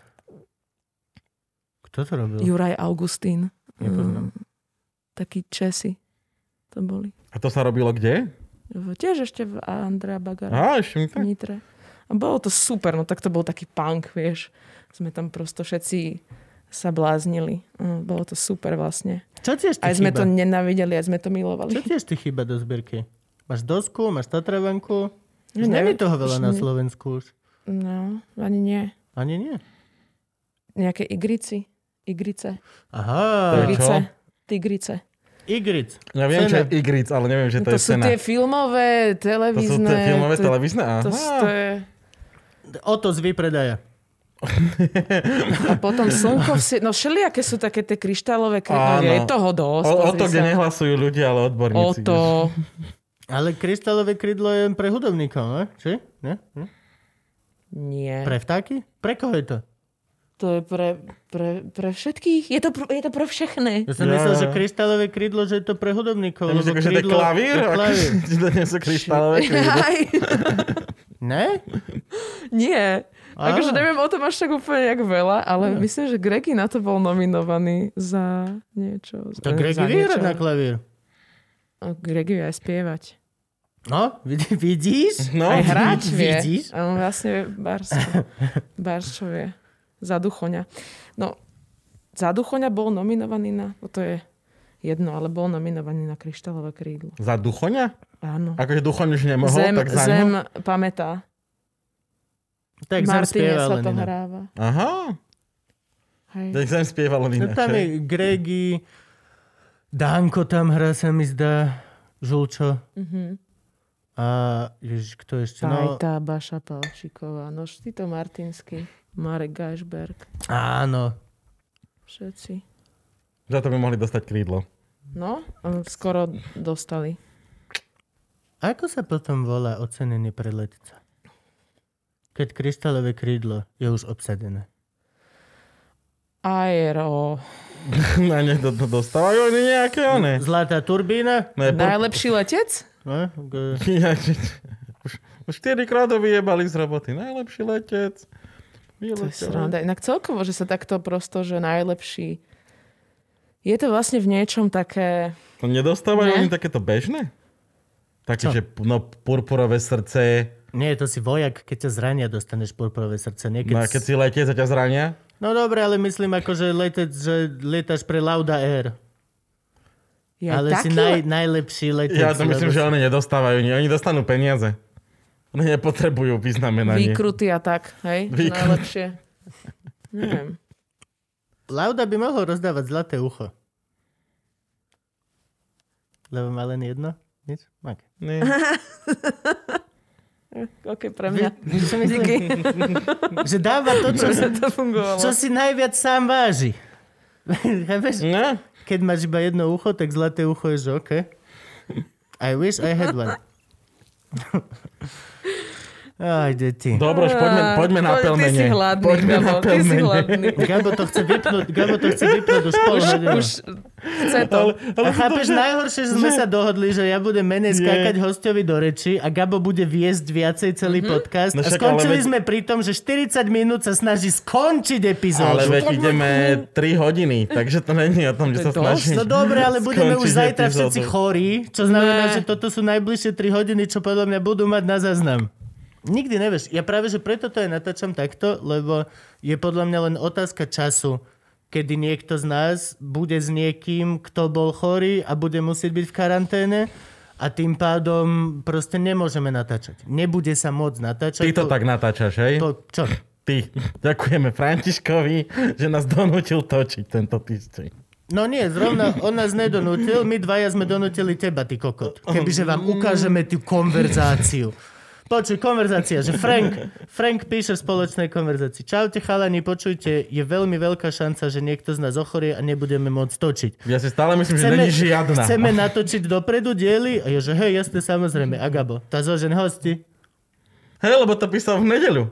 S2: Kto to robil?
S4: Juraj Augustín.
S2: Nepoznám.
S4: Mm, Takí Česi to boli.
S1: A to sa robilo kde?
S4: V- Tiež ešte v Andrea
S1: Á,
S4: Bagara.
S1: ešte mi tak.
S4: v Nitre. A bolo to super, no tak to bol taký punk, vieš. Sme tam prosto všetci sa bláznili. Mm, Bolo to super vlastne.
S2: Čo ti ešte
S4: Aj sme to
S2: chýba?
S4: nenávideli, aj sme to
S2: Čo
S4: milovali.
S2: ti ešte chýba do zbierky? Máš dosku, máš Tatravanku? Už
S4: Neviem,
S2: není toho
S4: už
S2: veľa na
S4: ne-
S2: Slovensku už.
S4: No, ani nie.
S2: Ani nie.
S4: Nejaké igrici. Igrice.
S1: To
S2: Aha,
S1: je-
S4: Igrice. Tigrice.
S2: Igric.
S1: Ja viem,
S2: Cena.
S1: že je Igric, ale neviem, že to,
S4: To,
S1: je
S4: sú
S1: cena.
S4: tie filmové,
S1: to sú
S4: televízne.
S1: tie filmové,
S4: to-
S1: televízne? Aha.
S4: To, sú- to je...
S2: O to z vypredaja.
S4: A potom slnko v si... No všelijaké sú také tie kryštálové kry...
S1: Áno.
S4: No, je toho dosť.
S1: o, o
S4: pozri
S1: to, kde
S4: sa.
S1: nehlasujú ľudia, ale
S4: O
S1: odborníci.
S4: to.
S2: Ale kryštálové krydlo je pre hudobníkov, ne? Či? Ne? Hm?
S4: Nie.
S2: Pre vtáky? Pre koho je to?
S4: To je pre, pre, pre všetkých. Je to, pr- je to pre všechny.
S2: Ja som
S1: Ja,
S2: myslel,
S1: ja.
S2: že kryštálové krydlo, že je to pre hudobníkov.
S1: Ja myslím,
S2: lebo
S1: že to je
S2: krydlo-
S1: klavír?
S2: je klavír.
S1: *laughs* Že to nie sú kryštálové
S4: *laughs*
S1: krídla.
S4: Aj,
S2: Ne?
S4: nie.
S2: Á.
S4: Akože neviem o tom až tak úplne jak veľa, ale myslím, že Gregy na to bol nominovaný za niečo. za-
S2: To Greg
S4: za
S2: vie
S4: niečo.
S2: hrať na klavír.
S4: A Gregy vie aj spievať.
S2: No, vid- vidíš?
S1: No,
S4: Aj hráč vie.
S2: Vidíš?
S4: A on vlastne Bars,
S1: *laughs*
S4: Bars čo vie. Za Duchoňa. No, za Duchoňa bol nominovaný na... To je jedno, ale bol nominovaný na kryštálové krídlo.
S1: Za duchoňa?
S4: Áno.
S1: Akože duchoň už nemohol,
S4: Zem,
S1: tak za
S4: zem
S1: ňo?
S4: pamätá.
S2: Tak som
S4: Martine
S2: spieval
S4: sa
S2: len
S4: to
S2: inak.
S4: hráva.
S1: Aha,
S4: Hej.
S1: tak zem spieval len
S2: No
S1: ináč,
S2: tam
S1: hej.
S2: je Gregy, Danko tam hrá, sa mi zdá, Žulčo.
S4: Mhm.
S2: A ježiš, kto ešte? No,
S4: Tajta, Baša Palčíková, no Štito Martinsky, Marek Geisberg,
S2: áno.
S4: všetci.
S1: Za to by mohli dostať krídlo. *laughs*
S4: No, um, skoro dostali.
S2: Ako sa potom volá ocenený preletica? Keď kryštálové krídlo je už obsadené.
S4: Aero.
S1: A niekto to dostávajú oni nejaké, one.
S2: Zlatá turbína?
S1: Ne, po...
S4: Najlepší letec?
S2: No, g-
S1: *laughs* Ja, či- či- už, už 4 krát ho vyjebali z roboty. Najlepší letec.
S4: To je
S2: no.
S1: Vyletel.
S4: sranda. Inak celkovo, že sa takto prosto, že najlepší. Je to vlastne v niečom také...
S1: To nedostávajú
S4: Ne.
S1: oni takéto bežné? Také,
S2: Čo?
S1: že no, purpurové srdce.
S2: nie, to si vojak, keď ťa zrania, dostaneš purpurové srdce. Nie, keď...
S1: No a keď si letec a ťa zrania?
S2: no dobre, ale myslím ako, že, letec, že lietaš pre Lauda Air.
S4: Ja, Je
S2: ale
S4: taký
S2: si naj,
S4: le-
S2: najlepší letec.
S1: Ja to myslím,
S2: lebo
S1: že
S2: si-
S1: oni nedostávajú. Oni dostanú peniaze. Oni nepotrebujú vyznamenanie.
S4: Výkrutý a tak, hej?
S1: Výkrut.
S4: Najlepšie. Neviem.
S2: Lauda by mohol rozdávať zlaté ucho. Lebo má len jedno? Nič? Mak.
S1: Nie.
S4: OK, pre mňa.
S2: *laughs* Že dáva to, čo,
S1: *laughs*
S4: To fungovalo.
S2: *laughs* čo si najviac sám váži. Chápeš?
S1: Ne?
S2: Keď máš iba jedno ucho, tak zlaté ucho je, že OK. I wish I
S4: *laughs*
S2: had one. Aj, deti.
S1: Dobro, už poďme, poďme na
S4: Ah, Ty- Ty si
S1: pelmene.
S4: hladný,
S1: poďme na
S4: Gabo, ty si
S1: pelmene.
S4: hladný.
S2: Gabo to chce vypnúť, Gabo to chce vypnúť už pol
S4: Už,
S2: hodinu.
S4: už chce to.
S1: Ale, ale
S2: A
S1: to
S2: chápeš,
S1: dobre.
S2: najhoršie, že sme sa dohodli, že ja budem menej skákať hostovi do reči a Gabo bude viesť viacej celý
S4: Mhm.
S2: podcast.
S1: No
S2: a
S1: však,
S2: skončili
S1: ale veď-
S2: sme pri tom, že 40 minút sa snaží skončiť
S1: Ale
S2: epizódu.
S1: veď ideme 3 hodiny, takže to není o tom, že
S4: To je
S1: sa
S4: dosť.
S1: snažíš.
S2: No dobre, ale budeme už
S1: skončiť
S2: zajtra
S1: epizódu.
S2: všetci chorí, čo znamená,
S4: Ne.
S2: že toto sú najbližšie 3 hodiny, čo podľa mňa budú mať na záznam. Nikdy nevieš. Ja práve, že preto to aj natáčam takto, lebo je podľa mňa len otázka času, kedy niekto z nás bude s niekým, kto bol chorý a bude musieť byť v karanténe a tým pádom proste nemôžeme natáčať. Nebude sa môcť natáčať.
S1: Ty to tak natáčaš, hej?
S2: To, čo?
S1: Ty. Ďakujeme Františkovi, že nás donútil točiť tento týždeň.
S2: No nie, zrovna on nás nedonútil, my dvaja sme donútili teba, ty kokot. Kebyže vám ukážeme tú konverzáciu. Počuj, konverzácia, že Frank, Frank píše v spoločnej konverzácii. Čaute chalani, počujte, je veľmi veľká šanca, že niekto z nás ochorie a nebudeme môcť točiť.
S1: Ja si stále myslím, že není žiadna.
S2: chceme natočiť dopredu diely a je, že hej, jasne, samozrejme, Agabo, tá zožen hosti.
S1: Hej, lebo to písal v nedeľu.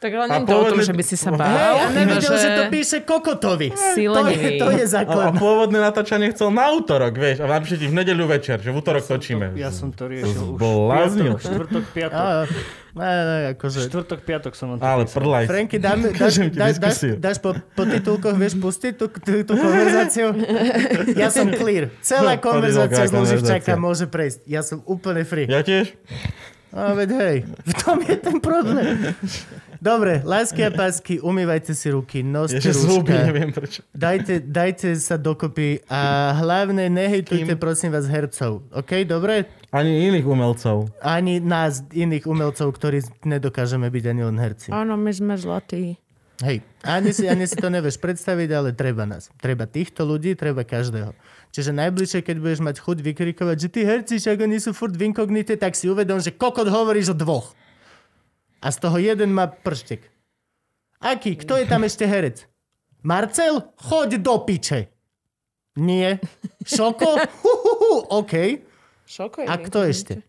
S4: Tak
S1: A
S4: ale nie je to o tom,
S1: povedli-
S4: že by si sa
S2: Hej, a
S4: bál. iba
S2: nevedel, že to píše kokotovi. To je,
S4: Sílenivý.
S2: to je
S1: A, a
S2: základ.
S1: pôvodné natáčanie chcel na útorok, vieš, a vám všetci v nedeľu večer, že v útorok točíme.
S3: Ja som to riešil už.
S1: Zbláznil.
S3: Piatok, Štvrtok, piatok.
S2: Á, á, á, akože,
S3: Štvrtok, piatok som vám to
S1: Ale
S3: písal.
S1: prlaj.
S2: Franky,
S1: *laughs*
S2: dáme, dáš,
S1: Ukážem ti
S2: dáš, dáš,
S1: diskusiu.
S2: dáš po, po titulkoch, vieš pustiť tú, tú, tú konverzáciu? Ja som clear.
S1: *laughs* No,
S2: Celá konverzácia z
S1: podivná konverzácia.
S2: Luživčaka môže prejsť. Ja som úplne free.
S1: Ja tiež?
S2: A veď hej, v tom je ten problém. Dobre, lásky a pásky, umývajte si ruky, noste
S1: Ježe zúby,
S2: rúška.
S1: neviem prečo.
S2: Dajte, dajte sa dokopy a hlavne nehejtujte prosím vás hercov. OK, dobre?
S1: Ani iných umelcov.
S2: Ani nás, iných umelcov, ktorí nedokážeme byť ani len herci.
S4: Áno, my sme zlatí.
S2: Hej, ani si, ani si to nevieš predstaviť, ale treba nás. Treba týchto ľudí, treba každého. Čiže najbližšie, keď budeš mať chuť vykrikovať, že tí herci však oni sú furt v inkognite, tak si uvedom, že kokot hovoríš o dvoch. A z toho jeden má prštek. Aký? Kto je tam ešte herec? Marcel? Choď do piče. Nie. Šoko? Hu, hu, hu. OK.
S4: Šoko je
S2: A kto ešte?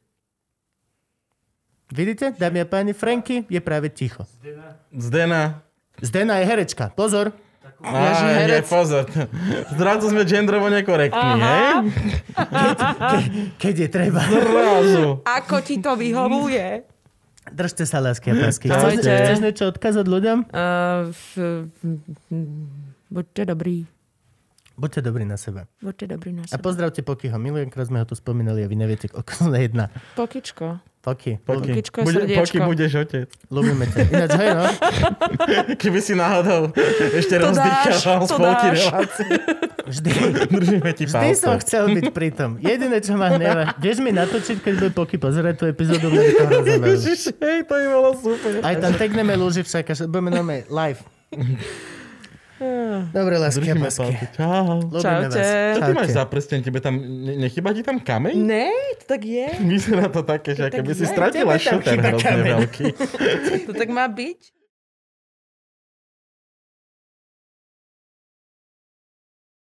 S2: Vidíte, dámy a páni, Franky je práve ticho.
S1: Zdena.
S2: Zdena je herečka. Pozor.
S1: Aj,
S4: že
S1: je,
S4: herec.
S1: pozor. Zrazu sme genderovo nekorektní, hej?
S2: Keď je treba.
S1: Zrazu.
S4: Ako ti to vyhovuje?
S2: Držte sa, lásky a pásky.
S4: Ahojte.
S2: Chceš, chceš niečo odkázať ľuďom?
S4: Uh, f- buďte dobrý.
S2: Buďte dobrí na seba.
S4: Buďte dobrý na
S2: A
S4: seba.
S2: pozdravte Pokyho. Miliónkrát sme ho tu spomínali a vy neviete, koľko je jedna.
S4: Pokičko.
S2: Poky,
S1: Poky.
S4: Pokičko je
S1: Bude,
S4: srdiečko.
S1: poky budeš otec.
S2: ľubíme ťa. Ináč, hej no,
S1: Keby si náhodou ešte
S4: To dáš,
S1: rozdýchal
S4: to
S1: spolky
S4: dáš.
S1: relácie.
S2: vždy,
S1: Držíme ti
S2: vždy som
S1: palce.
S2: chcel byť pritom. Jediné, čo ma hneva. Vieš mi natočiť, keď bude Poky pozerať tú epizódu, mne by to hrozne bavilo.
S1: Ježiš, hej, to by bolo super.
S2: Aj tam tegneme lúži však, až budeme normálne
S4: *laughs*
S2: live. Dobre, lásky a
S1: Držíme
S2: pásky.
S1: palce. Čau.
S2: Ľubíme vás.
S4: Čaute.
S1: Čo ty máš
S2: Čaute.
S1: za prsten? Tebe tam, ne, nechyba ti tam kameň?
S4: Ne, to tak je.
S1: Vyzerá to také, že
S4: tak
S1: keby si
S4: je.
S1: stratila
S2: No Tebe tam
S1: šuter
S2: chýba
S1: hrozne
S2: kameň.
S1: veľký.
S4: To tak má byť.